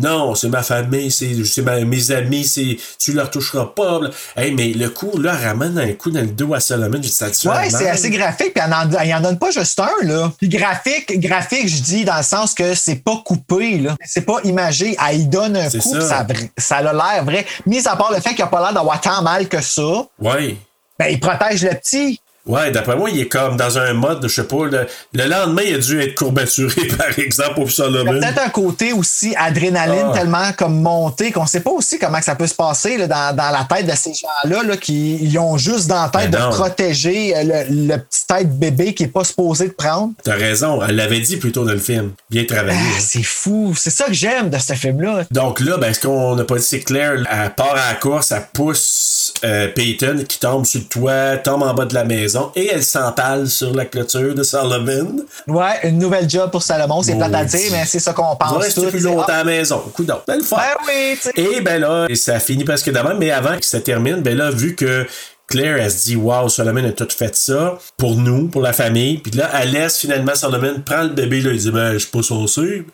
Non, c'est ma famille, c'est c'est ma- mes amis, c'est tu leur toucheras pas. bla- Hey, mais le coup, là, elle ramène un coup dans le dos à Solomon, j'ai dit, ça tue Ouais, c'est assez graphique, puis elle n'en elle en donne pas juste un, là. Puis graphique, graphique, je dis dans le sens que c'est pas coupé, là. C'est pas imagé. Elle y donne un C'est coup, ça. puis ça, br- ça a l'air vrai. Mis à part le fait qu'il a pas l'air d'avoir tant mal que ça, Ouais. ben, il protège le petit. Ouais, d'après moi, il est comme dans un mode, je sais pas, le, euh, le lendemain, il a dû être courbaturé, par exemple, pour Il y a Solomon. peut-être un côté aussi adrénaline Euh. Ah. tellement comme montée qu'on sait pas aussi comment que ça peut se passer là, dans, dans la tête de ces gens-là là, qui ils ont juste dans la tête Ben de non. protéger euh, le, le petit tête bébé qui est pas supposé de prendre. T'as raison, elle l'avait dit plutôt dans le film. Bien travaillé. Ah, c'est fou. C'est ça que j'aime de ce film-là. Donc là, ben, ce qu'on n'a pas dit, c'est que Claire, elle part à la course, elle pousse euh, Peyton qui tombe sur le toit, tombe en bas de la maison et elle s'empale sur la clôture de Solomon. Ouais, une nouvelle job pour Salomon, c'est plate à Maudit. dire, mais c'est ça qu'on On va pense. rester tous, plus c'est- longtemps à la ah, maison. Coup d'or. Ben, le fun. Ben oui, tu sais. Et ben là, et ça finit presque demain, mais avant que ça termine, ben là, vu que Claire, elle se dit, wow, Solomon a tout fait ça pour nous, pour la famille. Puis là, elle laisse finalement Solomon prend le bébé, là, il dit, ben, je suis pas censé. Oui,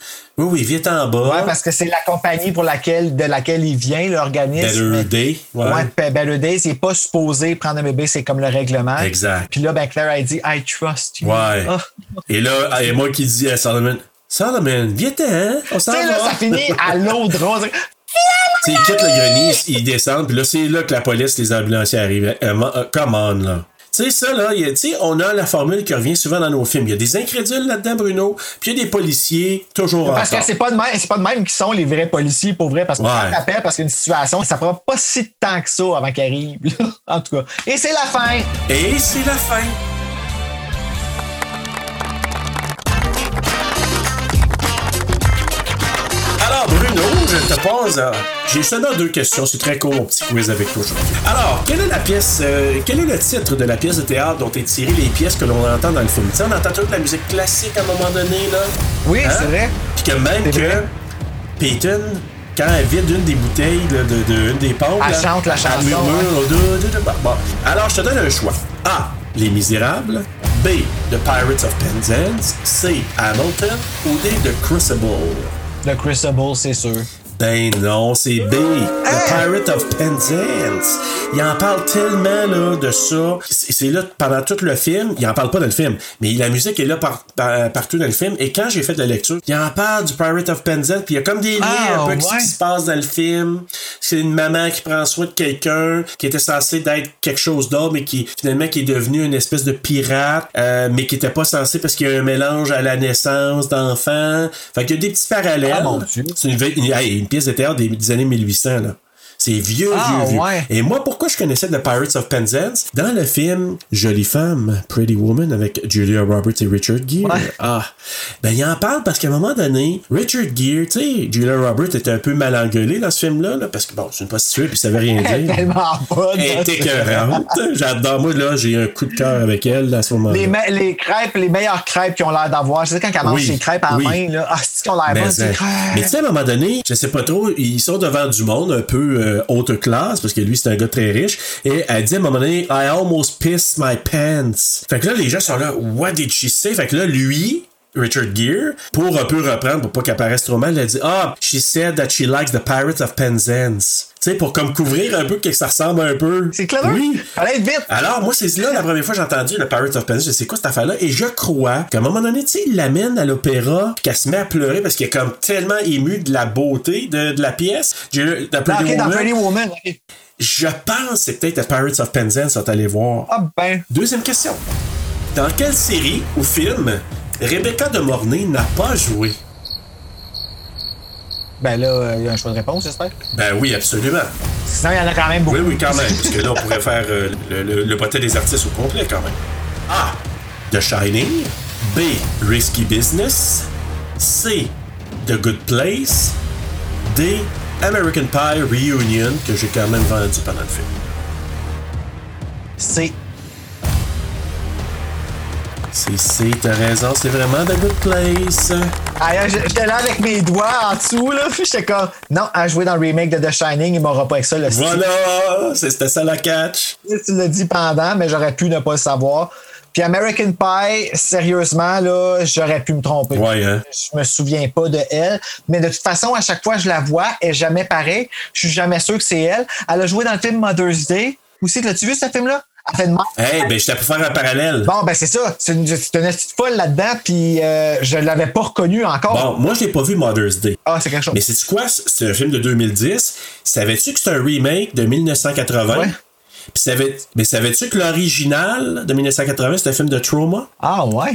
oui, vite en bas. Ouais, ben, parce que c'est la compagnie pour laquelle, de laquelle il vient, l'organisme. Better Day. Ouais. Ouais, ben, puis Better Days, il n'est pas supposé prendre un bébé, c'est comme le règlement. Exact. Puis là, ben Claire, elle dit I trust you. Ouais. Ah. Et là, et moi qui dis à Solomon, Solomon, viens-t'en, hein? On s'en Tu sais, là, va. ça finit à l'eau de rose. Tu sais, Ils quittent le grenier, ils descendent, puis là, c'est là que la police, les ambulanciers arrivent. Emma, euh, come on, là. Tu sais, ça, là, il y a- tu sais, on a la formule qui revient souvent dans nos films. Il y a des incrédules là-dedans, Bruno, puis il y a des policiers, toujours en Parce que c'est pas de même, c'est pas de même qui sont les vrais policiers pour vrai. Parce que Ouais. quand t'appelles parce qu'une situation, ça prend pas si de temps que ça avant qu'elle arrive. là. en tout cas. Et c'est la fin. Et c'est la fin. Alors, Bruno, je te pose. euh, J'ai seulement deux questions. C'est très court, mon petit quiz avec toi aujourd'hui. Alors, quelle est la pièce. euh, quel est le titre de la pièce de théâtre dont est tirée les pièces que l'on entend dans le film? Tu sais, on entend toute la musique classique à un moment donné, là. Oui, Hein? c'est vrai. Puis que même que C'est vrai. Peyton, quand elle vide une des bouteilles là, de, de- une des pompes, Elle là, chante la elle chanson, murmure, hein. Dou, dou, dou, bon, bon. Alors, je te donne un choix. A. Les Misérables. B. The Pirates of Penzance. C. Hamilton. Ou D. The Crucible. Le Crucible, c'est sûr. Ben non, c'est B. The Pirate of Penzance. Il en parle tellement là, de ça. C'est c'est là pendant tout le film. Il en parle pas dans le film, mais la musique est là par- par- partout dans le film. Et quand j'ai fait la lecture, il en parle du Pirate of Penzance. Puis il y a comme des liens Ah, un peu avec ce ouais. qui se passe dans le film. C'est une maman qui prend soin de quelqu'un qui était censé d'être quelque chose d'autre, mais qui finalement qui est devenu une espèce de pirate, euh, mais qui était pas censé parce qu'il y a un mélange à la naissance d'enfants. Fait qu'il y a des petits parallèles. Ah, mon Dieu. C'est une, ve- une- hey, une pièce de théâtre des, des années 1800, là. C'est vieux, Ah, vieux, vieux. ouais. Et moi, pourquoi je connaissais The Pirates of Penzance? Dans le film Jolie Femme, Pretty Woman, avec Julia Roberts et Richard Gere. Ouais. Ah, ben, il en parle parce qu'à un moment donné, Richard Gere, tu sais, Julia Roberts était un peu mal engueulée dans ce film-là, là, parce que bon, c'est une prostituée, puis ça veut rien Elle est dire. tellement bonne. Elle est écœurante. J'adore. Moi, là, j'ai un coup de cœur avec elle à ce moment-là. Les, me- les crêpes, les meilleures crêpes qu'ils ont l'air d'avoir. Je sais quand elle mange Oui, ses crêpes à la oui. main, là. Ah, c'est qu'on l'air Mais, bonne, ces euh, mais tu crêpes. sais, à un moment donné, je sais pas trop, ils sont devant du monde un peu euh, haute classe, parce que lui, c'est un gars très riche, et elle dit à un moment donné, I almost pissed my pants. Fait que là, les gens sont là, What did she say? Fait que là, lui, Richard Gere, pour un peu reprendre, pour pas qu'elle paraisse trop mal, elle a dit, Ah, she said that she likes the Pirates of Penzance. Tu sais, pour comme couvrir un peu que ça ressemble un peu. C'est clever. Oui. Fallait être vite. Alors, moi, c'est là la première fois que j'ai entendu le Pirate of Penzance. Je sais quoi cette affaire-là. Et je crois qu'à un moment donné, tu sais, il l'amène à l'opéra, puis qu'elle se met à pleurer parce qu'elle est comme tellement émue de la beauté de, de la pièce. J'ai- dans Ah, Pretty ok, dans Woman, Pretty Woman. ok. Je pense que c'est peut-être The Pirates of Penzance sont allés voir. Ah, ben. Deuxième question. Dans quelle série ou film Rebecca de Mornay n'a pas joué? Ben là, euh, il y a un choix de réponse, j'espère. Ben oui, absolument. Sinon, il y en a quand même beaucoup. Oui, oui, quand même. parce que là, on pourrait faire euh, le, le, le bottet des artistes au complet, quand même. A. The Shining. B. Risky Business. C. The Good Place. D. American Pie Reunion, que j'ai quand même vendu pendant le film. C'est. C'est, c'est, t'as raison, c'est vraiment The Good Place. Ah, j- j'étais là avec mes doigts en dessous, là, puis j'étais comme, non, à jouer dans le remake de The Shining, il m'aura pas avec ça, le style. Voilà! c'est- C'était ça la catch. Tu l'as dit pendant, mais j'aurais pu ne pas le savoir. Puis American Pie, sérieusement, là, j'aurais pu me tromper. Ouais, hein? Je me souviens pas de elle. Mais de toute façon, à chaque fois, je la vois, elle est jamais pareil. Je suis jamais sûr que c'est elle. Elle a joué dans le film Mother's Day. Aussi, l'as-tu vu, ce film-là? Elle fait de merde. Hey, ben, j'étais pour faire un parallèle. Bon, ben c'est ça. C'est une, c'est une petite folle là-dedans, puis euh, je l'avais pas reconnue encore. Bon, moi, je l'ai pas vu Mother's Day. Ah, c'est quelque chose. Mais c'est quoi, c- c'est un film de 2010? Savais-tu que c'est un remake de 1980? Ouais. Puis savais- mais savais-tu que l'original de 1980, c'est un film de Trauma? Ah, ouais?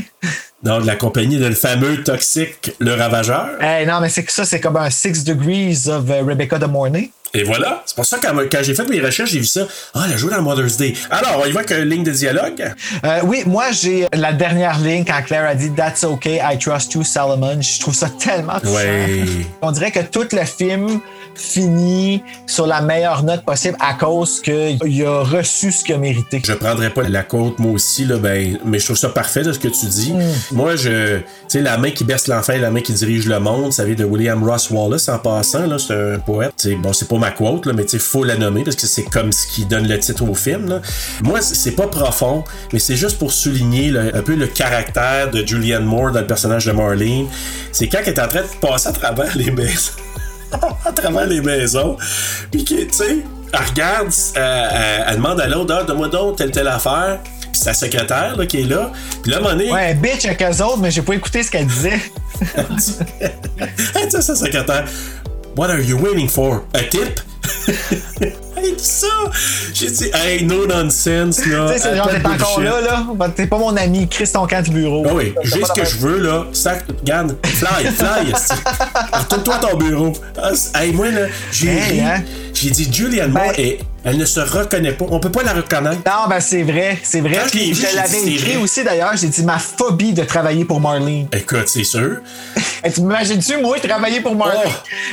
Donc, la compagnie de le fameux toxique Le Ravageur. Eh, non, mais c'est que ça, c'est comme un Six Degrees of euh, Rebecca de Mornay. Et voilà. C'est pour ça que quand, quand j'ai fait mes recherches, j'ai vu ça. Ah, elle a joué dans Mother's Day. Alors, on y voit qu'une ligne de dialogue. Euh, oui, moi, j'ai la dernière ligne quand Claire a dit That's okay, I trust you, Solomon. Je trouve ça tellement touchant. Ouais. On dirait que tout le film finit sur la meilleure note possible à cause qu'il a reçu ce qu'il a mérité. Je prendrais pas la côte, moi aussi, là, ben, mais je trouve ça parfait de ce que tu dis. Moi, je. Tu sais, la main qui berce l'enfer, la main qui dirige le monde, ça vient de William Ross Wallace en passant, là, c'est un poète. Tu sais, bon, c'est pas ma quote, là, mais tu sais, faut la nommer parce que c'est comme ce qui donne le titre au film, là. Moi, c- c'est pas profond, mais c'est juste pour souligner le- un peu le caractère de Julianne Moore dans le personnage de Marlene. C'est quand elle est en train de passer à travers les maisons. à travers les maisons. Puis, que, tu sais, elle regarde, euh, elle, elle demande à l'autre, Ah, donne-moi donc telle, telle affaire. Puis sa secrétaire, là, qui est là. Puis là, à un moment donné, Ouais, bitch avec eux autres, mais j'ai pas écouté ce qu'elle disait. elle dit à sa secrétaire, What are you waiting for? A tip? hey, tout ça! J'ai dit, hey, no nonsense, là. tu sais, c'est à genre, peine t'es encore Ah, là, bullshit. là. Bah, T'es pas mon ami, Chris, ton camp du bureau. Ah oui, T'as j'ai pas ce que la- je veux, là. Sac, garde, fly, fly. esti. Retourne-toi à ton bureau. Ah, c'est- hey, moi, là, j'ai Hey, ri. hein? Ben- J'ai dit, Julianne Moore, et elle ne se reconnaît pas. On peut pas la reconnaître. Non, ben c'est vrai, c'est vrai. Quand je l'ai vu, je j'ai te l'avais dit, c'est écrit vrai. aussi d'ailleurs, j'ai dit ma phobie de travailler pour Marlene. Écoute, c'est sûr. Et tu m'imagines-tu, moi, travailler pour Marlene?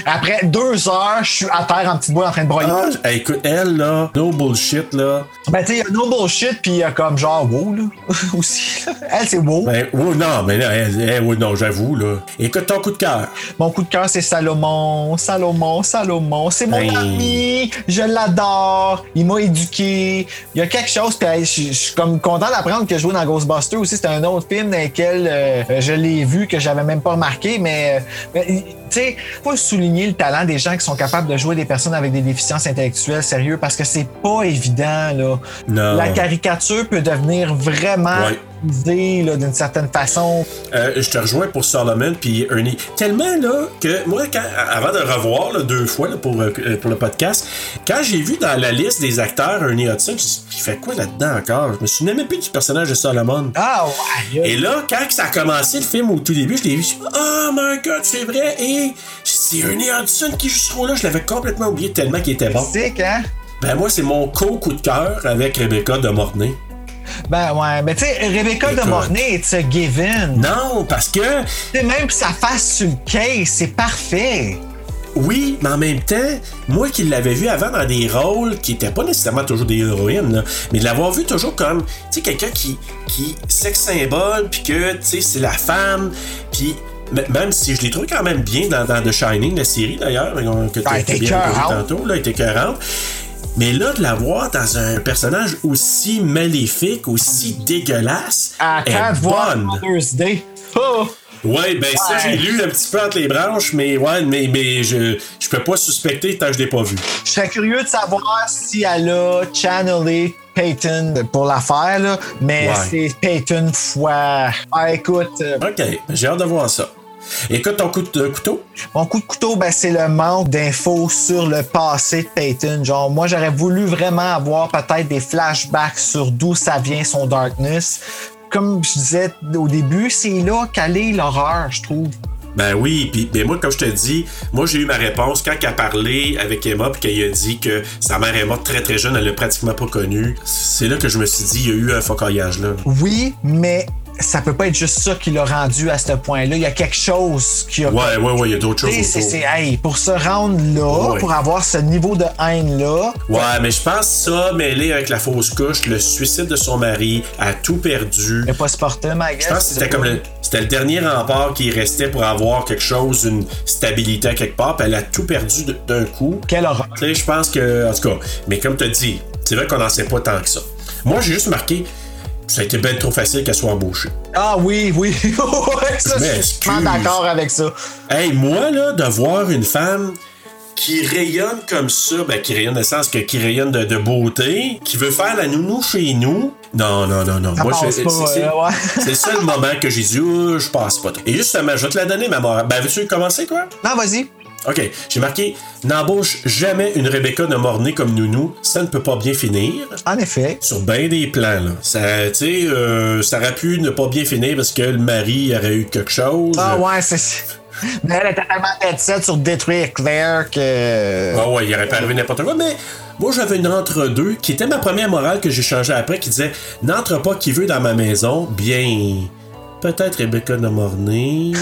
Après deux heures, je suis à terre en petite boule en train de broyer. Oh! Ah, hey, écoute, elle, là, no bullshit, là. Ben, tu sais, il y a no bullshit, puis il y a comme genre wow, là, aussi. là. Elle, c'est wow. Ben, oh, non, mais là, elle- elle- oh, non, j'avoue, là. Écoute ton coup de cœur. Mon coup de cœur, c'est Salomon, Salomon, Salomon. C'est mon Hey. ami, je l'adore, il m'a éduqué. Il y a quelque chose, puis hey, je je suis comme content d'apprendre que je jouais dans Ghostbusters aussi. C'était un autre film dans lequel euh, je l'ai vu, que j'avais même pas remarqué, mais, euh, mais, tu sais, faut souligner le talent des gens qui sont capables de jouer des personnes avec des déficiences intellectuelles, sérieux, parce que c'est pas évident, là. Non. La caricature peut devenir vraiment Ouais. visée, là, d'une certaine façon. Euh, je te rejoins pour Solomon puis Ernie. Tellement là que moi, quand- avant de revoir là, deux fois là, pour, euh, pour le podcast, quand j'ai vu dans la liste des acteurs Ernie Hudson, je me suis dit, il fait quoi là-dedans encore? Je me souvenais même plus du personnage de Solomon. Ah ouais! Et là, quand ça a commencé le film au tout début, je l'ai vu, je suis Oh my god, c'est vrai! Et c'est Ernie Hudson qui joue ce rôle-là, je l'avais complètement oublié tellement qu'il était bon. Sick, hein? Ben moi, c'est mon co-coup de cœur avec Rebecca de Mornay. Ben ouais, mais tu sais, Rebecca Écoute. de Mornay, it's a given. Non, parce que Tu sais, même sa face sur le case, c'est parfait. Oui, mais en même temps, moi qui l'avais vu avant dans des rôles qui n'étaient pas nécessairement toujours des héroïnes, là, mais de l'avoir vu toujours comme, tu sais, quelqu'un qui, qui sex-symbole, puis que, tu sais, c'est la femme, puis m- même si je les trouve quand même bien dans, dans The Shining, la série d'ailleurs, qu'on- que tu Ah, as elle était bien posé écœurante. tantôt, là, elle était écœurante. Mais là, de la voir dans un personnage aussi maléfique, aussi dégueulasse, elle Attends est de voir bonne. Mother's Day. Oh! Ouais, ben ça, Ouais. j'ai lu un petit peu entre les branches, mais ouais, mais, mais je, je peux pas suspecter tant que je l'ai pas vu. Je serais curieux de savoir si elle a channelé Peyton pour l'affaire, là, mais Ouais. c'est Peyton fois. Ah, écoute, euh, OK, ben, j'ai hâte de voir ça. Écoute ton coup de couteau. Mon coup de couteau, ben, c'est le manque d'infos sur le passé de Peyton. Genre, moi, j'aurais voulu vraiment avoir peut-être des flashbacks sur d'où ça vient son darkness. Comme je disais au début, c'est là qu'elle est l'horreur, je trouve. Ben oui, puis ben moi, comme je te dis, moi j'ai eu ma réponse quand elle a parlé avec Emma puis qu'elle a dit que sa mère est morte très très jeune, elle l'a pratiquement pas connue. C'est là que je me suis dit, il y a eu un focaillage là. Oui, mais ça peut pas être juste ça qui l'a rendu à ce point-là. Il y a quelque chose qui a. Ouais, ouais, ouais, il y a d'autres choses. Et c'est, autour. c'est- hey, pour se rendre là, Ouais. pour avoir ce niveau de haine-là, Ouais, mais je pense ça, mêlé avec la fausse couche, le suicide de son mari, a tout perdu. le pas se porter, ma guess, Je pense que c'était c'est comme pas- le, c'était le dernier rempart qui restait pour avoir quelque chose, une stabilité à quelque part, puis elle a tout perdu de- d'un coup. Quelle horreur. Tu sais, je pense que, en tout cas, mais comme tu as dit, c'est vrai qu'on n'en sait pas tant que ça. Moi, j'ai juste marqué, ça a été bien trop facile qu'elle soit embauchée. Ah oui, oui. Ouais, ça, Mais je suis vraiment excuse. d'accord avec ça. Hey, moi, là, de voir une femme qui rayonne comme ça, ben, qui rayonne dans le sens que qui rayonne de, de beauté, qui veut faire la nounou chez nous. Non, non, non, non. Ça Moi, passe c'est- pas, c'est- c'est- euh, ouais. c'est le seul moment que j'ai dit, Euh, je passe pas. Et justement, je vais te la donner, ma mort. Ben, veux-tu commencer, quoi? Non, vas-y. OK, j'ai marqué N'embauche jamais une Rebecca de mornée comme nounou, ça ne peut pas bien finir. En effet. Sur bien des plans, là. Ça, tu sais, euh, ça aurait pu ne pas bien finir parce que le mari aurait eu quelque chose. Ah ouais, c'est ça. Mais elle était tellement tête set sur détruire Claire que. Ah ouais, il aurait pas arrivé n'importe quoi, mais moi j'avais une entre-deux qui était ma première morale que j'ai changée après qui disait N'entre pas qui veut dans ma maison, bien. Peut-être Rebecca de Mornay.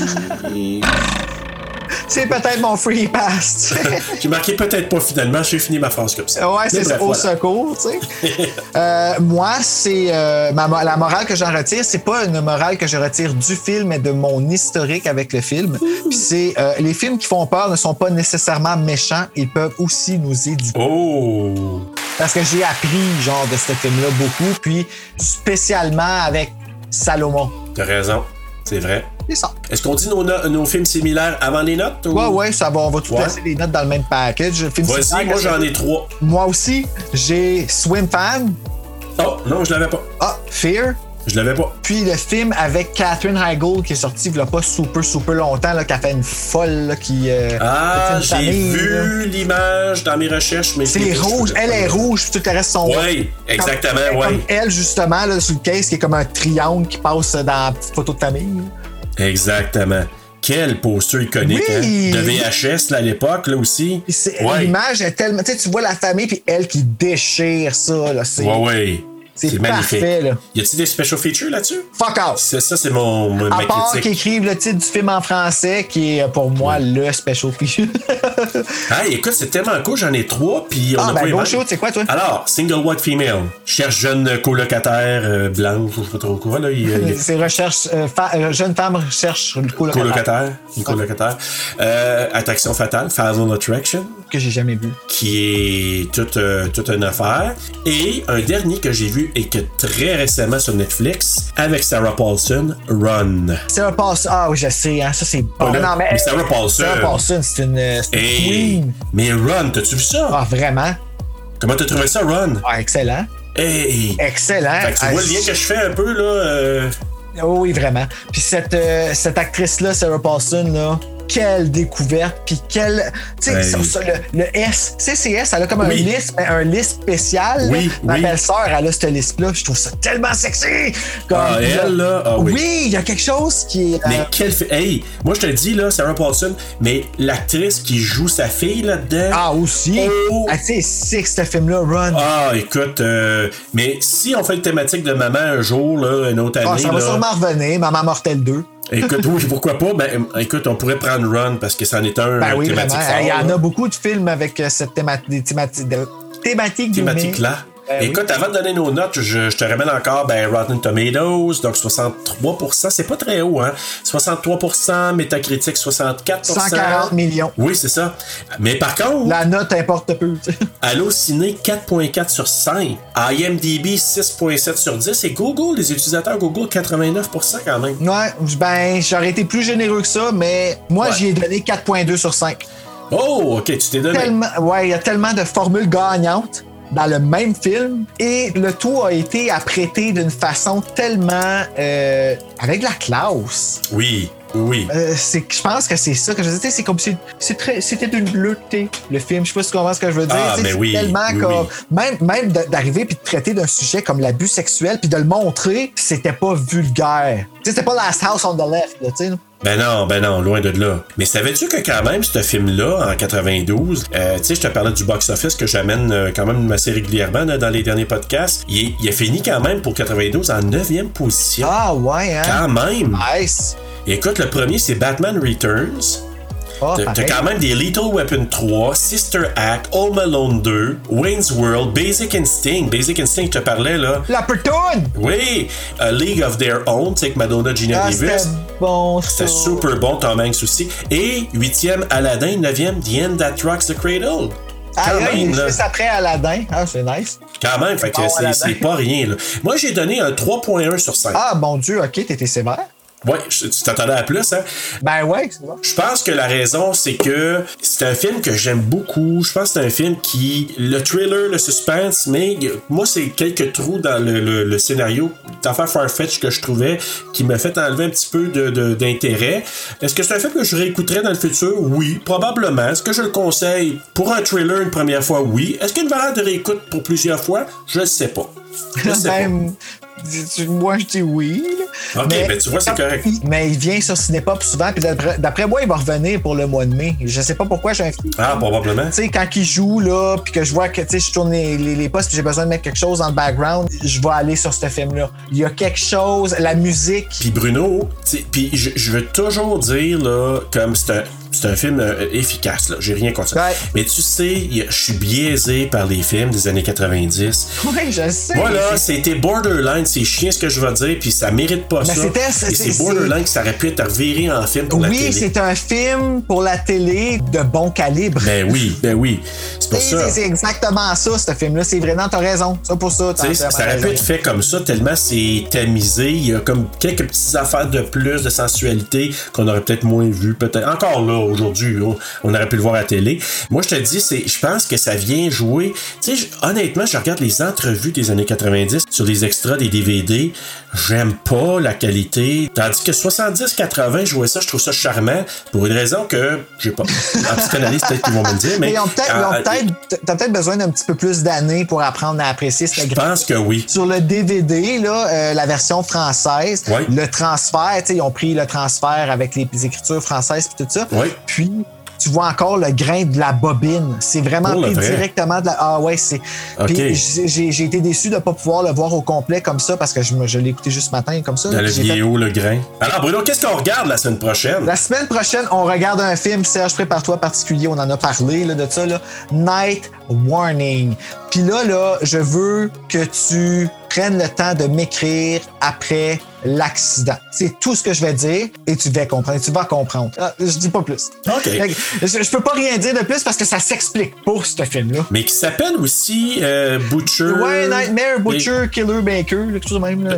C'est peut-être mon free pass. tu sais. j'ai marqué peut-être pas finalement, j'ai fini ma phrase comme ça. Ouais, c'est Mais ça, bref, au voilà. secours, tu sais. Euh, moi, c'est euh, ma mo- la morale que j'en retire, c'est pas une morale que je retire du film, mais de mon historique avec le film. Puis c'est euh, les films qui font peur ne sont pas nécessairement méchants, ils peuvent aussi nous éduquer. Oh! Parce que j'ai appris genre de ce film-là beaucoup, puis spécialement avec Salomon. T'as raison, c'est vrai. C'est ça. Est-ce qu'on dit nos, no- nos films similaires avant les notes? ou- Ouais, ouais, ça va, on va tout Ouais. placer les notes dans le même package. Le film Vas-y, similaire, moi j'en ai trois. Moi aussi, j'ai Swim Fan, Oh, non, je l'avais pas. ah, Fear, Je l'avais pas. Puis le film avec Catherine Heigl qui est sorti il y a pas super super longtemps, là, qui a fait une folle là, qui. euh, Ah, qui a fait une j'ai famille, là. vu l'image dans mes recherches, mais je l'ai C'est pas, rouge, je l'ai elle pas. est rouge, puis tout le reste sont verts. Oui, exactement, Comme oui. elle, justement, là, sur le case, qui est comme un triangle qui passe dans la petite photo de famille. Exactement. Quel poster iconique, Oui! hein? De VHS, là, à l'époque, là aussi. Puis c'est- Ouais. L'image est tellement. Tu sais, tu vois la famille, puis elle qui déchire ça. Là, c'est Ouais, ouais. c'est C'est magnifique. parfait, là. Y a-t-il des special features là-dessus? Fuck off! C'est ça, c'est mon, mon- À ma part qu'ils critique. écrivent le titre du film en français, qui est euh, pour moi le special feature. Ah, écoute, c'est tellement cool, j'en ai trois, puis on ah, a pas ben, les bon mêmes. show, tu sais quoi, toi? Alors, single white female. Cherche jeune colocataire euh, blanche, je sais pas trop quoi, là. Il, il- C'est recherche. euh, fa- euh, jeune femme recherche le colocataire. colocataire. Une colocataire. Euh, attraction fatale, Fatal Attraction. Que j'ai jamais vu. qui est toute, euh, toute une affaire. Et un dernier que j'ai vu et que très récemment sur Netflix, avec Sarah Paulson, Run. Sarah Paulson. Ah oui, je sais, hein, ça c'est bon. là, non, mais, mais Sarah Paulson. Sarah Paulson, c'est une, euh, c'est une Hey, queen. mais Run, t'as-tu vu ça? Ah, vraiment? Comment t'as trouvé ça, Run? Ah, excellent. Hey! Excellent. Fait que tu Ah, vois le lien que je fais un peu, là. euh, c'est- Ah Oui, vraiment. Puis cette, euh, cette actrice-là, Sarah Paulson, là, quelle découverte, puis quelle. Tu sais, Hey. ça- ça, le, le S, CCS, elle a comme un Ben Oui. liste, mais un liste spécial. Oui, là. Ma oui. belle-sœur, elle a ce liste-là, puis je trouve ça tellement sexy! Comme, Ah, elle, là, ah oui. Oui, il y a quelque chose qui est. Mais euh, quel. fi- Hey! Moi, je te le dis, là, Sarah Paulson, mais l'actrice qui joue sa fille là-dedans. Ah, aussi. Oh. Ah, tu sais, sick, ce film-là, Run. Ah, écoute, euh, mais si on fait une thématique de maman un jour, là, une autre année. Ah, ça va là, sûrement revenir, Maman Mortelle 2. Écoute, oui, pourquoi pas? Ben, écoute, on pourrait prendre Run parce que c'en est un Ben euh, oui, thématique vraiment. fort, Il y en là. a beaucoup de films avec euh, cette théma- des thématiques de- thématiques guillemets. thématique là. Ben oui. écoute, avant de donner nos notes, je, je te ramène encore ben, Rotten Tomatoes, donc 63%, c'est pas très haut, hein? 63%, Metacritic 64%. 140 millions. Oui, c'est ça. Mais par contre, La note importe peu. tu sais. Allociné 4.4 sur 5, IMDB 6.7 sur 10 et Google, les utilisateurs Google 89% quand même. Ouais, ben, j'aurais été plus généreux que ça, mais moi, Ouais. j'y ai donné 4,2 sur 5. Oh, ok, tu t'es donné. Tellement- ouais, il y a tellement de formules gagnantes dans le même film et le tout a été apprêté d'une façon tellement euh, avec de la classe. Oui, Oui. Euh, c'est, je pense que c'est ça que je veux dire. C'est comme si c'est très, c'était une bleuté, le film. Je sais pas si tu comprends ce que je veux dire. Ah, Tu sais, mais c'est oui, tellement oui, comme- oui. Même, même de- d'arriver puis de traiter d'un sujet comme l'abus sexuel puis de le montrer, c'était pas vulgaire. Tu sais, c'était pas Last House on the Left, là, tu sais. Ben non, ben non, loin de là. Mais savais-tu que quand même, ce film-là, en 92, euh, tu sais, je te parlais du box-office que j'amène euh, quand même assez régulièrement là, dans les derniers podcasts, il, est- il a fini quand même pour 92 en 9e position. Ah ouais, hein? Quand même! Nice! Écoute, le premier, c'est Batman Returns. Ah, T'as- T'as pareil. quand même des Lethal Weapon 3, Sister Act, Home Alone 2, Wayne's World, Basic Instinct. Basic Instinct, je te parlais, là. La Platoon! Oui! A League of Their Own, tu sais, avec Madonna Gina Ah, Davis. c'était bon, C'était ça. super bon, Tom Hanks aussi. Et huitième, Aladdin. Neuvième, The End That Rocks the Cradle. Quand Ah, là, il même, est là. juste après Aladdin. Ah, c'est nice. Quand même, fait que Bon, c'est- Aladdin. c'est pas rien. Là. Moi, j'ai donné un 3.1 sur 5. Ah, mon Dieu, ok, t'étais sévère. Ouais, je- tu t'attendais à plus, hein? Ben ouais, c'est bon. Je pense que la raison, c'est que c'est un film que j'aime beaucoup. Je pense que c'est un film qui. Le thriller, le suspense, mais y a- moi, c'est quelques trous dans le, le- le scénario d'affaires Farfetch que je trouvais qui m'a fait enlever un petit peu de- de- d'intérêt. Est-ce que c'est un film que je réécouterais dans le futur? Oui, probablement. Est-ce que je le conseille pour un thriller une première fois? Oui. Est-ce qu'il y a une valeur de réécoute pour plusieurs fois? Je ne sais pas. Je sais pas. Ben, tu- moi, je dis oui. là. Ok, ben, tu vois, c'est correct. Mais il vient sur Cinépop souvent, puis d'après d'après moi, il va revenir pour le mois de mai. Je sais pas pourquoi j'ai un feeling. Ah, probablement. Tu sais, quand il joue, là, puis que je vois que, tu sais, je tourne les, les, les postes, puis j'ai besoin de mettre quelque chose dans le background, je vais aller sur ce film-là. Il y a quelque chose, la musique. Puis Bruno, tu sais, puis je, je veux toujours dire là, comme c'est un, c'est un film euh, efficace, là, j'ai rien contre ça. Ouais. Mais tu sais, y a- je suis biaisé par les films des années 90. Oui, je sais. Moi là, c'était borderline, c'est chiant ce que je veux dire, puis ça mérite pas Mais ça. c'était- Et c'est- c'est c'est- borderline que ça aurait pu être reviré en film pour la Oui, télé. c'est un film pour la télé de bon calibre. Ben oui, ben oui, c'est pour Tu sais, ça. C'est c'est exactement ça, ce film-là. C'est vrai, non, t'as raison. Ça pour ça, Tu t'as sais, ça aurait pu être fait comme ça, tellement c'est tamisé. Il y a comme quelques petites affaires de plus de sensualité qu'on aurait peut-être moins vu. Peut-être encore là aujourd'hui, on, on aurait pu le voir à la télé. Moi, je te dis, c'est, je pense que ça vient jouer. Tu sais, j- honnêtement, je regarde les entrevues des années 90 sur les extras des DVD. J'aime pas la qualité. Tandis que 70-80, je vois ça, je trouve ça charmant pour une raison que j'ai pas. En psychanalyse, peut-être qu'ils vont me le dire, mais. Mais ils ont peut-être, ils ont Ah, peut-être- t'as peut-être besoin d'un petit peu plus d'années pour apprendre à apprécier Je cette grande. pense que oui. Sur le DVD, là, euh, la version française, Ouais. le transfert, tu sais, ils ont pris le transfert avec les écritures françaises et tout ça. Ouais. Puis, tu vois encore le grain de la bobine. C'est vraiment Pour le pris vrai. directement de la. Ah ouais, c'est. Ok. Puis, j'ai- j'ai j'ai été déçu de ne pas pouvoir le voir au complet comme ça parce que je, me- je l'ai écouté juste ce matin comme ça. Dans le J'ai fait- Ben- vidéo, le grain. Alors, Bruno, qu'est-ce qu'on regarde la semaine prochaine? La semaine prochaine, on regarde un film, Serge, prépare-toi particulier, on en a parlé là, de ça, là. Night Warning. Puis là, là, je veux que tu prennes le temps de m'écrire après l'accident. C'est tout ce que je vais dire et tu vas comprendre. Tu vas comprendre. Ah, je dis pas plus. OK. Fait que Je, je peux pas rien dire de plus parce que ça s'explique pour ce film-là. Mais qui s'appelle aussi euh, Butcher. Ouais, Nightmare, Butcher, Killer, Baker, là, quelque chose de même. Là.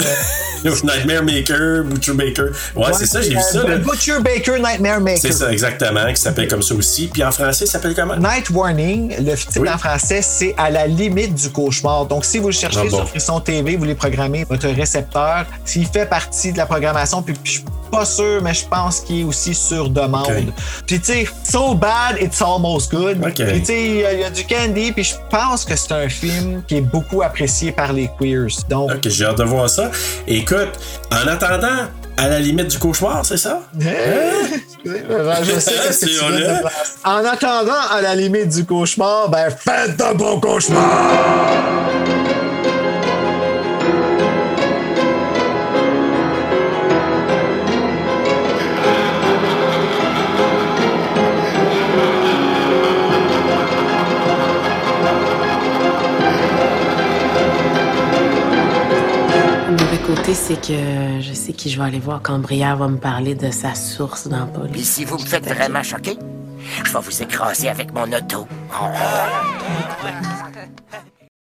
Nightmare Maker, Butcher Maker. Ouais, c'est ça, j'ai vu ça. Euh, là. Butcher, Baker, Nightmare, Maker. C'est ça, exactement, qui s'appelle comme ça aussi. Puis en français, ça s'appelle comment? Night Warning, le titre Oui. en français, c'est à la limite du cauchemar. Donc, si vous le cherchez Ah bon. sur Frisson TV, vous les programmez votre récepteur. S'il fait partie de la programmation, puis, puis je suis pas sûr, mais je pense qu'il est aussi sur demande. Ok. Puis, tu sais, so bad, it's almost good. Ok. Puis, tu sais, il y a- il y, a du candy, puis je pense que c'est un film qui est beaucoup apprécié par les queers. Donc, Ok, j'ai hâte de voir ça. Écoute, en attendant, à la limite du cauchemar, c'est ça? Hein? je sais que c'est C'est ce que tu viens honnête. de placer. En attendant, à la limite du cauchemar, ben, faites de bons cauchemars! Le mauvais côté, c'est que Euh, je sais qui je vais aller voir quand Brière va me parler de sa source dans Paul. Puis si vous me faites vraiment choquer, je vais vous écraser avec mon auto. Oh.